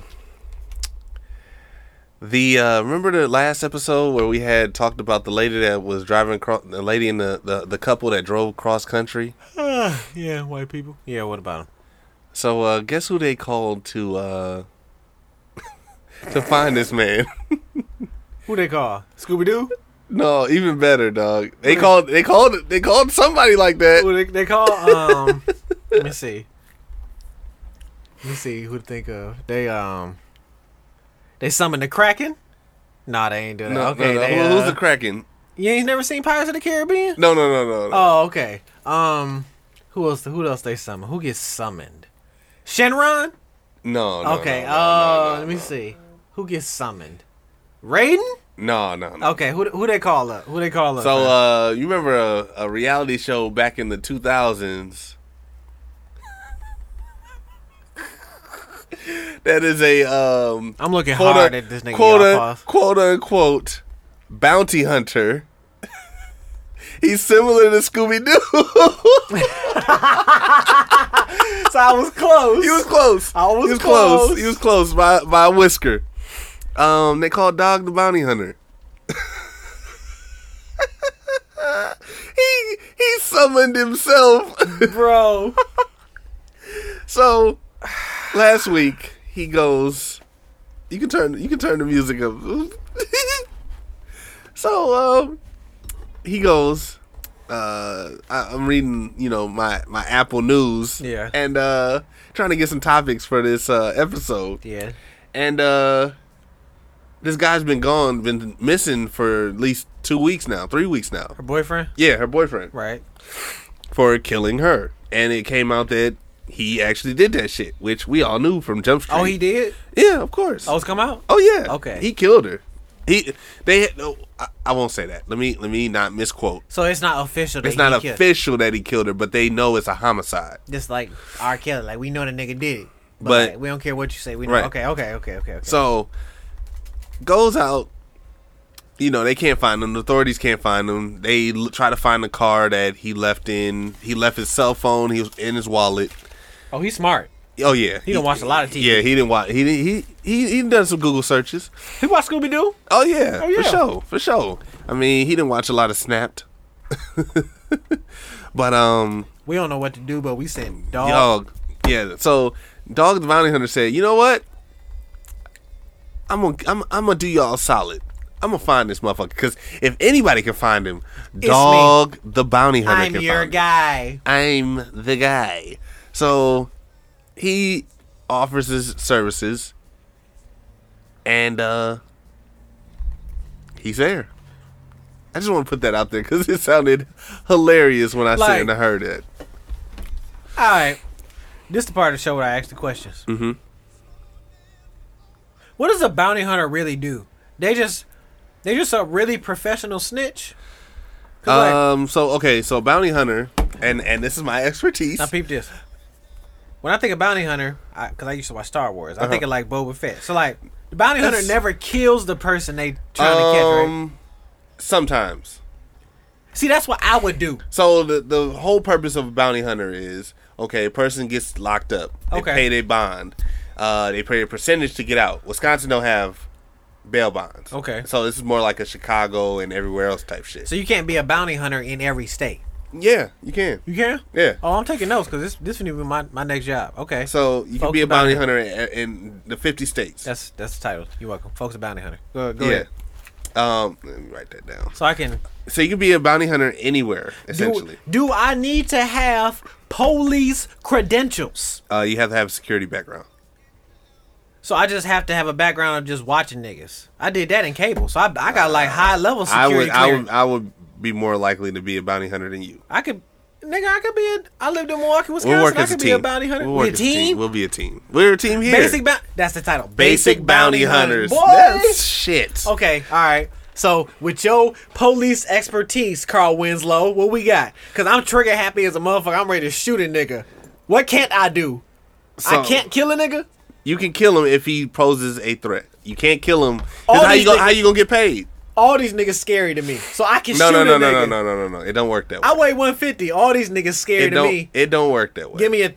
S2: the nigga.
S1: uh the uh remember the last episode where we had talked about the lady that was driving across the lady and the, the the couple that drove cross country?
S2: yeah, white people. Yeah, what about him?
S1: So uh guess who they called to uh to find this man?
S2: Who they call? Scooby Doo.
S1: no, even better, dog. They called they called they called somebody like that.
S2: Who they, they call? Um, let me see. Let me see who to think of. They um, they summoned the Kraken. Nah, they ain't do that.
S1: No,
S2: okay,
S1: no, no.
S2: they,
S1: Who- who's
S2: uh,
S1: the Kraken?
S2: You ain't never seen Pirates of the Caribbean?
S1: No, no, no, no. no.
S2: Oh, okay. Um, who else? Who else they summon? Who gets summoned? Shenron.
S1: no, no.
S2: Okay.
S1: No,
S2: Oh,
S1: no, no, no, no.
S2: let me see. Who gets summoned? Raiden.
S1: No, no, no.
S2: Okay. Who who they call up? Who they call up?
S1: So uh, you remember a, a reality show back in the 2000s? that is a um,
S2: I'm looking
S1: quote,
S2: hard
S1: un-
S2: at this nigga.
S1: quote,
S2: y'all
S1: un-
S2: pause.
S1: quote unquote bounty hunter. He's similar to Scooby Doo.
S2: So I was close.
S1: he was close.
S2: I was
S1: he was
S2: close.
S1: He was close by by a whisker. Um, they called Dog the Bounty Hunter. he he summoned himself.
S2: bro.
S1: so last week he goes. You can turn you can turn the music up. so um, he goes. Uh, I, I'm reading, you know, my my Apple News.
S2: Yeah.
S1: And uh, trying to get some topics for this uh episode.
S2: yeah.
S1: And uh this guy's been gone, been missing for at least two weeks now, three weeks now.
S2: Her boyfriend.
S1: Yeah, her boyfriend.
S2: Right.
S1: For killing her. And it came out that he actually did that shit, which we all knew from Jump Street.
S2: Oh, he did.
S1: Yeah, of course.
S2: Oh, it's come out.
S1: Oh yeah.
S2: Okay.
S1: He killed her. He they no, I, I won't say that. Let me let me not misquote.
S2: So it's not official. That
S1: It's not
S2: he killed-
S1: official that he killed her, but they know it's a homicide.
S2: Just like R. Kelly, like we know the nigga did it, but,
S1: But-
S2: like, we don't care what you say. We know.
S1: Right.
S2: Okay. Okay. Okay. Okay. okay.
S1: So goes out. You know they can't find him. The authorities can't find him. They l- try to find the car that he left in. He left his cell phone. He was in his wallet.
S2: oh, he's smart.
S1: Oh yeah,
S2: He done watched a lot of TV.
S1: Yeah, he didn't watch. He didn't, he he he done some Google searches.
S2: He watched Scooby Doo.
S1: Oh yeah,
S2: Oh, yeah.
S1: for sure, for sure. I mean, he didn't watch a lot of Snapped. but um,
S2: We don't know what to do, but we send dog.
S1: Dog. Yeah. So Dog the Bounty Hunter said, "You know what? I'm gonna I'm, I'm gonna do y'all a solid. I'm gonna find this motherfucker because if anybody can find him, Dog the Bounty Hunter
S2: I'm
S1: can
S2: your
S1: find him.
S2: guy.
S1: I'm the guy. So he offers his services, and uh, he's there." I just want to put that out there because it sounded hilarious when I said
S2: Like-
S1: and I heard it.
S2: All right. This is the part of the show where I ask the questions. Mm-hmm. What does a bounty hunter really do? They just, they just a really professional snitch. 'Cause, like,
S1: Um. So okay. So bounty hunter, and and this is my expertise.
S2: Now peep this. When I think of bounty hunter, because I, used to watch Star Wars, I think of like Boba Fett. So like, the bounty hunter
S1: Uh-huh. That's-
S2: never kills the person they trying to catch. Right?
S1: Um. Sometimes.
S2: See, that's what I would do.
S1: So the the whole purpose of a bounty hunter is okay. A person gets locked up. They
S2: Okay.
S1: Pay their bond. Uh. They pay a percentage to get out. Wisconsin don't have bail bonds.
S2: Okay.
S1: So this is more like a Chicago and everywhere else type shit.
S2: So you can't be a bounty hunter in every state.
S1: yeah, you can.
S2: You can?
S1: Yeah.
S2: Oh, I'm taking notes because this this would be my, my next job. Okay.
S1: So you can
S2: Folks
S1: be a
S2: about
S1: bounty
S2: it.
S1: hunter in, in the fifty states.
S2: that's that's the title. You're welcome, folks. A bounty hunter. Uh, Go, go
S1: yeah.
S2: ahead.
S1: Um, let me write that down.
S2: So I can.
S1: So you can be a bounty hunter anywhere, essentially.
S2: Do, do I need to have police credentials?
S1: Uh, you have to have a security background.
S2: So I just have to have a background of just watching niggas. I did that in cable, so I, I got like high level security.
S1: I would, I
S2: clearance.
S1: would, I would be more likely to be a bounty hunter than you.
S2: I could, nigga, I could be. A, I lived in Milwaukee, Wisconsin.
S1: We'll work
S2: I
S1: as a
S2: could
S1: team.
S2: be a bounty hunter.
S1: We'll
S2: We
S1: work
S2: a
S1: as
S2: team.
S1: We'll be a team. We're a team here.
S2: Basic bounty. That's the title.
S1: Basic bounty, hunters. That's
S2: Boy.
S1: shit.
S2: Okay. All right. So with your police expertise, Carl Winslow, what we got? Cause I'm trigger happy as a motherfucker. I'm ready to shoot a nigga. What can't I do? I
S1: So-
S2: can't kill a nigga.
S1: You can kill him if he poses a threat. You can't kill him. 'Cause
S2: All
S1: How
S2: these
S1: you gonna,
S2: niggas-
S1: how you gonna get paid?
S2: All these niggas scary to me, so I can
S1: No,
S2: shoot
S1: no,
S2: a
S1: no,
S2: nigga.
S1: no, no, no, no, no, no. It don't work that way.
S2: I weigh 150. All these niggas scary
S1: it
S2: to
S1: don't.
S2: me.
S1: It don't work that way.
S2: Give me a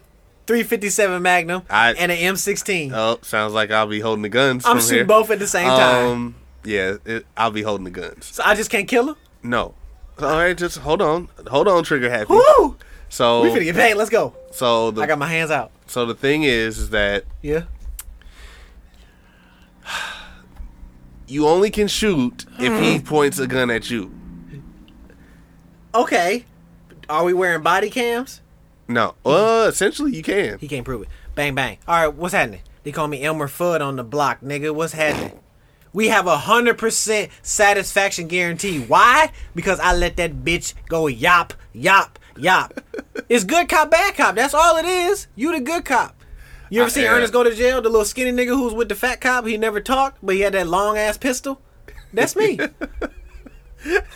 S2: 357 Magnum
S1: I-
S2: and an M16.
S1: Oh, sounds like I'll be holding the guns.
S2: I'm
S1: from
S2: shooting
S1: here.
S2: both at the same time.
S1: Um, yeah, it, I'll be holding the guns.
S2: So I just can't kill him.
S1: No. All right, just hold on, hold on, trigger happy.
S2: Woo!
S1: So
S2: We finna get paid. Let's go.
S1: So the
S2: I got my hands out.
S1: so the thing is, is that
S2: Yeah.
S1: you only can shoot if he
S2: Mm.
S1: points a gun at you.
S2: Okay. Are we wearing body cams?
S1: No, well, essentially you can.
S2: He can't prove it. Bang bang. All right. What's happening? They call me Elmer Fudd on the block, nigga. What's happening? We have a hundred percent satisfaction guarantee. Why? Because I let that bitch go yop, yop, yop. it's good cop, bad cop. That's all it is. You the good cop. You ever
S1: I-
S2: seen
S1: yeah.
S2: Ernest go to jail? The little skinny nigga who was with the fat cop. He never talked, but he had that long ass pistol. That's me.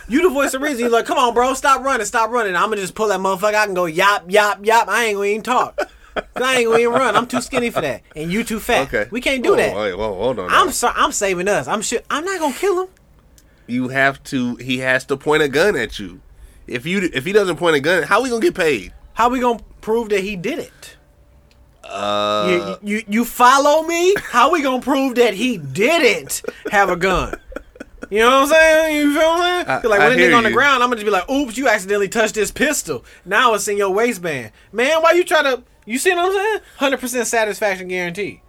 S2: You the voice of reason. You like, come on, bro, stop running, stop running. I'm gonna just pull that motherfucker. I can go yop, yop, yop. I ain't gonna even talk. I ain't gonna even run. I'm too skinny for that, and you too fat.
S1: Okay. Oh,
S2: We can't do
S1: Whoa,
S2: that.
S1: Wait, whoa, hold on. Uh,
S2: I'm
S1: now.
S2: sorry. I'm saving us. I'm sure. I'm not gonna kill him.
S1: you have to. He has to point a gun at you. If you if he doesn't point a gun, how we gonna get paid?
S2: How we gonna prove that he did it? Uh, you, you you follow me? How we gonna prove that he didn't have a gun? You know what I'm saying? You feel me? like
S1: I
S2: when a
S1: hear
S2: nigga on the
S1: you.
S2: ground, I'm gonna just be like, "Oops, you accidentally touched this pistol. Now it's in your waistband, man. Why you try to? You see what I'm saying? Hundred percent satisfaction guarantee.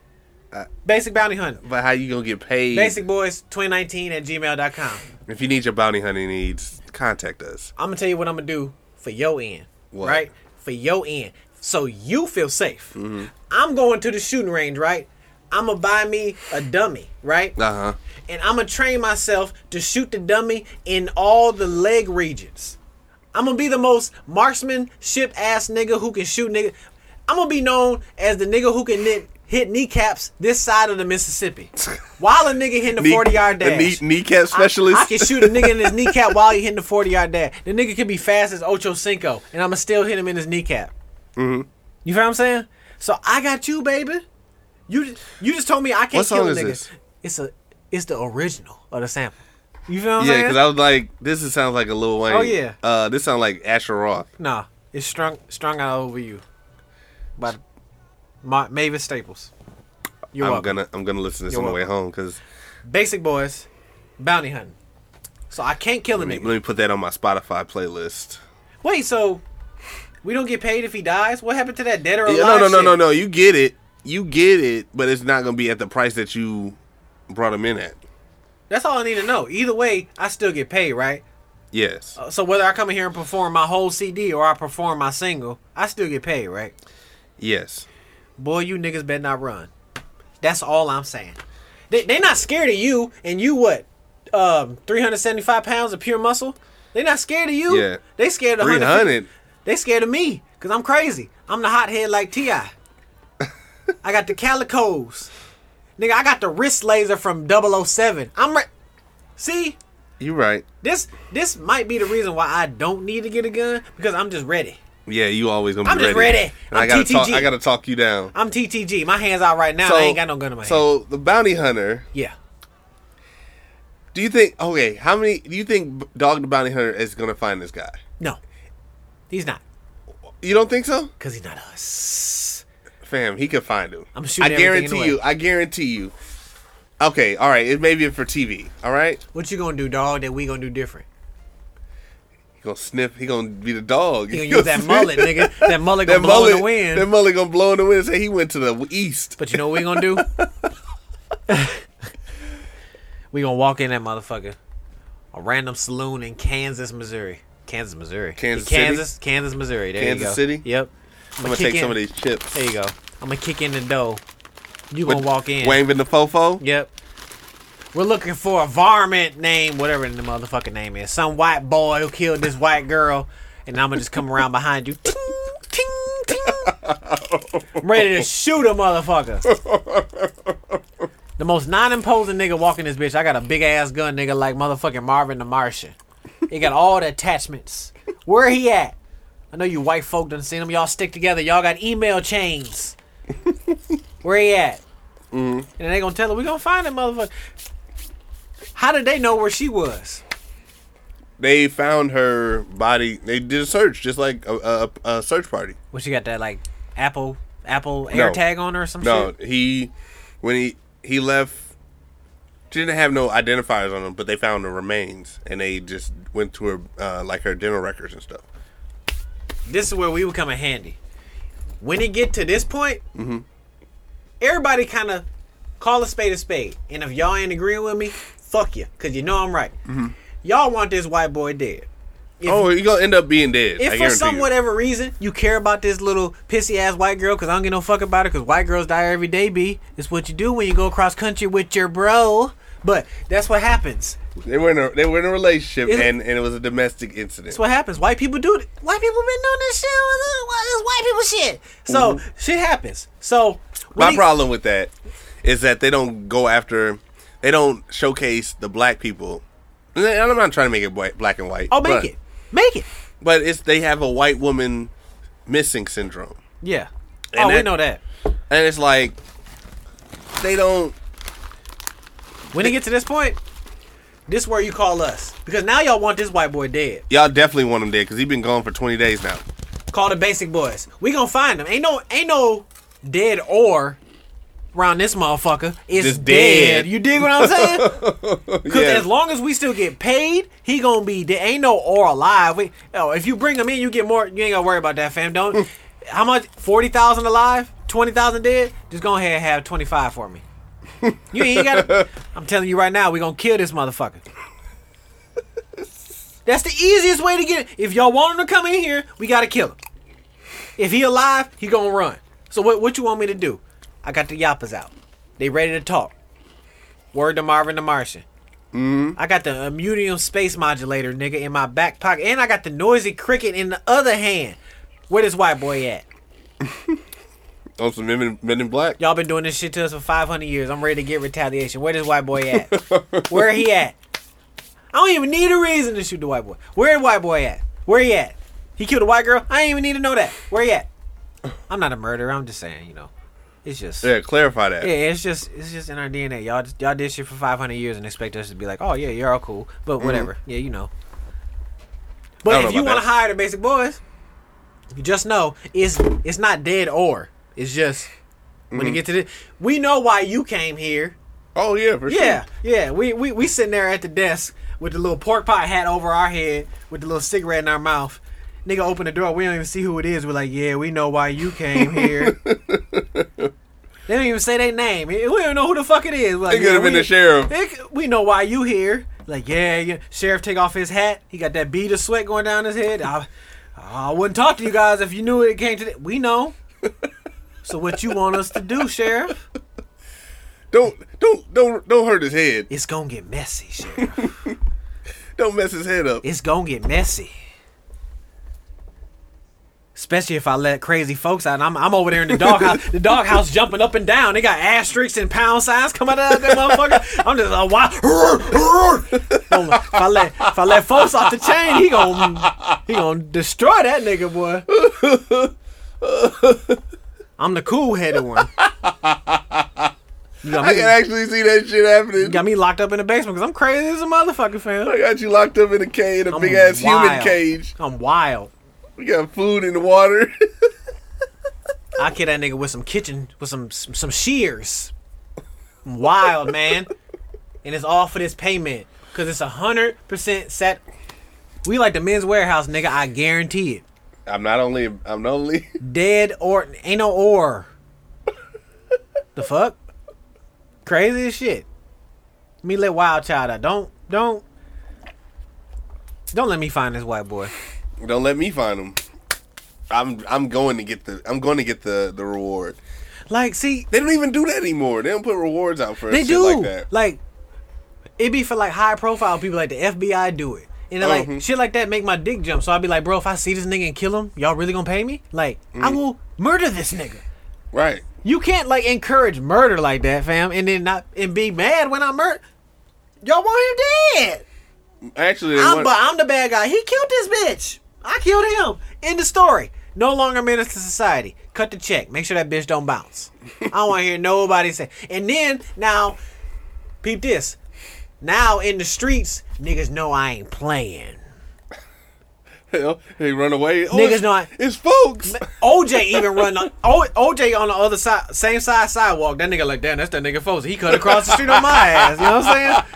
S2: Basic bounty hunting.
S1: But how you gonna get paid?
S2: Basic boys 2019 at gmail.com.
S1: If you need your bounty hunting needs, contact us.
S2: I'm gonna tell you what I'm gonna do for your end,
S1: What?
S2: right? For your end, so you feel safe.
S1: Mm-hmm.
S2: I'm going to the shooting range, right? I'm gonna buy me a dummy, right?
S1: Uh huh.
S2: And I'm gonna train myself to shoot the dummy in all the leg regions. I'm gonna be the most marksmanship ass nigga who can shoot nigga. I'm gonna be known as the nigga who can knit, hit kneecaps this side of the Mississippi while a nigga hitting the 40 yard dash.
S1: knee, kneecap
S2: I-
S1: specialist.
S2: I, can shoot a nigga in his kneecap while he hitting the 40 yard dash. The nigga could be fast as Ocho Cinco, and I'ma still hit him in his kneecap.
S1: Mm-hmm.
S2: You feel what I'm saying? So I got you, baby. You ju- you just told me I can't
S1: What
S2: kill
S1: song
S2: a
S1: is
S2: nigga.
S1: this?
S2: It's a it's the original of the sample. You feel what I'm
S1: yeah,
S2: saying?
S1: because I was like, this is, sounds like a Lil Wayne.
S2: Oh, yeah.
S1: Uh, this sounds like Asher Roth.
S2: nah, it's strung strung out over you. By Ma- Mavis Staples. You're
S1: I'm
S2: welcome.
S1: gonna I'm gonna listen to this
S2: You're
S1: on the way
S2: welcome.
S1: home because
S2: Basic boys, bounty hunting. So I can't kill a
S1: let
S2: nigga.
S1: me put that on my Spotify playlist.
S2: Wait, so we don't get paid if he dies? What happened to that dead or alive?
S1: Yeah, no, no, no,
S2: shit?
S1: no, no. You get it, you get it, but it's not gonna be at the price that you brought him in at.
S2: That's all I need to know. Either way, I still get paid, right?
S1: Yes.
S2: Uh, So whether I come in here and perform my whole CD or I perform my single, I still get paid, right?
S1: Yes.
S2: Boy, you niggas better not run. That's all I'm saying. They they not scared of you, and you what? Um, 375 pounds of pure muscle. They not scared of you.
S1: Yeah.
S2: They scared of
S1: 300.
S2: They scared of me because I'm crazy. I'm the hothead like T.I. I got the calicos. Nigga, I got the wrist laser from 007. I'm re- See?
S1: You right.
S2: This this might be the reason why I don't need to get a gun because I'm just ready.
S1: Yeah, you always gonna be
S2: I'm just ready.
S1: And I
S2: I'm
S1: gotta talk.
S2: TTG.
S1: I gotta talk you down.
S2: I'm TTG. My hands out right now. and I ain't got no gun in my hand.
S1: So the bounty hunter.
S2: Yeah.
S1: Do you think? Okay, how many? Do you think Dog the bounty hunter is gonna find this guy?
S2: No. He's not.
S1: You don't think so?
S2: Cause he's not us.
S1: Fam, he could find him.
S2: I'm shooting
S1: I
S2: everything in the
S1: guarantee
S2: way.
S1: you. I guarantee you. Okay, all right. It may be for TV. All right.
S2: What you gonna do, dog? That we gonna do different?
S1: He gonna sniff. He gonna be the dog.
S2: You gonna
S1: He
S2: use
S1: gonna
S2: that
S1: sniff.
S2: mullet, nigga? That mullet gonna
S1: That
S2: blow
S1: mullet.
S2: in the wind.
S1: That mullet gonna blow in the wind and say he went to the east.
S2: But you know what we gonna do? we gonna walk in that motherfucker, a random saloon in Kansas, Missouri, Kansas, Missouri,
S1: Kansas City?
S2: Kansas, Kansas, Missouri. There you
S1: Kansas
S2: go.
S1: City?
S2: Yep.
S1: I'm gonna
S2: kick
S1: take
S2: in.
S1: some of these chips.
S2: There you go. I'm gonna kick in the door. You gonna walk in?
S1: Waving the fofo.
S2: Yep. We're looking for a varmint name, whatever the motherfucking name is. Some white boy who killed this white girl, and I'm gonna just come around behind you. Ting, ting, ting. I'm ready to shoot a motherfucker. The most non-imposing nigga walking this bitch. I got a big ass gun, nigga, like motherfucking Marvin the Martian. It got all the attachments. Where he at? I know you white folk done seen him. Y'all stick together. Y'all got email chains. Where he at? And they gonna tell her, we gonna find that motherfucker. How did they know where she was?
S1: They found her body. They did a search, just like a, a, a search party.
S2: Well, she got that like Apple Apple AirTag on her or some
S1: No,
S2: shit.
S1: he when he he left. She didn't have no identifiers on him, but they found the remains, and they just went to her uh, like her dental records and stuff.
S2: This is where we would come in handy. When it get to this point, everybody kind of call a spade a spade. And if y'all ain't agreeing with me, fuck you, cause you know I'm right. Y'all want this white boy dead. If-
S1: oh, you gonna end up being dead. I
S2: If for
S1: guarantee
S2: some
S1: you.
S2: whatever reason you care about this little pissy ass white girl, because I don't give no fuck about her, because white girls die every day, B. It's what you do when you go across country with your bro. But that's what happens.
S1: They were in a they were in a relationship
S2: Is it-
S1: and, and it was a domestic incident.
S2: That's what happens. White people do it. White people been doing this shit. This white people shit. So shit happens. So
S1: Mm-hmm. My
S2: when he-
S1: problem with that is that they don't go after, they don't showcase the black people. And I'm not trying to make it white, black and white.
S2: I'll oh, make
S1: but,
S2: it. Make it.
S1: But it's they have a white woman missing syndrome,
S2: Yeah.
S1: And
S2: oh, we
S1: that-
S2: know that.
S1: and it's like they don't.
S2: When it get to this point, this where you call us because now y'all want this white boy dead.
S1: Y'all definitely want him dead because he's been gone for 20 days now.
S2: Call the basic boys. We gonna find them. Ain't no ain't no dead or around this motherfucker. It's
S1: Just
S2: dead.
S1: dead.
S2: You dig what I'm saying? Because
S1: Yeah.
S2: as long as we still get paid, he gonna be dead. Ain't no or alive. We, oh, if you bring him in, you get more. You ain't gotta worry about that, fam. Don't. how much? Forty thousand alive, twenty thousand dead. Just go ahead and have twenty five for me. You ain't gotta. I'm telling you right now, we gonna kill this motherfucker. That's the easiest way to get it. If y'all want him to come in here, we gotta kill him. If he alive, he gonna run. So what what you want me to do? I got the yappas out. They ready to talk. Word to Marvin the Martian. I got the Immunium space modulator, nigga, in my back pocket, and I got the noisy cricket in the other hand. Where this white boy at?
S1: On Oh, some men, in- men in black.
S2: Y'all been doing this shit to us for 500 years. I'm ready to get retaliation. Where this white boy at? Where he at? I don't even need a reason to shoot the white boy. Where the white boy at? Where he at? He killed a white girl? I ain't even need to know that. Where he at? I'm not a murderer. I'm just saying, you know. It's just
S1: Yeah, clarify that.
S2: Yeah, it's just it's just in our DNA. Y'all just- y'all did shit for 500 years and expect us to be like, "Oh yeah, you're all cool." But whatever. Yeah, you know.
S1: don't
S2: But
S1: know
S2: if you
S1: about
S2: want to
S1: that.
S2: hire the basic boys, you just know it's it's not dead or it's just when you get to this, we know why you came here.
S1: Oh yeah, for sure.
S2: Yeah, yeah. We, we we sitting there at the desk with the little pork pie hat over our head, with the little cigarette in our mouth. Nigga open the door, we don't even see who it is. We're like, yeah, we know why you came here. they don't even say their name. We don't even know who the fuck it is. We're Like,
S1: It could
S2: yeah,
S1: have been
S2: we-
S1: the sheriff.
S2: it c- we know why you here. Like, yeah, yeah. Sheriff take off his hat. He got that bead of sweat going down his head. I, I wouldn't talk to you guys if you knew it came to that. We know. So what you want us to do, Sheriff?
S1: Don't don't don't don't hurt his head.
S2: It's gonna get messy, Sheriff.
S1: Don't mess his head up.
S2: it's gonna get messy. Especially if I let crazy folks out. And I'm, I'm over there in the doghouse. the doghouse jumping up and down. They got asterisks and pound signs coming out of that motherfucker. I'm just like, why? if I let if I let folks off the chain, he gonna he gonna destroy that nigga boy. I'm the cool headed one. You got
S1: I can
S2: me,
S1: actually see that shit happening.
S2: you got me locked up in the basement because I'm crazy as a motherfucker, fam.
S1: I got you locked up in a cage, in a
S2: I'm
S1: big ass human
S2: wild.
S1: cage.
S2: I'm wild.
S1: We got food and water.
S2: I kill that nigga with some kitchen with some some, some shears. I'm wild man, and it's all for this payment because it's a hundred percent set. We like the men's warehouse, nigga. I guarantee it.
S1: I'm not only I'm not only
S2: Dead or ain't no or. the fuck? Crazy as shit. Let me let Wild Child out. Don't don't don't let me find this white boy.
S1: don't let me find them. I'm I'm going to get the I'm going to get the the reward.
S2: Like, see,
S1: They don't even do that anymore. They don't put rewards out for
S2: They
S1: shit
S2: do.
S1: like that.
S2: it be for like high profile people, like the FBI do it. And they're like
S1: Mhm.
S2: shit like that make my dick jump. So I'd be like, bro, if I see this nigga and kill him, y'all really gonna pay me? Like,
S1: Mm.
S2: I will murder this nigga.
S1: right.
S2: You can't like encourage murder like that, fam, and then not and be mad when I murder. Y'all want him dead.
S1: Actually, they
S2: I'm,
S1: want-
S2: but I'm the bad guy. He killed this bitch. I killed him. End the story. No longer menace to society. Cut the check. Make sure that bitch don't bounce. I don't want to hear nobody say. And then now, peep this. Now in the streets, niggas know I ain't playing.
S1: hell, they run away. Oh,
S2: Niggas
S1: it's-
S2: not-
S1: It's folks.
S2: OJ even run on O- OJ on the other side, same side sidewalk. That nigga like, damn, that's that nigga Foles. He cut across the street on my ass. You know what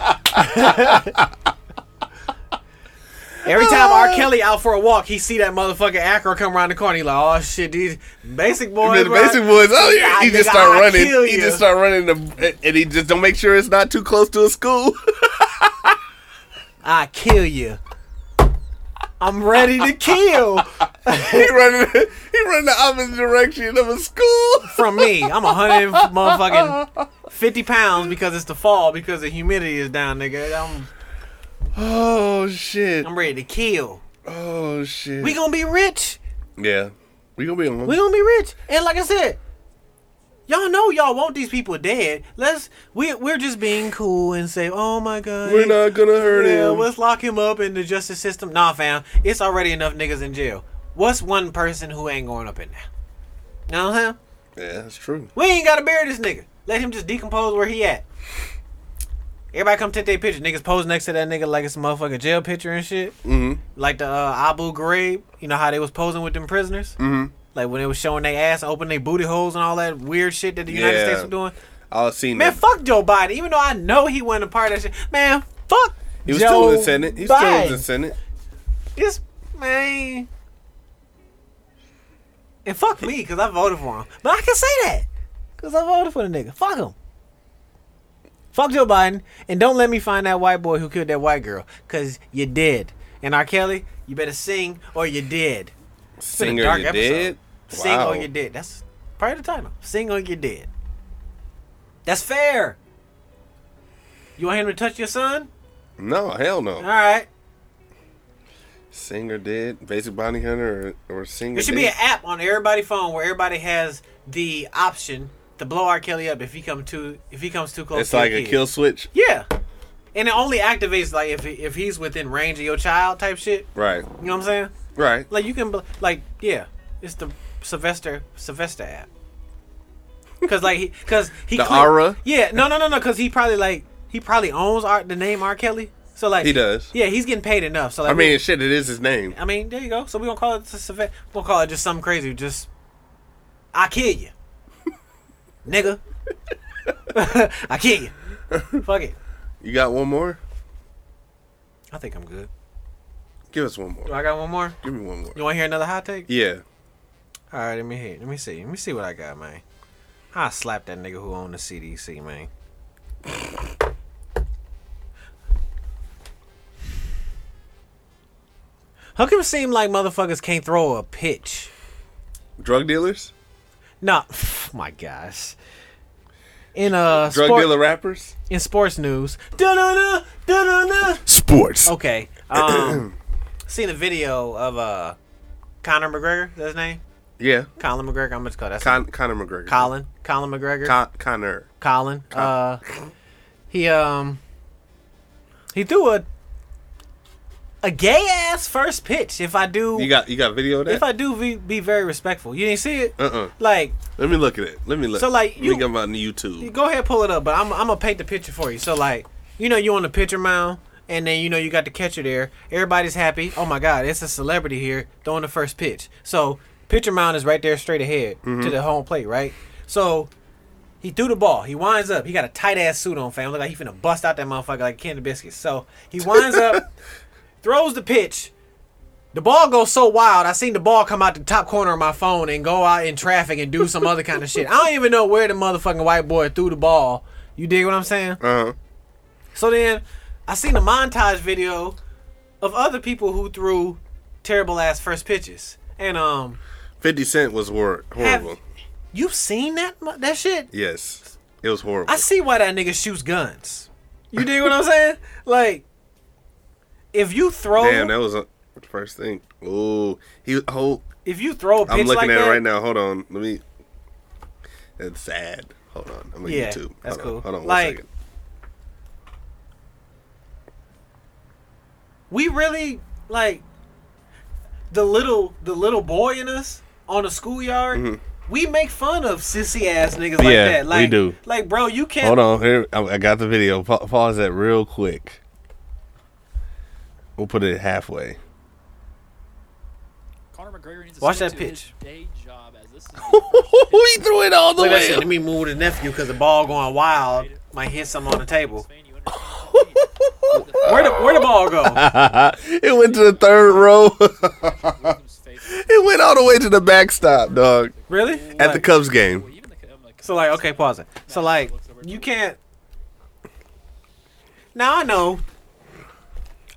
S2: I'm saying? Every time R. Kelly out for a walk, he see that motherfucking Acro come around the corner. He like, oh shit, these basic boys.
S1: the
S2: bro."
S1: basic boys. Oh yeah, he
S2: nigga,
S1: just start
S2: I'll
S1: running.
S2: kill
S1: He
S2: you.
S1: just start running, the, and he just don't make sure it's not too close to a school.
S2: I kill you. I'm ready to kill
S1: he running. He running the opposite direction of a school.
S2: from me. I'm a hundred motherfucking 50 pounds because it's the fall because the humidity is down, nigga. I'm,
S1: Oh shit.
S2: I'm ready to kill.
S1: Oh shit.
S2: We gonna be rich.
S1: yeah. We gonna be in
S2: We gonna be rich. And like I said, y'all know y'all want these people dead. Let's we we're just being cool and say, oh my god,
S1: We're not gonna hurt
S2: yeah,
S1: him.
S2: let's lock him up in the justice system. Nah, fam, it's already enough niggas in jail. What's one person who ain't going up in there? Know what I'm saying?
S1: Yeah, that's true.
S2: We ain't gotta bury this nigga. Let him just decompose where he at. Everybody come take their picture. Niggas pose next to that nigga like it's a motherfucking jail picture and shit.
S1: Mm-hmm.
S2: Like the uh, Abu Ghraib. You know how they was posing with them prisoners?
S1: Mhm.
S2: Like when they was showing their ass and opening their booty holes and all that weird shit that the United
S1: Yeah.
S2: States was doing.
S1: I seen
S2: Man,
S1: that.
S2: fuck Joe Biden. Even though I know he wasn't a part of that shit. Man, fuck
S1: he was
S2: Joe
S1: still in the Senate. He still was in the
S2: Biden.
S1: Senate.
S2: This man. And fuck me, because I voted for him. But I can say that. Because I voted for the nigga. Fuck him. Fuck Joe Biden. And don't let me find that white boy who killed that white girl. Because you did. And R. Kelly, you better sing or you did.
S1: Singer,
S2: dark
S1: you
S2: episode.
S1: did.
S2: Sing or you did. That's part of the title. Sing or you did. That's fair. You want him to touch your son?
S1: No, hell no.
S2: All right.
S1: Singer did. Basic Bonnie Hunter or, or Singer.
S2: There should
S1: did.
S2: be an app on everybody's phone where everybody has the option to blow R. Kelly up if he come too if he comes too close.
S1: It's
S2: to
S1: like
S2: your
S1: a
S2: kid.
S1: kill switch.
S2: Yeah, and it only activates like if if he's within range of your child type shit.
S1: Right.
S2: You know what I'm saying?
S1: Right.
S2: Like you can bl- like yeah, it's the Sylvester Sylvester app. Cause like he cause he
S1: The
S2: clear-
S1: Aura?
S2: Yeah, no no no no. Cause he probably like he probably owns R- the name R. Kelly. So like
S1: He does.
S2: Yeah, he's getting paid enough. So like
S1: I mean, shit, it is his name.
S2: I mean, there you go. So we gonna call it just we gonna call it just something crazy. Just I kill you, nigga. I kill you. Fuck it.
S1: You got one more?
S2: I think I'm good.
S1: Give us one
S2: Do
S1: more.
S2: I got one more?
S1: Give me one more.
S2: You want to hear another hot take?
S1: Yeah.
S2: All right, let me hear. Let me see. Let me see what I got, man. I slapped that nigga who owned the CDC, man. How come it seem like motherfuckers can't throw a pitch?
S1: Drug dealers?
S2: No, my gosh. In uh,
S1: Drug
S2: sport,
S1: dealer rappers?
S2: in sports news, da-da-da, da-da-da.
S1: Sports.
S2: Okay, um, seen a video of uh, Conor McGregor. Is that his name?
S1: Yeah.
S2: Colin McGregor. I'm just call that
S1: Con- Conor McGregor.
S2: Colin. Colin McGregor.
S1: Con- Connor.
S2: Colin. Uh, he um, he threw a a gay ass first pitch. If I do,
S1: You got you got video of that?
S2: if I do, be, be very respectful. You didn't see it.
S1: Uh-uh.
S2: Like
S1: Let me look at it. Let me look.
S2: So, like,
S1: Let
S2: you-
S1: me get him on YouTube.
S2: go ahead pull it up but i'm, I'm gonna paint the picture for you so like you know you on the pitcher mound and then you know you got the catcher there everybody's happy oh my god it's a celebrity here throwing the first pitch so pitcher mound is right there straight ahead to the home plate right so he threw the ball. He winds up. He got a tight ass suit on, fam. Look like he finna bust out that motherfucker like Candy Biscuits. So he winds up, throws the pitch. The ball goes so wild. I seen the ball come out the top corner of my phone and go out in traffic and do some other kind of shit. I don't even know where the motherfucking white boy threw the ball. You dig what I'm saying?
S1: Uh huh.
S2: So then I seen a montage video of other people who threw terrible ass first pitches. And um,
S1: 50 Cent was hor- horrible.
S2: Have- you seen that mu- that shit?
S1: yes. It was horrible.
S2: I see why that nigga shoots guns. You dig what I'm saying? Like, if you throw,
S1: Damn, that was a first thing. Ooh. He oh
S2: if you throw a pitch
S1: I'm looking
S2: like
S1: at
S2: that,
S1: it right now. Hold on. Let me That's sad. Hold on. I'm on
S2: Yeah,
S1: YouTube. Hold
S2: that's
S1: on.
S2: cool.
S1: Hold on one
S2: Like-
S1: second.
S2: we really like the little the little boy in us on a schoolyard. We make fun of sissy ass niggas like
S1: Mm-hmm. Yeah,
S2: that.
S1: we
S2: Like,
S1: do.
S2: Like, bro, you can't.
S1: Hold on, here I I got the video. Pa- Pause that real quick. We'll put it halfway.
S7: Conor McGregor needs to
S2: Watch
S7: stick
S2: that
S7: to
S2: pitch.
S7: His day job as this is
S1: he threw it all the
S2: Look at that
S1: way.
S2: shit. Let
S1: up.
S2: me move the nephew because the ball going wild might hit something on the table.
S7: Spain, you understand what I'm saying?
S2: Where the where the ball go?
S1: It went to the third row.
S7: The rhythm's favorable.
S1: it went all the way to the backstop, dog.
S2: Really?
S1: At the
S2: Like-
S1: Cubs game.
S7: Even the- I'm like,
S2: So like, okay, pause it. So like, you can't. Now I know.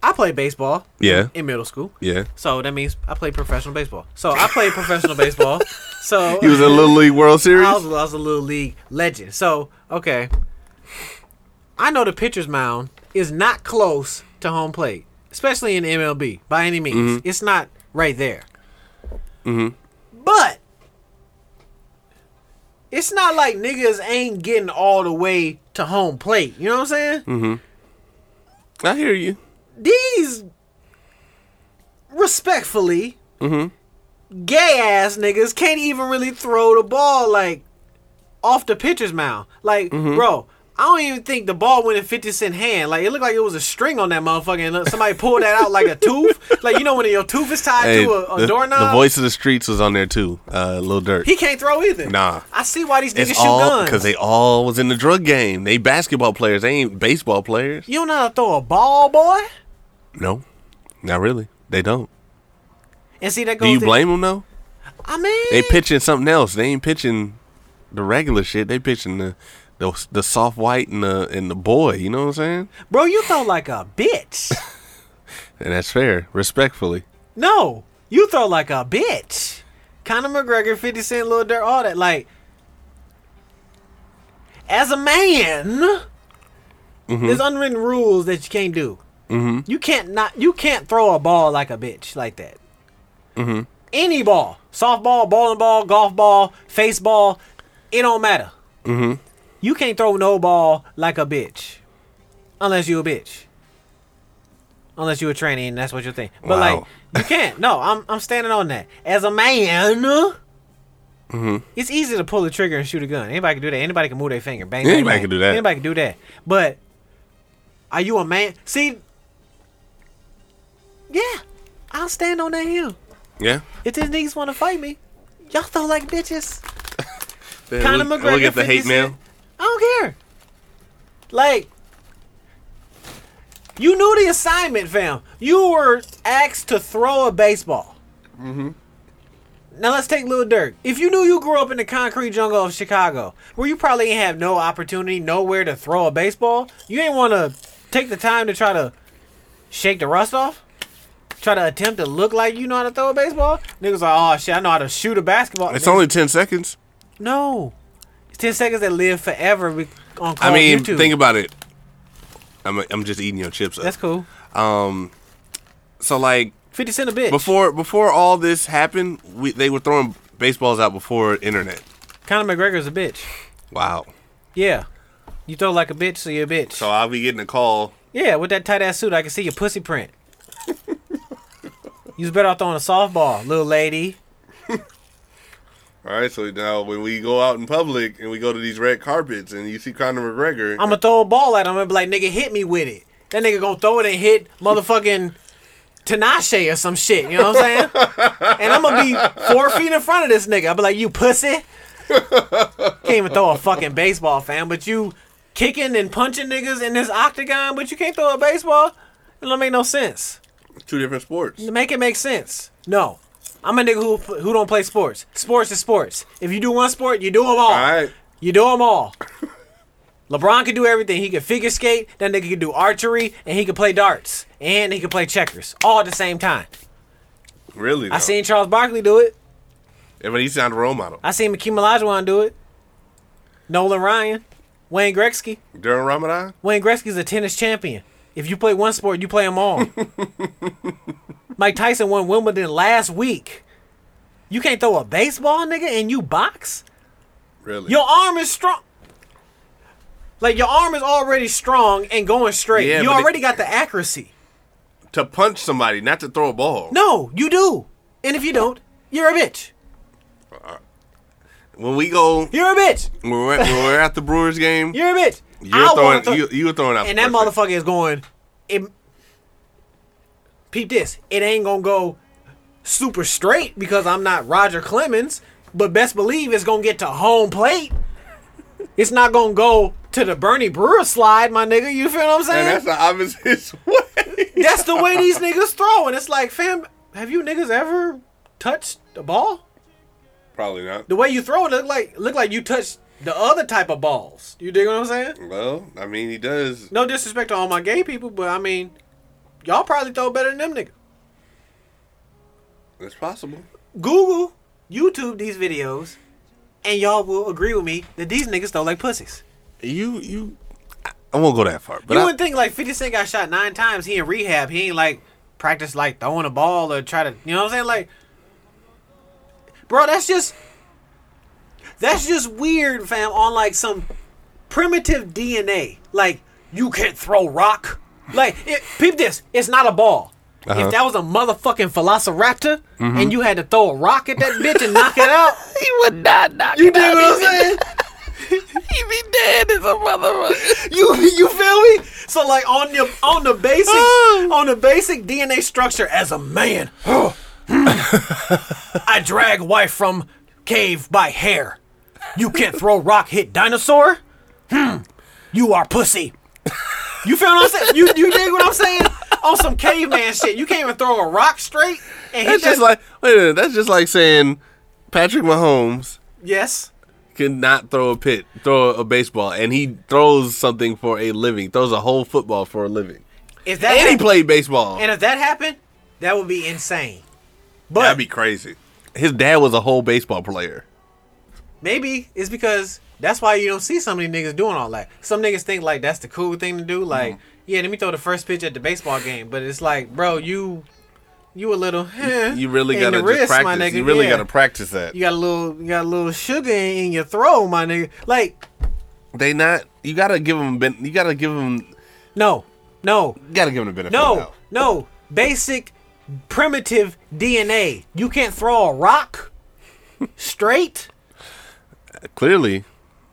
S2: I played baseball
S1: Yeah.
S2: in middle school,
S1: Yeah.
S2: so that means I played professional baseball. So I played professional baseball. So
S1: He was in Little League World Series.
S2: I was, I was a little league legend. So okay, I know the pitcher's mound is not close to home plate, especially in MLB by any means. It's not right there. Mm-hmm. But it's not like niggas ain't getting all the way to home plate. You know what I'm saying?
S1: I hear you.
S2: These respectfully
S1: Mm-hmm.
S2: gay ass niggas can't even really throw the ball like off the pitcher's mouth. Like,
S1: Mm-hmm.
S2: bro, I don't even think the ball went in 50 cent hand. Like, it looked like it was a string on that motherfucker, and look, somebody pulled that out like a tooth. Like, you know when your tooth is tied
S1: Hey,
S2: to a, a
S1: the,
S2: doorknob.
S1: the voice of the streets was on there too. Uh, Lil Durk.
S2: He can't throw either.
S1: Nah.
S2: I see why these niggas
S1: It's
S2: shoot
S1: all
S2: guns.
S1: because they all was in the drug game. They basketball players. They ain't baseball players.
S2: you don't know how to throw a ball, boy.
S1: No, not really. They don't.
S2: And see that goes.
S1: Do you
S2: to-
S1: blame them though?
S2: I mean,
S1: They pitching something else. They ain't pitching the regular shit. They pitching the the, the soft white and the and the boy. You know what I'm saying?
S2: bro, you throw like a bitch.
S1: And that's fair, respectfully.
S2: No, you throw like a bitch. Conor McGregor, 50 Cent, Lil Durk, all that. Like, as a man, there's unwritten rules that you can't do. Mm-hmm. You can't not. You can't throw a ball like a bitch like that. Mm-hmm. Any ball, softball, bowling ball, golf ball, face ball, it don't matter. Mm-hmm. You can't throw no ball like a bitch, unless you a bitch. Unless you a trainee and that's what you think. But like
S1: Wow.
S2: you can't. No, I'm I'm standing on that. As a man, it's easy to pull the trigger and shoot a gun. Anybody can do that. Anybody can move their finger. Bang. bang,
S1: Anybody
S2: bang.
S1: can do that.
S2: Anybody can do that. But are you a man? See, yeah, I'll stand on that hill.
S1: Yeah.
S2: If these niggas want to fight me, y'all throw like bitches.
S1: Then
S2: Conor
S1: we'll-
S2: McGregor,
S1: We'll get the
S2: 50
S1: hate mail.
S2: Cent. I don't care. Like, you knew the assignment, fam. You were asked to throw a baseball. Mm-hmm. Now let's take Lil Durk. If you knew you grew up in the concrete jungle of Chicago, where you probably ain't have no opportunity, nowhere to throw a baseball, you ain't want to take the time to try to shake the rust off. Try to attempt to look like you know how to throw a baseball. Niggas like, oh shit, I know how to shoot a basketball.
S1: It's
S2: Niggas-
S1: only ten seconds.
S2: no. It's 10 seconds that live forever we- on
S1: I
S2: call
S1: mean,
S2: Oh, YouTube.
S1: think about it. I'm I'm just eating your chips. Up.
S2: That's cool.
S1: So like
S2: 50 Cent a bitch.
S1: before before all this happened, we, they were throwing baseballs out before internet.
S2: Conor McGregor's a bitch.
S1: Wow.
S2: Yeah. You throw like a bitch, so you're a bitch.
S1: So I'll be getting a call.
S2: yeah, with that tight ass suit, I can see your pussy print. you was better off throwing a softball, little lady.
S1: All right. So now when we go out in public and we go to these red carpets and you see Conor McGregor,
S2: I'm gonna throw a ball at him and be like, nigga, hit me with it. That nigga gonna throw it and hit motherfucking Tinashe or some shit. You know what I'm saying? and I'm gonna be four feet in front of this nigga. I'll be like, you pussy. Can't even throw a fucking baseball, fam. But you kicking and punching niggas in this octagon, but you can't throw a baseball. It don't make no sense.
S1: two different sports.
S2: To make it make sense. No. I'm a nigga who who don't play sports. Sports is sports. If you do one sport, you do them all.
S1: All right.
S2: You do them all. LeBron can do everything. He can figure skate. That nigga can do archery, and he can play darts, and he can play checkers all at the same time.
S1: Really?
S2: I seen Charles Barkley do it.
S1: But he's not a role model.
S2: I seen Mickey Olajuwon do it. Nolan Ryan, Wayne Gretzky.
S1: During Ramadan,
S2: Wayne Gretzky's a tennis champion. If you play one sport, you play them all. Mike Tyson won Wimbledon last week. You can't throw a baseball, nigga, and you box?
S1: really?
S2: Your arm is strong. Like your arm is already strong and going straight.
S1: Yeah,
S2: you
S1: but it-
S2: already got the accuracy.
S1: to punch somebody, not to throw a ball.
S2: No, you do. And if you don't, you're a bitch.
S1: When we go,
S2: You're a bitch.
S1: when we're, when we're at the Brewers game,
S2: You're a bitch.
S1: you're
S2: wanna
S1: throwing,
S2: throw-
S1: you, you were throwing out.
S2: and that
S1: first.
S2: motherfucker is going. It, peep this. It ain't gonna go super straight because I'm not Roger Clemens, but best believe it's gonna get to home plate. It's not gonna go to the Bernie Brewer slide, my nigga. You feel what I'm saying?
S1: And that's the opposite way.
S2: That's the way these niggas throw, and it's like, fam, have you niggas ever touched the ball?
S1: Probably not.
S2: The way you throw it look like look like you touched the other type of balls. You dig what I'm saying?
S1: Well, I mean, he does.
S2: No disrespect to all my gay people, but I mean, y'all probably throw better than them niggas.
S1: It's possible.
S2: Google, YouTube these videos, and y'all will agree with me that these niggas throw like pussies.
S1: You you. I- I won't go that far. But
S2: you
S1: I-
S2: wouldn't think like 50 Cent got shot nine times. He in rehab. He ain't like practice like throwing a ball or try to. You know what I'm saying? Like, bro, that's just that's just weird, fam. On like some primitive DNA. Like you can't throw rock. Like it, peep this. It's not a ball.
S1: Uh-huh.
S2: If that was a motherfucking velociraptor
S1: Mm-hmm.
S2: and you had to throw a rock at that bitch and knock it out,
S8: He would not knock
S2: you dig what I'm saying?
S8: He be dead as a motherfucker.
S2: You you feel me? So like on your on the basic on the basic DNA structure as a man, I drag wife from cave by hair. You can't throw rock hit dinosaur. Hmm. You are pussy. You feel what I'm saying? You you dig what I'm saying? On some caveman shit, you can't even throw a rock straight and hit
S1: that's just
S2: that.
S1: like wait a minute. That's just like saying Patrick Mahomes
S2: yes.
S1: cannot throw a pit, throw a baseball, and he throws something for a living. Throws a whole football for a living,
S2: If that
S1: and he
S2: hap-
S1: played baseball.
S2: and if that happened, that would be insane. But
S1: That'd be crazy. His dad was a whole baseball player.
S2: Maybe it's because that's why you don't see so many niggas doing all that. Some niggas think like that's the cool thing to do. Like,
S1: Mm-hmm.
S2: yeah, let me throw the first pitch at the baseball game. But it's like, bro, you you a little eh,
S1: You really
S2: in
S1: gotta
S2: the
S1: just
S2: wrist, my
S1: practice.
S2: nigga.
S1: you really
S2: Yeah.
S1: gotta practice that.
S2: You got a little you got a little sugar in your throat, my nigga. Like,
S1: They not. You gotta give them. Ben, you gotta give them.
S2: no, no,
S1: You gotta give them a benefit. of the
S2: no,
S1: doubt.
S2: no. Basic primitive DNA. You can't throw a rock straight.
S1: Clearly,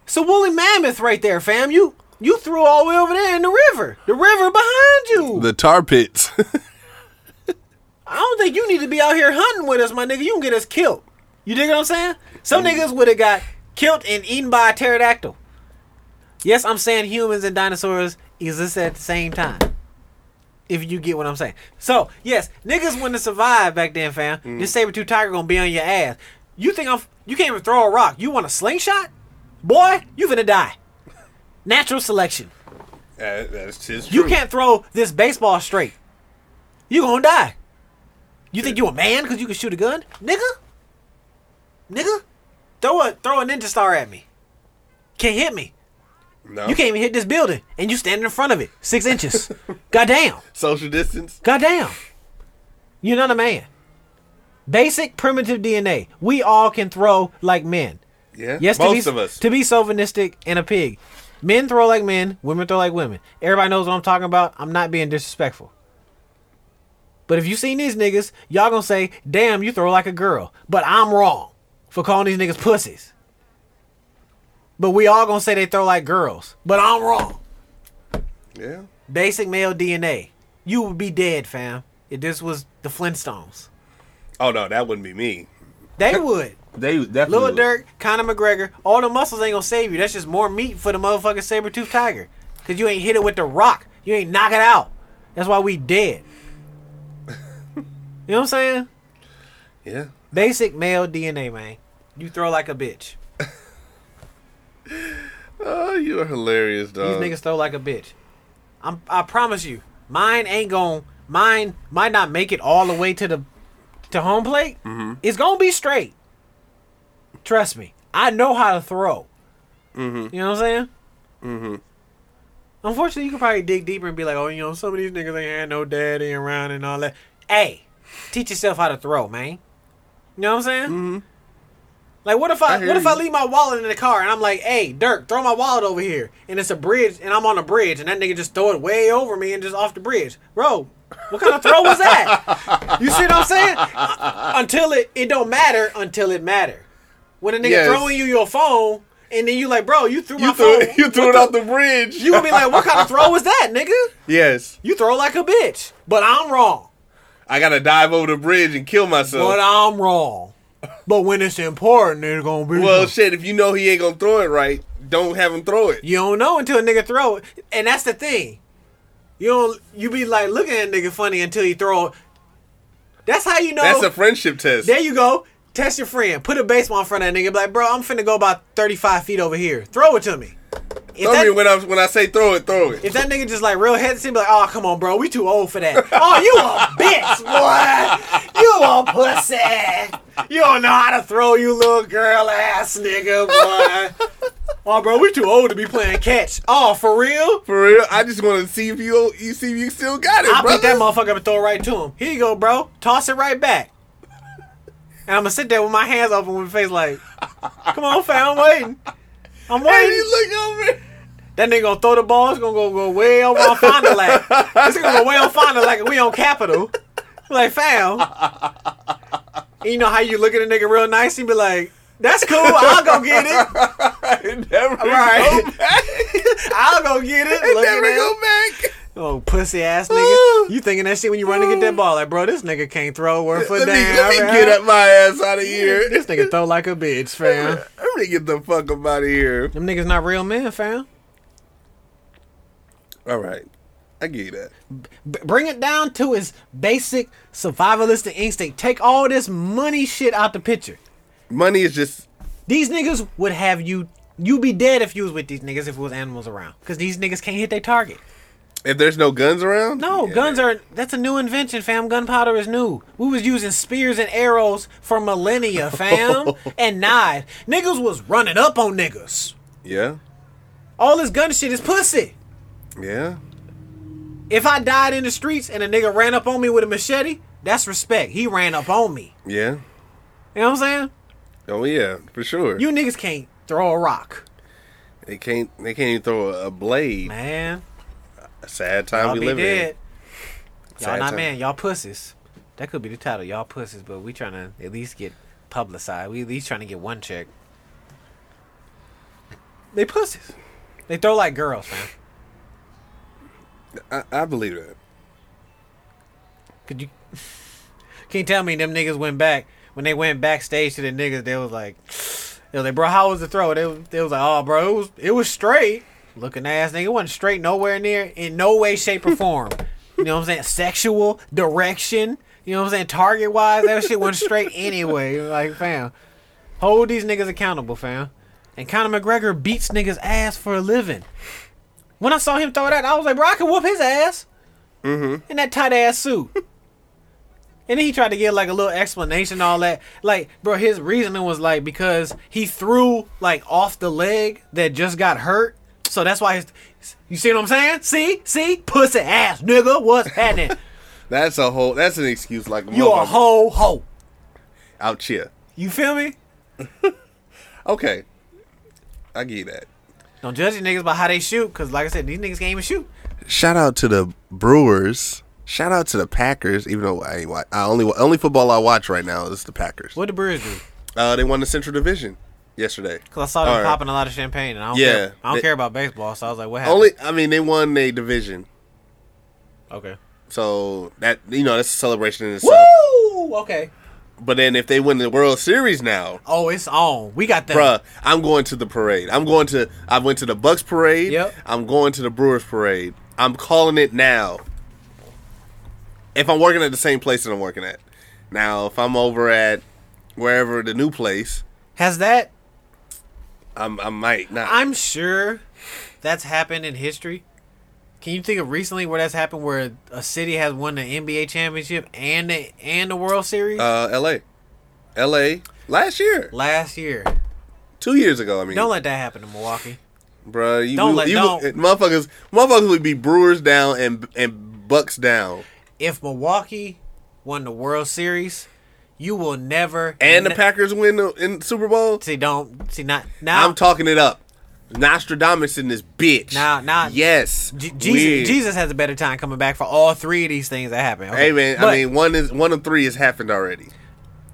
S2: So woolly mammoth right there, fam. You you threw all the way over there in the river. The river behind you.
S1: the tar pits.
S2: I don't think you need to be out here hunting with us, my nigga. You can get us killed. You dig what I'm saying? Some niggas would have got killed and eaten by a pterodactyl. Yes, I'm saying humans and dinosaurs exist at the same time. If you get what I'm saying. So, yes, niggas wouldn't have survived back then, fam. This saber-tooth tiger gonna be on your ass. You think I'm... You can't even throw a rock. You want a slingshot? Boy, you finna die. Natural selection.
S1: that's just
S2: You can't throw this baseball straight. You gonna die. You think you a man because you can shoot a gun, nigga? Nigga, throw a throw a ninja star at me. Can't hit me.
S1: No.
S2: You can't even hit this building, and you standing in front of it, six inches. Goddamn.
S1: Social distance.
S2: Goddamn. You're not a man. Basic primitive DNA. We all can throw like men.
S1: Yeah.
S2: Yes, to
S1: most
S2: be,
S1: of us.
S2: To be chauvinistic and a pig. Men throw like men, women throw like women. Everybody knows what I'm talking about. I'm not being disrespectful. But if you seen these niggas, y'all gonna say, damn, you throw like a girl. But I'm wrong for calling these niggas pussies. But we all gonna say they throw like girls. But I'm wrong.
S1: yeah.
S2: Basic male DNA. You would be dead, fam, if this was the Flintstones.
S1: Oh no, that wouldn't be me.
S2: They would.
S1: They definitely.
S2: Lil Durk, Conor McGregor, all the muscles ain't gonna save you. That's just more meat for the motherfucking saber tooth tiger. Cause you ain't hit it with the rock. You ain't knock it out. That's why we dead. you know what I'm saying?
S1: Yeah.
S2: Basic male DNA, man. You throw like a bitch.
S1: Oh, you are hilarious,
S2: These
S1: dog.
S2: niggas throw like a bitch. I'm, I promise you, mine ain't gon' mine might not make it all the way to the to home plate. It's gonna be straight. Trust me, I know how to throw.
S1: Mm-hmm.
S2: You know what I'm saying? Unfortunately, you can probably dig deeper and be like, oh, you know, some of these niggas ain't had no daddy around and all that. Hey, teach yourself how to throw, man. You know what I'm saying? Like, what if I,
S1: Mm-hmm. I hear
S2: what if I
S1: you.
S2: leave my wallet in the car and I'm like, hey, Dirk, throw my wallet over here, and it's a bridge, and I'm on a bridge, and that nigga just throw it way over me and just off the bridge, bro. What kind of throw was that? You see what I'm saying? Until it it don't matter until it matter. When a nigga
S1: Yes.
S2: throwing you your phone, and then you like, bro, you threw my
S1: you threw,
S2: phone.
S1: you threw it off the bridge.
S2: You would be like, what kind of throw was that, nigga?
S1: yes.
S2: You throw like a bitch. But I'm wrong.
S1: I gotta dive over the bridge and kill myself.
S2: But I'm wrong. But when it's important, it's gonna be.
S1: well, shit. If you know he ain't gonna throw it right, don't have him throw it.
S2: you don't know until a nigga throw it, and that's the thing. You don't. You be like looking at a nigga funny until he throw. it. That's how you know.
S1: That's a friendship test.
S2: there you go. Test your friend. Put a baseball in front of that nigga. Be like, bro, I'm finna go about 35 feet over here. Throw it to me. If
S1: Throw
S2: that-
S1: me when I when I say throw it, throw it.
S2: If that nigga just like real hesitant, be like, oh, come on, bro, we too old for that. oh, you a bitch, boy. You a pussy. You don't know how to throw, you little girl ass nigga, boy. Oh, bro, we too old to be playing catch. Oh, for real?
S1: For real, I just want to see if you you see if you still got it,
S2: I'll
S1: brother.
S2: pick that motherfucker up and throw it right to him. Here you go, bro. Toss it right back. And I'm gonna sit there with my hands open with my face like, come on, fam, I'm waiting. I'm
S1: and
S2: waiting.
S1: you look over.
S2: That nigga gonna throw the ball. It's gonna go, go way over on Fond du Lac. It's gonna go way on Fond du Lac and we on Capitol. Like, fam. And you know how you look at a nigga real nice and be like, that's cool. I'll go get it.
S1: It never
S2: Right.
S1: go back.
S2: I'll go get it.
S1: It
S2: Look at
S1: never
S2: him.
S1: go Ah. back.
S2: Oh, pussy ass nigga. You thinking that shit when you run to get that ball. Like, bro, this nigga can't throw worth a
S1: Let me,
S2: damn.
S1: let me get up my ass out of here.
S2: This nigga throw like a bitch, fam.
S1: Let me get the fuck up out of here.
S2: Them niggas not real men, fam.
S1: All right, I get you that.
S2: B- bring it down to its basic survivalistic instinct. Take all this money shit out the picture.
S1: Money is just
S2: These niggas would have you. You be dead if you was with these niggas if it was animals around. Cause these niggas can't hit their target.
S1: if there's no guns around.
S2: No,
S1: yeah,
S2: guns are that's a new invention, fam. Gunpowder is new. We was using spears and arrows for millennia, fam. and knives. Niggas was running up on niggas.
S1: Yeah,
S2: All this gun shit is pussy.
S1: yeah.
S2: If I died in the streets and a nigga ran up on me with a machete, that's respect. He ran up on me.
S1: Yeah.
S2: You know what I'm saying?
S1: Oh yeah, for sure.
S2: You niggas can't throw a rock.
S1: they can't. They can't even throw a, a blade.
S2: Man,
S1: A sad time
S2: y'all
S1: we
S2: be
S1: live
S2: dead.
S1: in.
S2: Y'all
S1: Sad
S2: not
S1: time.
S2: man, y'all pussies. That could be the title, y'all pussies, but we trying to at least get publicized. We at least trying to get one check. They pussies. They throw like girls, man.
S1: I, I believe that.
S2: Could you Can you tell me them niggas went back when they went backstage to the niggas, they was like they was like, bro, how was the throw? They was, they was like, oh bro, it was it was straight. Looking ass nigga, it wasn't straight nowhere near in no way, shape, or form. you know what I'm saying? Sexual direction. You know what I'm saying? Target wise, that shit wasn't straight anyway. Like, fam. Hold these niggas accountable, fam. And Conor McGregor beats niggas ass for a living. When I saw him throw that, I was like, bro, I can whoop his ass. Mm-hmm. In that tight ass suit. And then he tried to get like a little explanation, all that. Like, bro, his reasoning was like because he threw like off the leg that just got hurt, so that's why. His, you see what I'm saying? See, see, pussy ass nigga, what's happening?
S1: That's a whole. That's an excuse. Like
S2: you a hoe hoe.
S1: out here.
S2: You feel me?
S1: Okay, I get you that.
S2: Don't judge these niggas by how they shoot, cause like I said, these niggas can't even shoot.
S1: Shout out to the Brewers. Shout out to the Packers. Even though I, ain't wa- I only only football I watch right now is the Packers.
S2: What the Brewers do?
S1: Uh, they won the Central Division yesterday.
S2: Cause I saw them
S1: All right.
S2: popping a lot of champagne, and I don't
S1: Yeah,
S2: care. I don't
S1: they-
S2: care about baseball, so I was like, what happened?
S1: Only I mean they won a division,
S2: okay.
S1: so that you know that's a celebration in itself.
S2: Woo! Okay.
S1: But then if they win the World Series now,
S2: Oh, it's on. We got that.
S1: bruh, I'm going to the parade. I'm going to. I went to the Bucks parade.
S2: Yep.
S1: I'm going to the Brewers parade. I'm calling it now. If I'm working at the same place that I'm working at, now if I'm over at wherever the new place,
S2: Has that
S1: I'm, I might not.
S2: I'm sure that's happened in history. Can you think of recently where that's happened where a city has won the NBA championship and the and the World Series
S1: uh, L.A. L.A. Last year,
S2: last year?
S1: two years ago. I mean,
S2: Don't let that happen to Milwaukee.
S1: Bro, you,
S2: Don't
S1: we-
S2: let-
S1: you-
S2: don't.
S1: motherfuckers, motherfuckers would be Brewers down and and Bucks down,
S2: If Milwaukee won the World Series, you will never
S1: and the
S2: ne-
S1: Packers win the in Super Bowl.
S2: see don't see not now.
S1: I'm talking it up. Nostradamus in this bitch.
S2: Nah, nah.
S1: Yes,
S2: J-
S1: weird.
S2: Jesus, Jesus has a better time coming back for all three of these things that happen. Okay?
S1: Hey man,
S2: But
S1: I mean one is one of three has happened already,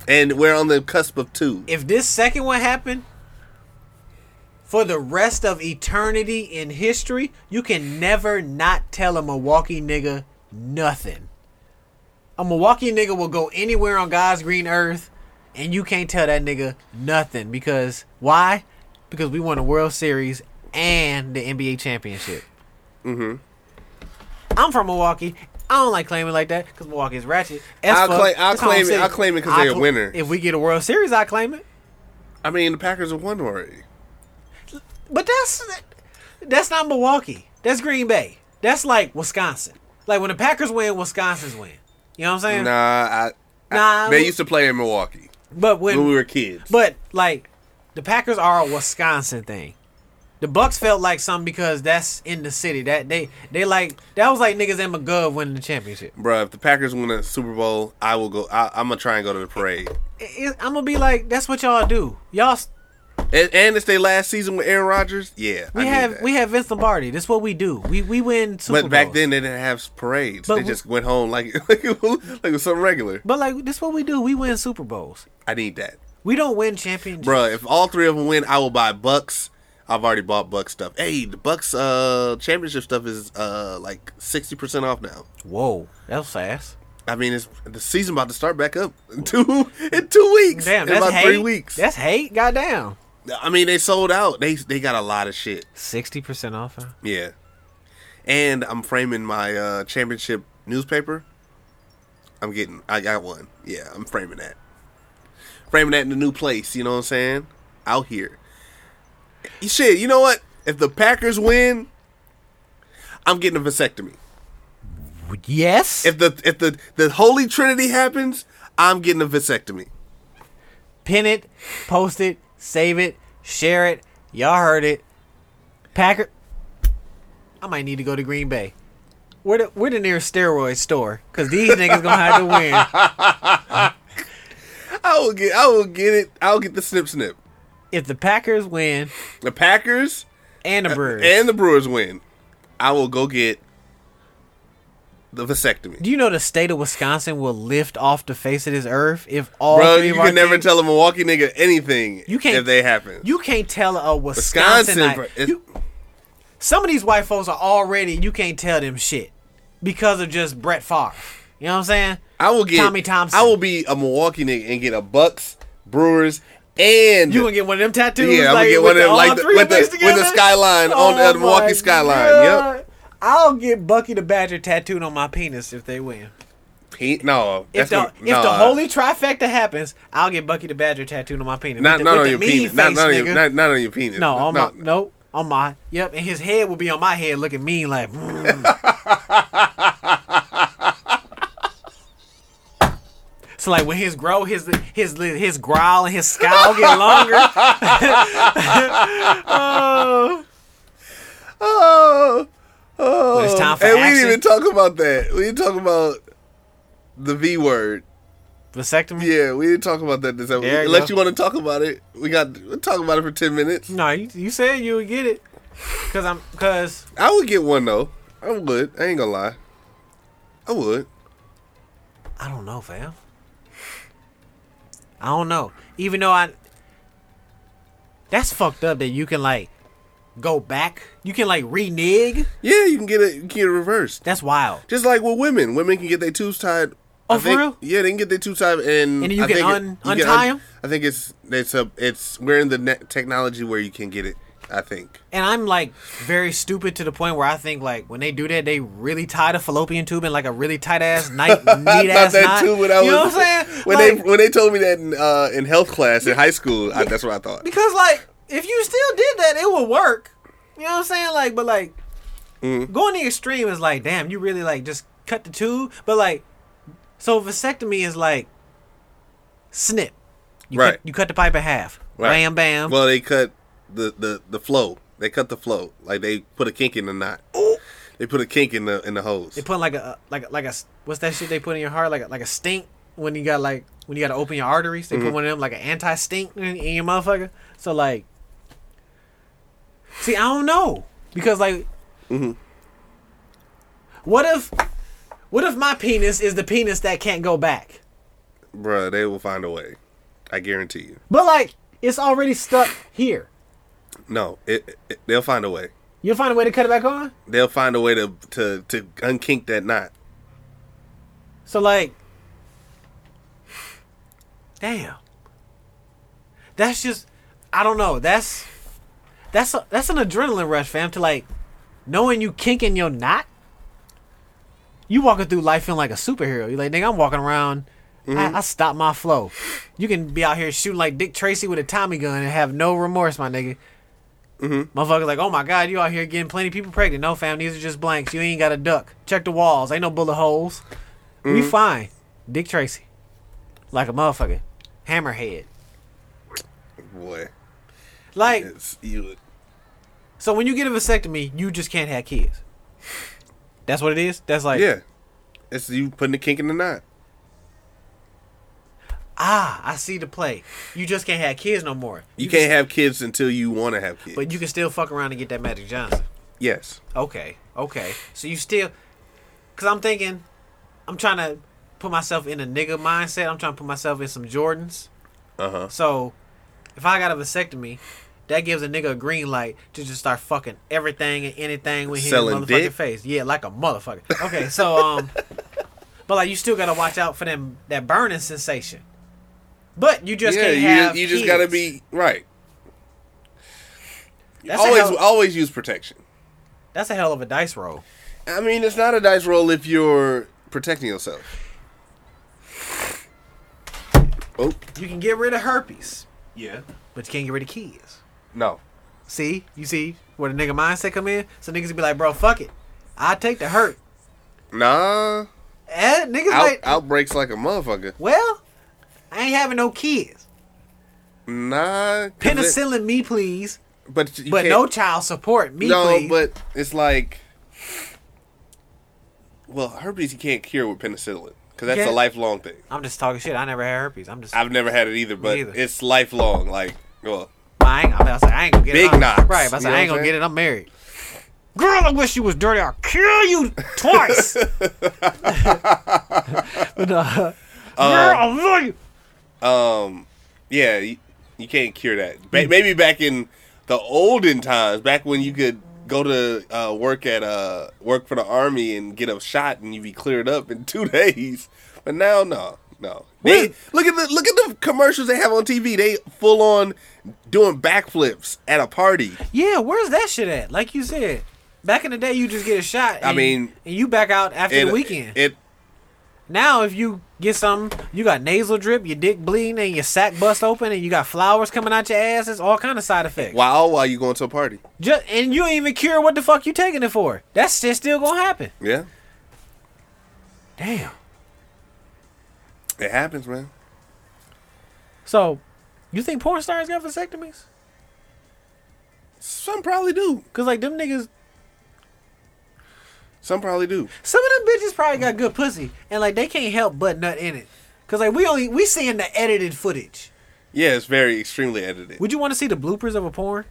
S1: and we're on the cusp of two.
S2: if this second one happened for the rest of eternity in history, you can never not tell a Milwaukee nigga nothing. A Milwaukee nigga will go anywhere on God's green earth, and you can't tell that nigga nothing because why? Because we won the World Series and the NBA championship. Mm-hmm. I'm from Milwaukee. I don't like claiming like that because Milwaukee is ratchet. As
S1: I'll
S2: fuck.
S1: claim- I'll
S2: It's home
S1: claim it-
S2: city.
S1: I'll claim it 'cause they
S2: I'll
S1: a
S2: cl-
S1: winner.
S2: If we get a World Series, I claim it.
S1: I mean the Packers have won already.
S2: But that's that's not Milwaukee. That's Green Bay. That's like Wisconsin. Like when the Packers win, Wisconsin's win. You know what I'm saying?
S1: Nah, I, I-
S2: Nah,
S1: they
S2: we-
S1: used to play in Milwaukee
S2: But when,
S1: when we were kids.
S2: but like the Packers are a Wisconsin thing. The Bucks felt like something because that's in the city. That they they like that was like niggas in McGov winning the championship.
S1: Bruh, if the Packers win a Super Bowl, I will go. I, I'm gonna try and go to the parade.
S2: I'm gonna be like, that's what y'all do. Y'all s-
S1: And, and it's their last season with Aaron Rodgers. Yeah,
S2: we
S1: I need
S2: have
S1: that.
S2: we have Vince Lombardi. That's what we do. We we win Super
S1: But back
S2: Bowls.
S1: then they didn't have parades.
S2: But
S1: they
S2: we-
S1: just went home like like it, was, like it was something regular.
S2: But like that's what we do. We win Super Bowls.
S1: I need that,
S2: We don't win championships.
S1: Bruh, If all three of them win, I will buy Bucks. I've already bought Bucks stuff. Hey, the Bucks uh championship stuff is uh like sixty percent off now.
S2: Whoa, that was fast.
S1: I mean, it's the season about to start back up in two in two weeks.
S2: Damn,
S1: in
S2: that's
S1: about
S2: hate.
S1: three weeks.
S2: That's hate. Goddamn.
S1: I mean, they sold out. They they got a lot of shit.
S2: Sixty percent off. huh?
S1: Yeah. And I'm framing my uh championship newspaper. I'm getting I got one. Yeah, I'm framing that. Framing that in a new place, you know what I'm saying? Out here. Shit, you know what? If the Packers win, I'm getting a vasectomy.
S2: Yes.
S1: If the if the the holy trinity happens, I'm getting a vasectomy.
S2: Pin it, post it, save it, share it. Y'all heard it. Packer. I might need to go to Green Bay. Where the where the nearest steroid store? Cause these niggas gonna have to win.
S1: I will get I will get it. I'll get the snip snip.
S2: If the Packers win
S1: The Packers
S2: and the Brewers.
S1: Uh, and the Brewers win, I will go get the vasectomy.
S2: do you know the state of Wisconsin will lift off the face of this earth if all
S1: Bro,
S2: three
S1: you
S2: of our
S1: can never
S2: teams-
S1: tell a Milwaukee nigga anything
S2: You can't-
S1: if they happen.
S2: You can't tell a Wisconsin.
S1: Wisconsin, bro, it-
S2: some of these white folks are already. You can't tell them shit because of just Brett Favre. You know what I'm saying?
S1: I will get
S2: Tommy Thompson.
S1: I will be a Milwaukee nigga and get a Bucks, Brewers, and
S2: You gonna get one of them tattoos?
S1: yeah, I'm
S2: like,
S1: gonna get
S2: with
S1: one of
S2: the-
S1: them
S2: all
S1: like the,
S2: three
S1: with,
S2: things
S1: the, with the
S2: together?
S1: skyline on uh,
S2: Oh
S1: the Milwaukee
S2: my
S1: skyline. Yep.
S2: God. I'll get Bucky the Badger tattooed on my penis if they win.
S1: He, no, that's
S2: If the,
S1: gonna-
S2: if
S1: nah.
S2: the holy trifecta happens, I'll get Bucky the Badger tattooed on my penis.
S1: not
S2: with the,
S1: not
S2: with
S1: on
S2: the
S1: your
S2: mean
S1: penis, not,
S2: face,
S1: not, on your,
S2: nigga.
S1: not, not on your penis.
S2: No, on
S1: no,
S2: my no, on my yep, and his head will be on my head, looking mean like. "Mm." so like when his grow, his his his growl and his scowl get longer. oh,
S1: Oh, oh.
S2: But it's time for
S1: and we
S2: action.
S1: didn't even talk about that. We didn't talk about the V word.
S2: vasectomy.
S1: Yeah, we didn't talk about that this episode.
S2: There you
S1: Unless you
S2: go.
S1: want to talk about it, we got we'll talk about it for ten minutes.
S2: No, you, you said you would get it, cause I'm cause
S1: I would get one though. I would. I ain't gonna lie. I would.
S2: I don't know, fam. I don't know. Even though I That's fucked up that you can like go back. You can like renege.
S1: Yeah, you can get it. You can get it reversed.
S2: That's wild.
S1: Just like with women, women can get their tubes tied.
S2: Oh,
S1: I
S2: for
S1: think-
S2: real?
S1: Yeah, they can get their tubes tied, and
S2: And you
S1: I
S2: can
S1: think it-
S2: un-
S1: you can
S2: untie 'em?
S1: I think it's it's a it's we're in the ne- technology where you can get it. I think.
S2: And I'm like very stupid to the point where I think like when they do that, they really tie the fallopian tube in like a really tight ass night neat
S1: Not
S2: ass
S1: that
S2: knot.
S1: too. When I
S2: you know
S1: was-
S2: what I'm saying?
S1: When
S2: Like,
S1: they when they told me that in, uh, in health class in high school, I, that's what I thought.
S2: Because like if you still did that, it would work. You know what I'm saying? Like, but like
S1: Mm.
S2: going the extreme is like, damn, you really like just cut the tube. But like, so vasectomy is like snip. You
S1: Right.
S2: Cut, you cut the pipe in half.
S1: Right.
S2: Bam, bam.
S1: Well, they cut the, the the flow. They cut the flow. Like they put a kink in the knot. They put a kink in the in the hose.
S2: they put like a uh, like a- like a what's that shit they put in your heart like a, like a stink when you got like when you got to open your arteries. They put one of them like an anti stink in, in your motherfucker. So like, see, I don't know because like, what if what if my penis is the penis that can't go back?
S1: Bruh, they will find a way. I guarantee you.
S2: But like, it's already stuck here.
S1: No, it, it- they'll find a way.
S2: You'll find a way to cut it back on.
S1: They'll find a way to to to unkink that knot.
S2: So like, damn. That's just, I don't know. That's that's a, that's an adrenaline rush, fam. To like knowing you kinking your knot. You walking through life feeling like a superhero. You like, nigga, I'm walking around. I, I stop my flow. You can be out here shooting like Dick Tracy with a Tommy gun and have no remorse, my nigga. Motherfuckers like, oh my god, you out here getting plenty of people pregnant. No, fam, these are just blanks. You ain't got a duck. Check the walls. Ain't no bullet holes. We
S1: Mm-hmm.
S2: fine. Dick Tracy. Like a motherfucker. Hammerhead.
S1: Boy,
S2: Like,
S1: it's you.
S2: So when you get a vasectomy, you just can't have kids. That's what it is. That's like
S1: yeah, it's you putting the kink in the knot.
S2: ah, I see the play. You just can't have kids no more.
S1: You,
S2: can-
S1: can't have kids until you want to have kids.
S2: but you can still fuck around and get that Magic Johnson.
S1: yes,
S2: Okay, okay. So you still, cause I'm thinking, I'm trying to put myself in a nigga mindset. I'm trying to put myself in some Jordans.
S1: uh huh.
S2: So if I got a vasectomy, that gives a nigga a green light to just start fucking everything and anything with his
S1: Selling
S2: motherfucking
S1: dick?
S2: face. Yeah, like a motherfucker. Okay, so um, but like you still gotta watch out for them that burning sensation. But you just
S1: Yeah,
S2: can't
S1: you
S2: have
S1: just, you just gotta be
S2: kids.
S1: right.
S2: That's a
S1: always
S2: hell-
S1: always use protection.
S2: That's a hell of a dice roll.
S1: I mean, it's not a dice roll if you're protecting yourself. Oh
S2: You can get rid of herpes,
S1: yeah,
S2: but you can't get rid of kids.
S1: no.
S2: See, you see where the nigga mindset come in. So niggas be like, bro, fuck it, I take the hurt.
S1: Nah,
S2: Eh, niggas
S1: out,
S2: like,
S1: outbreaks like a motherfucker.
S2: well, I ain't having no kids.
S1: Nah, 'cause it-
S2: Penicillin me, please,
S1: but you
S2: but
S1: can't-
S2: no child support me,
S1: no,
S2: please.
S1: but it's like, well, herpes you can't cure with penicillin because that's a
S2: can't?
S1: lifelong thing.
S2: I'm just talking shit. I never had herpes. I'm just, i
S1: I've never had it either, but
S2: either.
S1: it's lifelong. Like, well,
S2: I, ain't, I, mean, I was like, I ain't gonna get
S1: Big
S2: it. I'm-
S1: knocks,
S2: Right, but I, was
S1: you
S2: like, I
S1: know
S2: ain't
S1: what
S2: gonna
S1: I'm
S2: get it. I'm married. Girl, I wish you was dirty. I'll kill you twice. but, uh, girl, I love you.
S1: um, yeah, you, you can't cure that.
S2: Hmm.
S1: Ba- maybe back in the olden times, back when you could go to uh, work at uh, work for the army and get a shot and you be cleared up in two days. But now, no, no. They,
S2: Wait.
S1: look at the look at the commercials they have on TV. They full on doing backflips at a party.
S2: Yeah, where's that shit at? Like you said, back in the day, you just get a shot. And,
S1: I mean,
S2: and you back out after
S1: It-
S2: the weekend.
S1: It,
S2: now, if you get something, you got nasal drip, your dick bleeding, and your sack bust open, and you got flowers coming out your ass. It's all kind of side effects.
S1: while while you going to a party,
S2: Just, and you ain't even cure what the fuck you taking it for. That shit still gonna happen.
S1: yeah,
S2: Damn.
S1: it happens, man.
S2: So, you think porn stars got vasectomies?
S1: Some probably do.
S2: Cause like them niggas,
S1: Some probably do.
S2: some of them bitches probably got good pussy, and like they can't help but nut in it. Cause like we only we seeing the edited footage.
S1: Yeah, it's very extremely edited.
S2: Would you want to see the bloopers of a porn?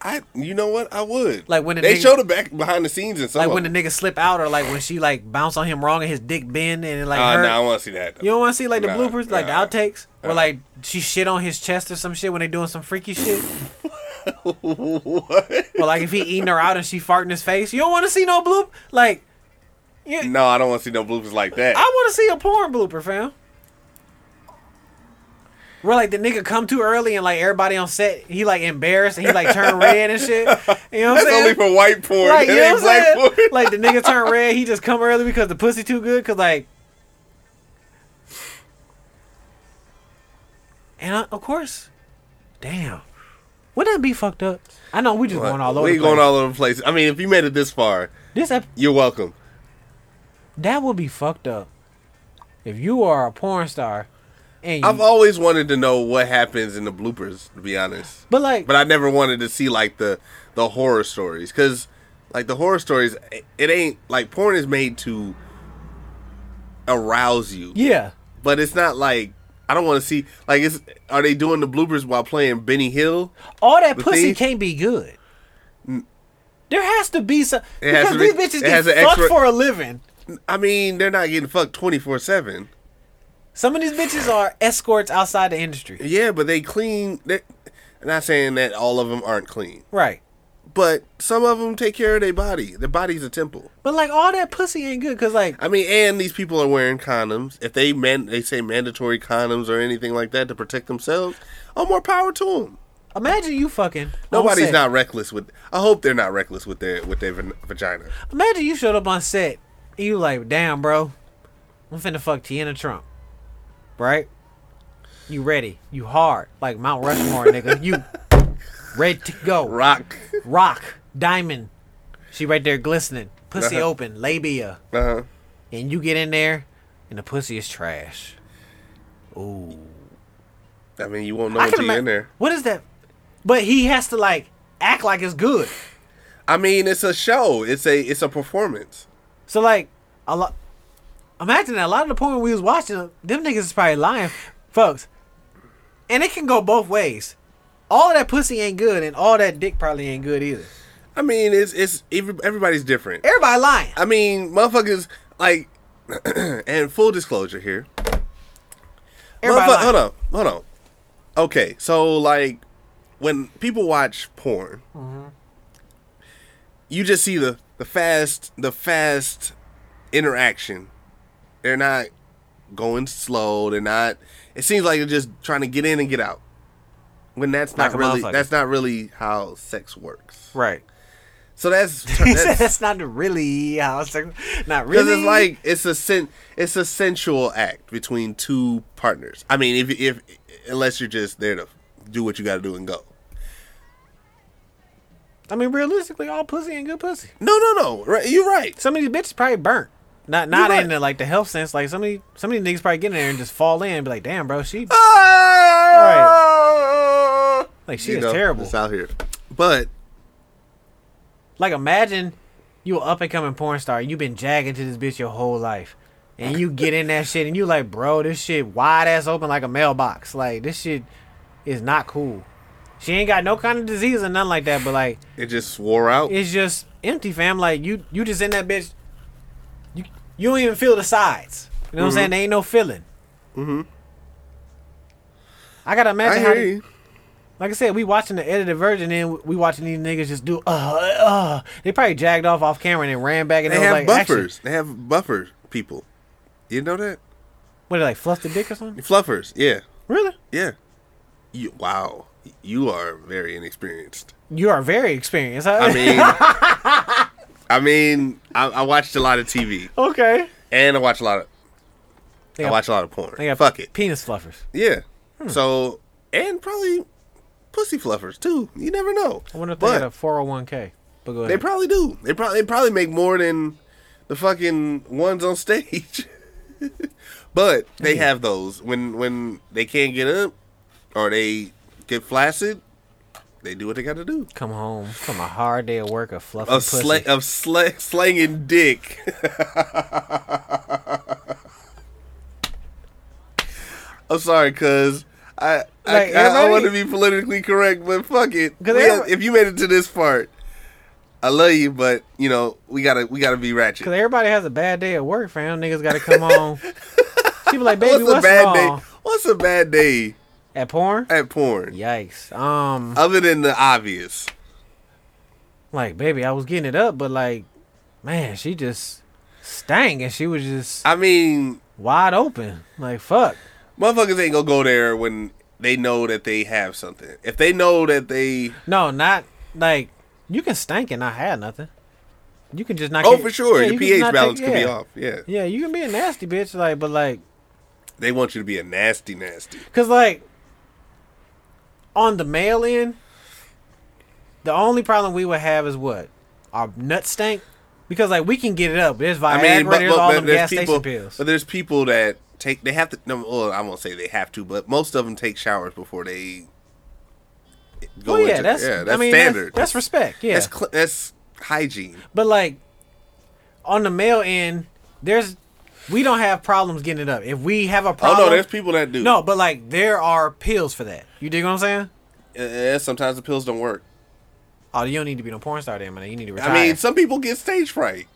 S1: I, you know what? I would.
S2: Like when the
S1: they
S2: nigga-
S1: show the back behind the scenes and some.
S2: Like
S1: of
S2: when the
S1: them.
S2: nigga slip out, or like when she like bounce on him wrong and his dick bend and it, like
S1: Uh,
S2: hurt.
S1: no, I want to see that.
S2: you don't want to see like the
S1: Nah,
S2: bloopers, like
S1: nah.
S2: the outtakes, or like she shit on his chest or some shit when they doing some freaky shit.
S1: what?
S2: or like if he eating her out and she farting his face. You don't want to see no bloop. Like you,
S1: No, I don't want to see no bloopers like that.
S2: I want to see a porn blooper, fam. Where like the nigga come too early and like everybody on set, he like embarrassed and he like turn red and shit. You know what I'm
S1: That's
S2: saying?
S1: only for white porn. Right,
S2: Like, you
S1: it
S2: know
S1: ain't
S2: what I'm
S1: black
S2: saying?
S1: porn.
S2: Like, the nigga turned red, he just come early because the pussy too good, because, like... And, I, of course, damn. Wouldn't that be fucked up? I know, we just going all over
S1: we
S2: the
S1: going
S2: place.
S1: all over the place. I mean, if you made it this far,
S2: This ep-
S1: you're welcome.
S2: That would be fucked up. If you are a porn star, and you...
S1: I've always wanted to know what happens in the bloopers. To be honest,
S2: but, like,
S1: but I never wanted to see like the the horror stories because like the horror stories, it- it ain't like porn is made to arouse you.
S2: yeah.
S1: but it's not like I don't want to see like it's are they doing the bloopers while playing Benny Hill?
S2: All that
S1: The
S2: pussy
S1: thief?
S2: can't be good. There has to be some...
S1: It has
S2: Because
S1: to
S2: these
S1: be-
S2: bitches
S1: it has
S2: get
S1: an
S2: fucked
S1: extra-
S2: for a living.
S1: I mean, they're not getting fucked twenty four seven.
S2: Some of these bitches are escorts outside the industry.
S1: Yeah, but they clean. They're, I'm not saying that all of them aren't clean,
S2: Right.
S1: but some of them take care of their body. Their body's a temple.
S2: But like all that pussy ain't good because like
S1: I mean, and these people are wearing condoms. If they man, they say mandatory condoms or anything like that to protect themselves. Oh, more power to them.
S2: imagine you fucking on
S1: Nobody's
S2: set.
S1: not reckless with. I hope they're not reckless with their with their vag- vagina.
S2: Imagine you showed up on set and you like, damn, bro, I'm finna fuck Tiana Trump, right? You ready? You hard like Mount Rushmore, nigga. You ready to go?
S1: Rock.
S2: Rock, diamond. She right there glistening, pussy
S1: Uh-huh.
S2: open, labia,
S1: Uh huh.
S2: and you get in there, and the pussy is trash. Ooh.
S1: I mean, you won't know
S2: I
S1: until
S2: can
S1: you're
S2: imagine.
S1: in there.
S2: What is that? But he has to like act like it's good.
S1: I mean, it's a show. It's a it's a performance.
S2: So like a lot, imagine that a lot of the point when we was watching them, them niggas is probably lying, folks. And it can go both ways. All of that pussy ain't good, and all that dick probably ain't good either.
S1: I mean, it's it's every- everybody's different.
S2: Everybody lying.
S1: I mean, motherfuckers like, and full disclosure here.
S2: Everybody
S1: Motherfu-
S2: lying.
S1: hold on, hold on. Okay, so like, when people watch porn,
S2: Mm-hmm.
S1: you just see the the fast the fast interaction. They're not going slow. They're not. It seems like they're just trying to get in and get out. When that's
S2: Like
S1: not
S2: a
S1: really
S2: motherfucker.
S1: that's not really how sex works.
S2: Right.
S1: So that's
S2: He said
S1: that's
S2: that's not really how it's like, not
S1: Because
S2: really
S1: it's like it's a sen- it's a sensual act between two partners. I mean, if if unless you're just there to do what you got to do and go.
S2: I mean realistically all pussy ain't good pussy.
S1: No, no, no. Right, you're right.
S2: Some of these bitches probably burnt. Not not
S1: right.
S2: in the like the health sense. Like some of these some of these niggas probably get in there and just fall in and be like, damn bro, she like she
S1: You
S2: is
S1: know,
S2: terrible.
S1: It's out here, but
S2: Like imagine you an up and coming porn star, you been jagging to this bitch your whole life. And you get in that shit and you like, bro, this shit wide ass open like a mailbox. Like this shit is not cool. She ain't got no kind of disease or nothing like that, but like
S1: it just wore out.
S2: it's just empty, fam. Like you, you just in that bitch. You, you don't even feel the sides. You know what I'm saying? There ain't no feeling. Mm-hmm. I gotta
S1: I
S2: imagine how.
S1: hear
S2: they-
S1: you.
S2: like I said, we watching the edited version, and we watching these niggas just do. Uh, uh. They probably jagged off off camera and then ran back and
S1: They
S2: was
S1: have
S2: like,
S1: buffers.
S2: Actually,
S1: They have buffer people. You know that
S2: what they like fluff the dick or something?
S1: fluffers? Yeah,
S2: Really?
S1: yeah. You wow. You are very inexperienced.
S2: You are very experienced. Huh?
S1: I mean, I mean, I, I watched a lot of TV
S2: okay.
S1: and I watch a lot of
S2: They
S1: I
S2: got-
S1: watch a lot of porn.
S2: They got
S1: Fuck it,
S2: Penis fluffers.
S1: yeah.
S2: Hmm.
S1: So and probably pussy fluffers too. You never know.
S2: I wonder if they
S1: but
S2: got a 401k. But go
S1: they
S2: ahead.
S1: probably do. They probably they probably make more than the fucking ones on stage. but they
S2: Hmm.
S1: have those when when they can't get up or they get flaccid. They do what they got to do.
S2: Come home from a hard day of work of fluffing
S1: Of
S2: pussy.
S1: sla- of sla- slanging dick. I'm sorry, cuz I I,
S2: Like,
S1: I,
S2: everybody-
S1: want to be politically correct, but fuck it.
S2: 'Cause
S1: We-
S2: everybody-
S1: if you made it to this part, I love you, but you know we gotta we gotta be ratchet.
S2: Cause everybody has a bad day at work, fam. Niggas gotta come home. she be like, baby,
S1: what's
S2: what's,
S1: a bad
S2: wrong?
S1: day? What's a bad day
S2: At porn?
S1: at porn?
S2: Yikes. Um,
S1: Other than the obvious,
S2: like, baby, I was getting it up, but like, man, she just stank and she was just
S1: I mean,
S2: wide open. Like, fuck.
S1: motherfuckers ain't gonna go there when they know that they have something. If they know that they
S2: No, not like you can stank and not have nothing. You can just not.
S1: Oh,
S2: get-
S1: for sure.
S2: yeah,
S1: Your
S2: you can
S1: pH
S2: not
S1: balance
S2: take-
S1: can be
S2: yeah.
S1: off. Yeah.
S2: Yeah, you can be a nasty bitch, like, but like,
S1: They want you to be a nasty, nasty.
S2: Cause like on the male end, the only problem we would have is what our nut stank, because like we can get it up. There's Viagra,
S1: I mean, but,
S2: there's
S1: but-
S2: all
S1: but
S2: them gas
S1: there's
S2: station
S1: people.
S2: pills.
S1: But there's people that take. They have to. No, well, I won't say they have to, but most of them take showers before they go
S2: Oh yeah,
S1: into.
S2: that's,
S1: yeah, that's
S2: I mean, that's-
S1: standard.
S2: That's, respect. Yeah,
S1: That's cl- that's hygiene.
S2: but like on the male end, there's we don't have problems getting it up. If we have a
S1: Oh
S2: problem,
S1: no, there's people that do.
S2: no, but like there are pills for that. You dig what I'm saying?
S1: Uh, uh, sometimes the pills don't work.
S2: Oh, you don't need to be no porn star, damn man. You need to retire.
S1: I mean, some people get stage fright.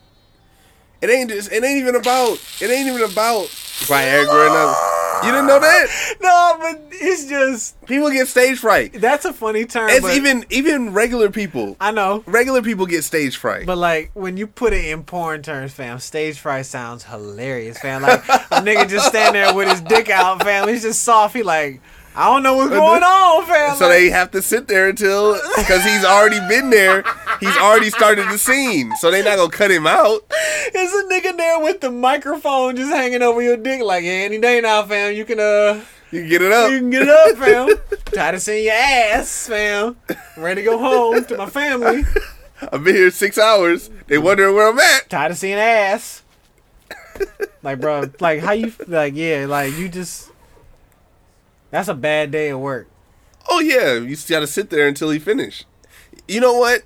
S1: It ain't just. It ain't even about. It ain't even about Viagra. and other- You didn't know that
S2: no, but it's just
S1: people get stage fright.
S2: that's a funny term.
S1: It's
S2: but
S1: even even regular people.
S2: I know.
S1: regular people get stage fright.
S2: But like when you put it in porn terms, fam, stage fright sounds hilarious, fam. Like a nigga just stand there with his dick out, fam. He's just soft. He like, I don't know what's going on, fam.
S1: so
S2: Like,
S1: they have to sit there until because he's already been there. He's already started the scene, so they not gonna cut him out.
S2: there's a nigga there with the microphone just hanging over your dick, like yeah, any day now, fam. You can uh,
S1: You can get it
S2: you
S1: up.
S2: can get it up, fam. Tired of seeing your ass, fam. Ready to go home to my family.
S1: I've been here six hours. They wondering where I'm at.
S2: Tired of seeing ass. Like, bro, like how you like? Yeah, like you just. That's a bad day at work.
S1: Oh yeah, you just gotta sit there until he finish. You know what?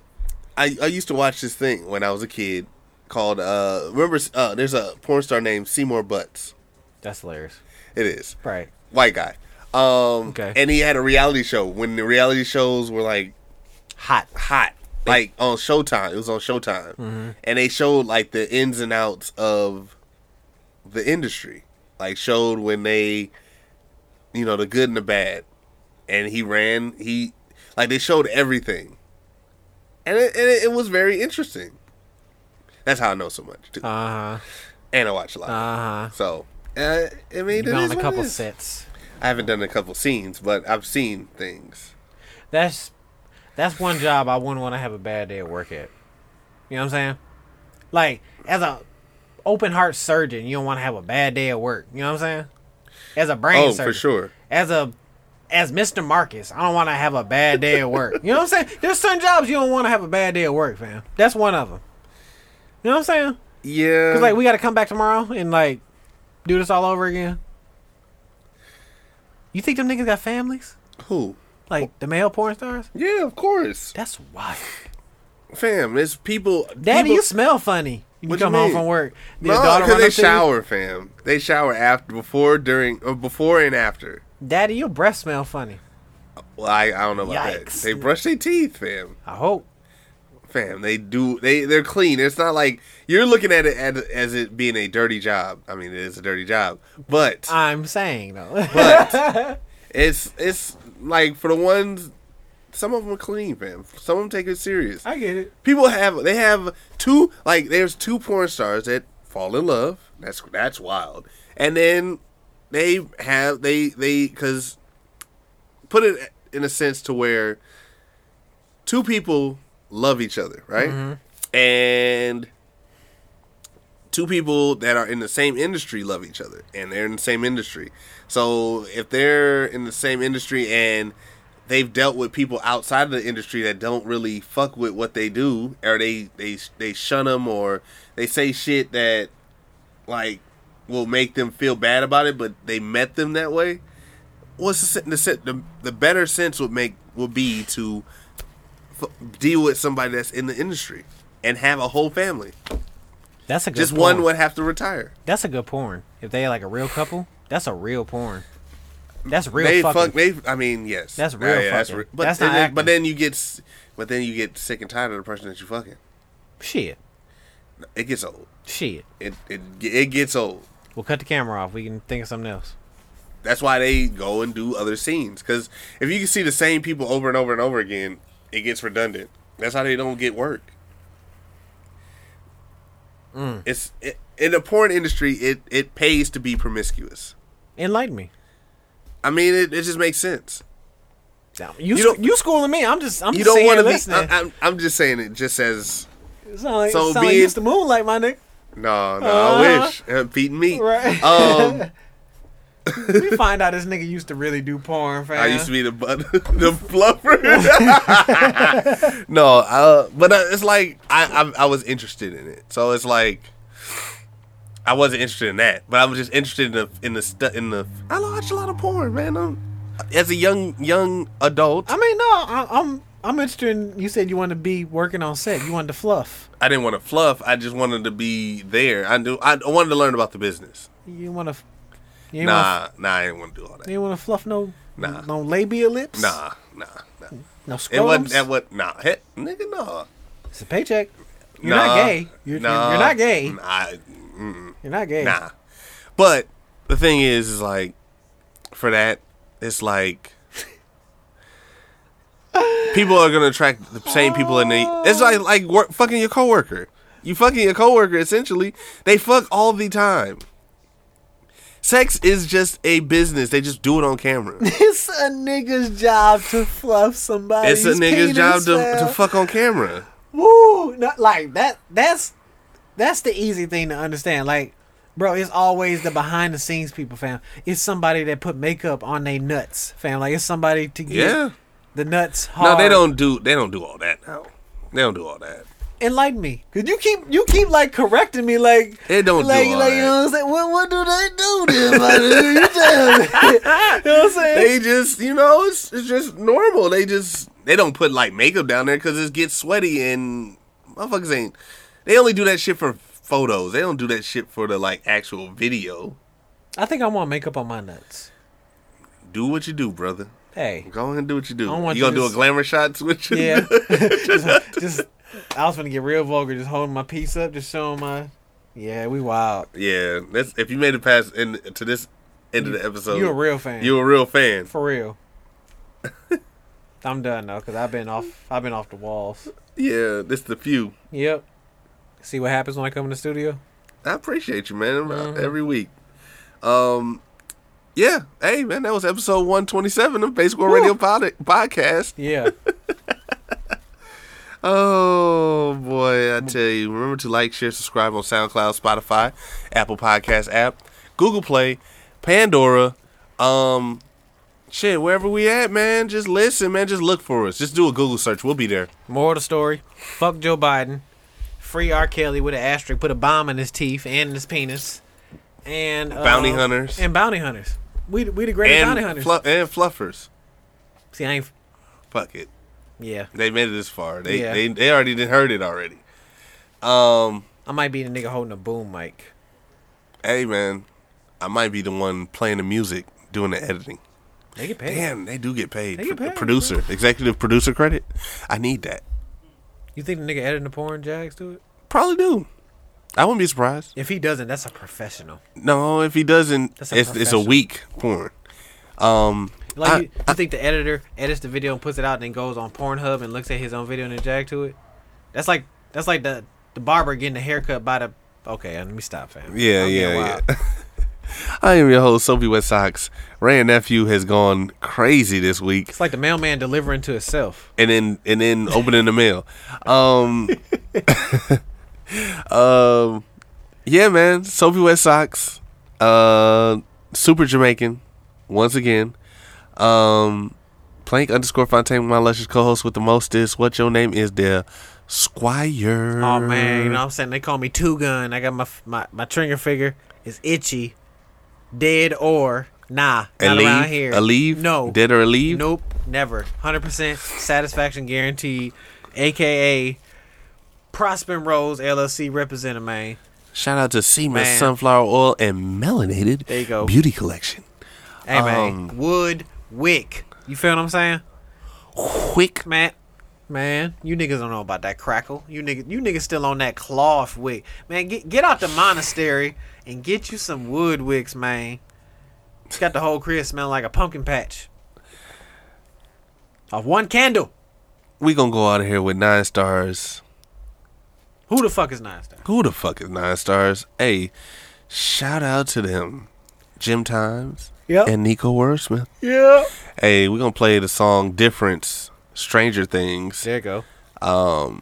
S1: I, I used to watch this thing when I was a kid called uh remember uh there's a porn star named Seymour Butts.
S2: That's hilarious.
S1: It is.
S2: Right.
S1: White guy. Um
S2: Okay.
S1: and he had a reality show when the reality shows were like
S2: Hot.
S1: hot. Like on Showtime. It was on Showtime.
S2: Mm-hmm.
S1: And they showed like the ins and outs of the industry. Like showed when they you know, the good and the bad. And he ran he like they showed everything. And it, and it, it was very interesting. That's how I know so much too.
S2: Uh huh.
S1: and I watch a lot.
S2: Uh huh.
S1: so uh, I mean,
S2: You've
S1: it is
S2: been on a
S1: what it
S2: couple
S1: is.
S2: sets.
S1: I haven't done a couple scenes, but I've seen things.
S2: That's that's one job I wouldn't want to have a bad day at work at. You know what I'm saying? Like as a open heart surgeon, you don't want to have a bad day at work. You know what I'm saying? As a brain
S1: oh,
S2: surgeon,
S1: for sure.
S2: As a as Mr. Marcus, I don't want to have a bad day at work. You know what I'm saying? There's certain jobs you don't want to have a bad day at work, fam. That's one of them. You know what I'm saying?
S1: Yeah.
S2: Cause like we got to come back tomorrow and like do this all over again. You think them niggas got families?
S1: who?
S2: Like the male porn stars?
S1: Yeah, of course,
S2: That's wild.
S1: fam. It's people.
S2: Daddy,
S1: people,
S2: you smell funny. You
S1: What
S2: come
S1: you
S2: home
S1: mean?
S2: from work. Your
S1: no,
S2: daughter
S1: because
S2: run
S1: they
S2: up to you,
S1: shower, fam. They shower after, before, during, or before and after.
S2: Daddy, your breath smell funny.
S1: Well, I, I don't know about that.
S2: Yikes.
S1: They brush their teeth, fam.
S2: I hope.
S1: Fam, they do. They they're clean. It's not like you're looking at it as, as it being a dirty job. I mean, it is a dirty job, but
S2: I'm saying though.
S1: But it's it's like for the ones, some of them are clean, fam. Some of them take it serious.
S2: I get it.
S1: People have they have two like there's two porn stars that fall in love. That's that's wild. And then they have they they because put it in a sense to where two people love each other, right? And two people that are in the same industry love each other and they're in the same industry. So if they're in the same industry and they've dealt with people outside of the industry that don't really fuck with what they do or they they they shun them or they say shit that like will make them feel bad about it but they met them that way what's the sen- the sen- the, the better sense would make would be to f- deal with somebody that's in the industry and have a whole family
S2: That's a good
S1: just
S2: porn.
S1: one would have to retire.
S2: That's a good porn. If they like a real couple, that's a real porn. That's real
S1: they
S2: fucking.
S1: fuck. They. I mean, yes.
S2: That's real fucking.
S1: but
S2: That's
S1: then,
S2: not acting.
S1: But then you get. s- But then you get sick and tired of the person that you fucking.
S2: Shit.
S1: It gets old.
S2: Shit.
S1: It it it gets old.
S2: We'll cut the camera off. We can think of something else.
S1: That's why they go and do other scenes. Because if you can see the same people over and over and over again, it gets redundant. That's how they don't get work.
S2: Mm.
S1: It's it, in the porn industry. It it pays to be promiscuous.
S2: Enlighten me.
S1: I mean, it, it just makes sense.
S2: You you,
S1: don't-
S2: you schooling me? I'm just I'm
S1: You
S2: just
S1: don't want to be.
S2: listening.
S1: I, I'm I'm just saying it. Just as
S2: It's not like,
S1: so
S2: it's not like
S1: being-
S2: used to moonlight, my nigga.
S1: No, no, I
S2: Uh-huh.
S1: wish. Uh, beating me.
S2: Right.
S1: Um,
S2: we find out this nigga used to really do porn, fam.
S1: I used to be the but the fluffer. no, uh, but uh, it's like I, I I was interested in it, so it's like I wasn't interested in that, but I was just interested in the in the stu- in the. I watch a lot of porn, man. i as a young young adult,
S2: I mean, no, I, I'm I'm interested. in You said you wanted to be working on set. You wanted to fluff.
S1: I didn't want to fluff. I just wanted to be there. I knew I wanted to learn about the business.
S2: You want to. You ain't wanna,
S1: Nah, nah, I didn't want to do all that.
S2: you want to fluff no.
S1: Nah.
S2: No labia lips.
S1: Nah, nah, nah.
S2: No
S1: It wasn't
S2: scrubs.
S1: that what? Nah, heck, nigga, nah.
S2: it's a paycheck. You're not
S1: Nah,
S2: gay. You're,
S1: nah,
S2: you're, you're not gay.
S1: Nah,
S2: You're not gay.
S1: nah. But the thing is, is like for that, it's like people are gonna attract the same people in the. It's like like work, fucking your coworker. You fucking your coworker essentially. They fuck all the time. Sex is just a business. They just do it on camera.
S2: It's a nigga's job to fluff somebody.
S1: It's a nigga's job to, to fuck on camera.
S2: Woo! Not like that. That's that's the easy thing to understand. Like, bro, it's always the behind the scenes people, fam. It's somebody that put makeup on they nuts, fam. Like, it's somebody to get
S1: Yeah.
S2: the nuts hard.
S1: No, they don't do. They don't do all that now. They don't do all that.
S2: enlighten me. Cause you keep you keep like correcting me like
S1: It don't do
S2: like,
S1: all
S2: like you know
S1: that.
S2: what I'm saying. What what do they do then? my dude? you tell me. you know what I'm saying?
S1: They just, you know, it's, it's just normal. They just they don't put like makeup down there because it gets sweaty and motherfuckers ain't. They only do that shit for photos. They don't do that shit for the like actual video.
S2: I think I want makeup on my nuts.
S1: Do what you do, brother.
S2: Hey,
S1: Go ahead and do what you do. You
S2: don't
S1: gonna
S2: want you to
S1: do a
S2: s-
S1: glamour shot with you?
S2: yeah. just I was gonna get real vulgar, just holding my piece up, just showing my. Yeah, we wild.
S1: yeah. That's if you made it past in to this end of the episode.
S2: you a real fan.
S1: You a real fan.
S2: For real. I'm done though, cause I've been off. I've been off the walls.
S1: Yeah, this the few.
S2: Yep. See what happens when I come in the studio.
S1: I appreciate you, man.
S2: Mm-hmm.
S1: Every week. Um, yeah. Hey, man, that was episode one twenty seven of Baseball Radio Pod- Podcast.
S2: Yeah.
S1: Oh boy, I tell you. Remember to like, share, subscribe on SoundCloud, Spotify, Apple Podcast app, Google Play, Pandora, um shit, wherever we at, man, just listen, man, just look for us. Just do a Google search. We'll be there.
S2: Moral of the story: Fuck Joe Biden. Free R. Kelly with an asterisk. Put a bomb in his teeth and in his penis. And uh,
S1: Bounty hunters.
S2: And bounty hunters. We we the greatest bounty
S1: And
S2: hunters.
S1: flu- and fluffers.
S2: See, I ain't.
S1: Fuck it.
S2: Yeah,
S1: They made it this far. They
S2: Yeah.
S1: they, they already did heard it already.
S2: I might be the nigga holding a boom mic.
S1: Hey man, I might be the one playing the music, doing the editing.
S2: They get paid.
S1: Damn, they do get paid.
S2: They get
S1: for the
S2: paid,
S1: producer, executive producer credit. I need that.
S2: You think the nigga editing the porn jags do it?
S1: Probably do. I wouldn't be surprised.
S2: If he doesn't, that's a professional.
S1: No, if he doesn't,
S2: That's a
S1: it's, it's a
S2: professional.
S1: weak porn. Um,
S2: Like,
S1: I-
S2: you, you think the editor edits the video and puts it out, and then goes on Pornhub and looks at his own video and then jag to it? That's like that's like the the barber getting a haircut by the. Okay, let me stop, fam.
S1: Yeah,
S2: I'm getting
S1: yeah,
S2: wild.
S1: I am your host, Sophie West Sox. Ray and nephew has gone crazy this week,
S2: It's like the mailman delivering to himself.
S1: and then and then opening the mail. Um, um, yeah, man, Sophie West Sox, uh, super Jamaican, once again. Um, Plank underscore Fontaine, my luscious co-host with the most is what your name is there, Squire.
S2: Oh man, you know what I'm saying? They call me Two Gun. I got my my my trigger figure is itchy, dead or nah, not around
S1: Aleve?
S2: here.
S1: Aleve?
S2: No.
S1: Dead or Aleve?
S2: Nope, never. Hundred percent satisfaction guaranteed. AKA Prosper Rose LLC representative man.
S1: Shout out to Seaman
S2: Man.
S1: Sunflower Oil and Melanated
S2: There you go.
S1: Beauty Collection.
S2: Hey man, wood wick. You feel what I'm saying?
S1: Quick
S2: Matt. Man, you niggas don't know about that crackle. You niggas, you niggas still on that cloth wick. Man, get get out the monastery and get you some wood wicks, man. It's got the whole crib smelling like a pumpkin patch. Of one candle.
S1: we gonna go out of here with nine stars.
S2: Who the fuck is Nine Star?
S1: Who the fuck is nine stars? Hey, shout out to them, Jim Times
S2: Yep.
S1: and Nico Wordsmith.
S2: Yeah.
S1: Hey, we gonna play the song "Difference," Stranger Things.
S2: There you go.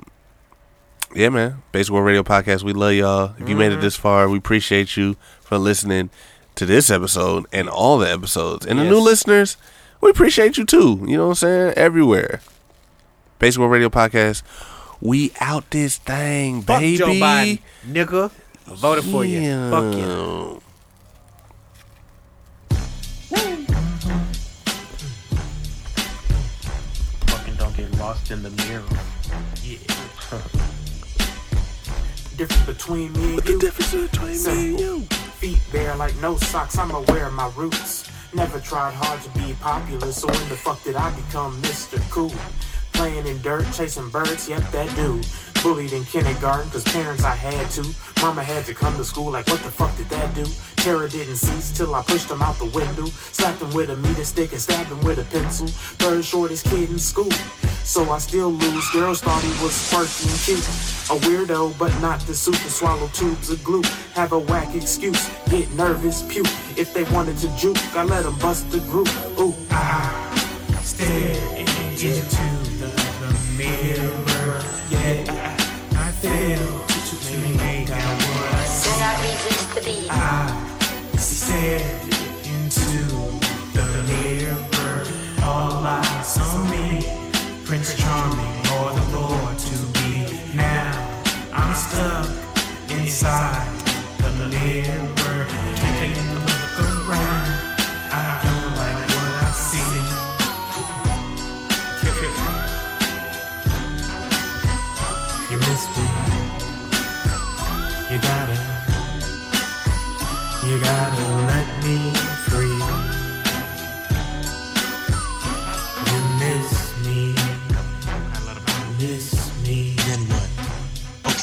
S1: Yeah, man. Basic World Radio Podcast. We love y'all. If you made
S2: Mm-hmm.
S1: it this far, we appreciate you for listening to this episode and all the episodes. And the new
S2: Yes.
S1: listeners, we appreciate you too. You know what I'm saying? Everywhere. Basic World Radio Podcast. We out this thing,
S2: Fuck
S1: baby.
S2: Joe Biden, nigga. I voted for you. Fuck you.
S1: Yeah.
S4: Fucking don't get lost in the mirror. Yeah. Difference between me and you. Feet bare like no socks, I'm aware of my roots. Never tried hard to be popular, so when the fuck did I become Mr. Cool? Playing in dirt, chasing birds, yep, that dude. Bullied in kindergarten, cause parents I had to. Mama had to come to school, like what the fuck did that do? Terror didn't cease till I pushed him out the window. Slapped him with a meter stick and stabbed him with a pencil. Third shortest kid in school, so I still lose. Girls thought he was quirky and cute. A weirdo, but not the soup and swallow tubes of glue. Have a whack excuse, get nervous, puke. If they wanted to juke, I let them bust the group. Ooh, I stare into the, mirror. Yeah, I, I fail to make out what I
S9: Do not resist the beat.
S4: Stare into the mirror. All eyes on me. Prince Charming or the Lord to be. Now way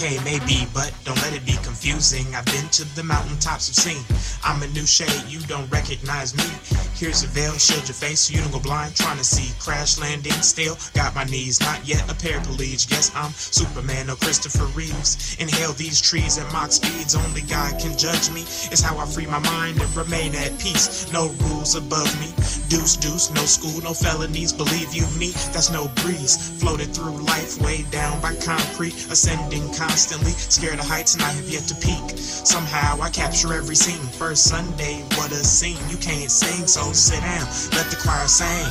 S4: it may be, but don't let it be confusing. I've been to the mountaintops of seen. I'm a new shade, you don't recognize me. Here's a veil, shield your face so you don't go blind. Trying to see crash landing still. Got my knees, not yet a paraplegic. Yes, I'm Superman or Christopher Reeves. Inhale these trees at mock speeds. Only God can judge me. It's how I free my mind and remain at peace. No rules above me. Deuce, deuce, no school, no felonies. Believe you me, that's no breeze. Floated through life, weighed down by concrete, ascending constantly. Scared of heights, and I have yet to peak. Somehow I capture every scene. First Sunday, what a scene. You can't sing, so sit down. Let the choir sing.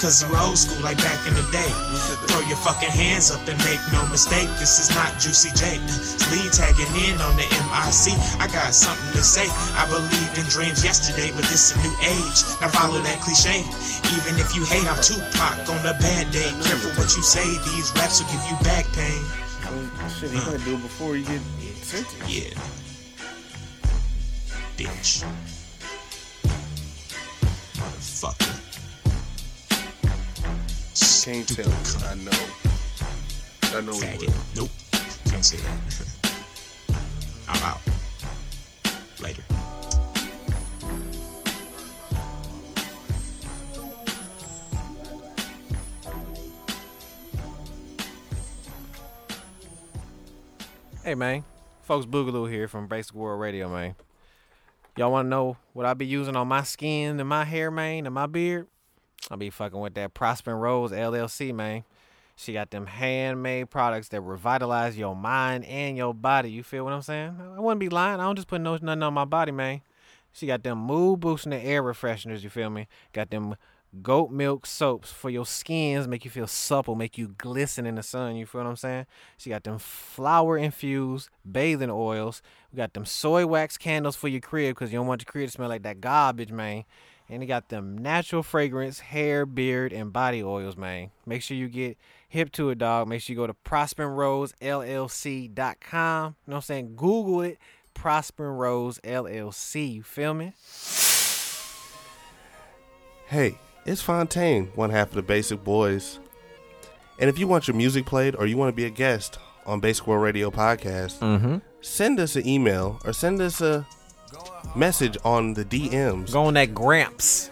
S4: Cause you're old school like back in the day. Throw your fucking hands up and make no mistake. This is not Juicy J. Lee tagging in on the MIC. I got something to say. I believed in dreams yesterday, but this a new age. Now follow that cliche. Even if you hate, I'm Tupac on a bad day. Careful what you say. These raps will give you back pain.
S3: Shit, you gotta do it before you get sentenced.
S4: Yeah. Bitch. Motherfucker.
S3: Can't tell. I know. I know you
S4: Faggot.
S3: will.
S4: Nope. Can't say that. I'm out. Later.
S2: Hey man, folks, Boogaloo here from Basic World Radio, man. Y'all want to know what I be using on my skin and my hair, man, and my beard? I be fucking with that Prosper and Rose LLC, man. She got them handmade products that revitalize your mind and your body. You feel what I'm saying? I wouldn't be lying. I don't just put no nothing on my body, man. She got them mood boosting and air refresheners. You feel me? Got them goat milk soaps for your skins, make you feel supple, make you glisten in the sun. You feel what I'm saying? She got them flower infused bathing oils. We got them soy wax candles for your crib because you don't want your crib to smell like that garbage, man. And they got them natural fragrance, hair, beard, and body oils, man. Make sure you get hip to it, dog. Make sure you go to prosperandrosellc.com. You know what I'm saying? Google it. Prosper and Rose LLC. You feel me?
S1: Hey, it's Fontaine, one half of the Basic Boys. And if you want your music played or you want to be a guest on Basic World Radio Podcast, send us an email or send us a message on the DMs.
S2: Go on that Gramps.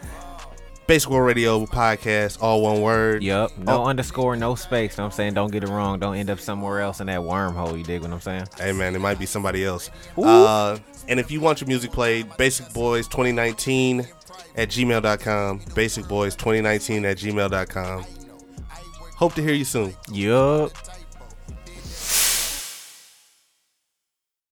S1: Basic World Radio Podcast, all one word.
S2: Yup. No
S1: Oh.
S2: underscore, no space. Know what I'm saying? Don't get it wrong. Don't end up somewhere else in that wormhole. You dig what I'm saying?
S1: Hey man, it might be somebody else. Uh, and if you want your music played, Basic Boys 2019 at gmail.com. Basic Boys 2019 at gmail.com. Hope to hear you soon.
S2: Yup.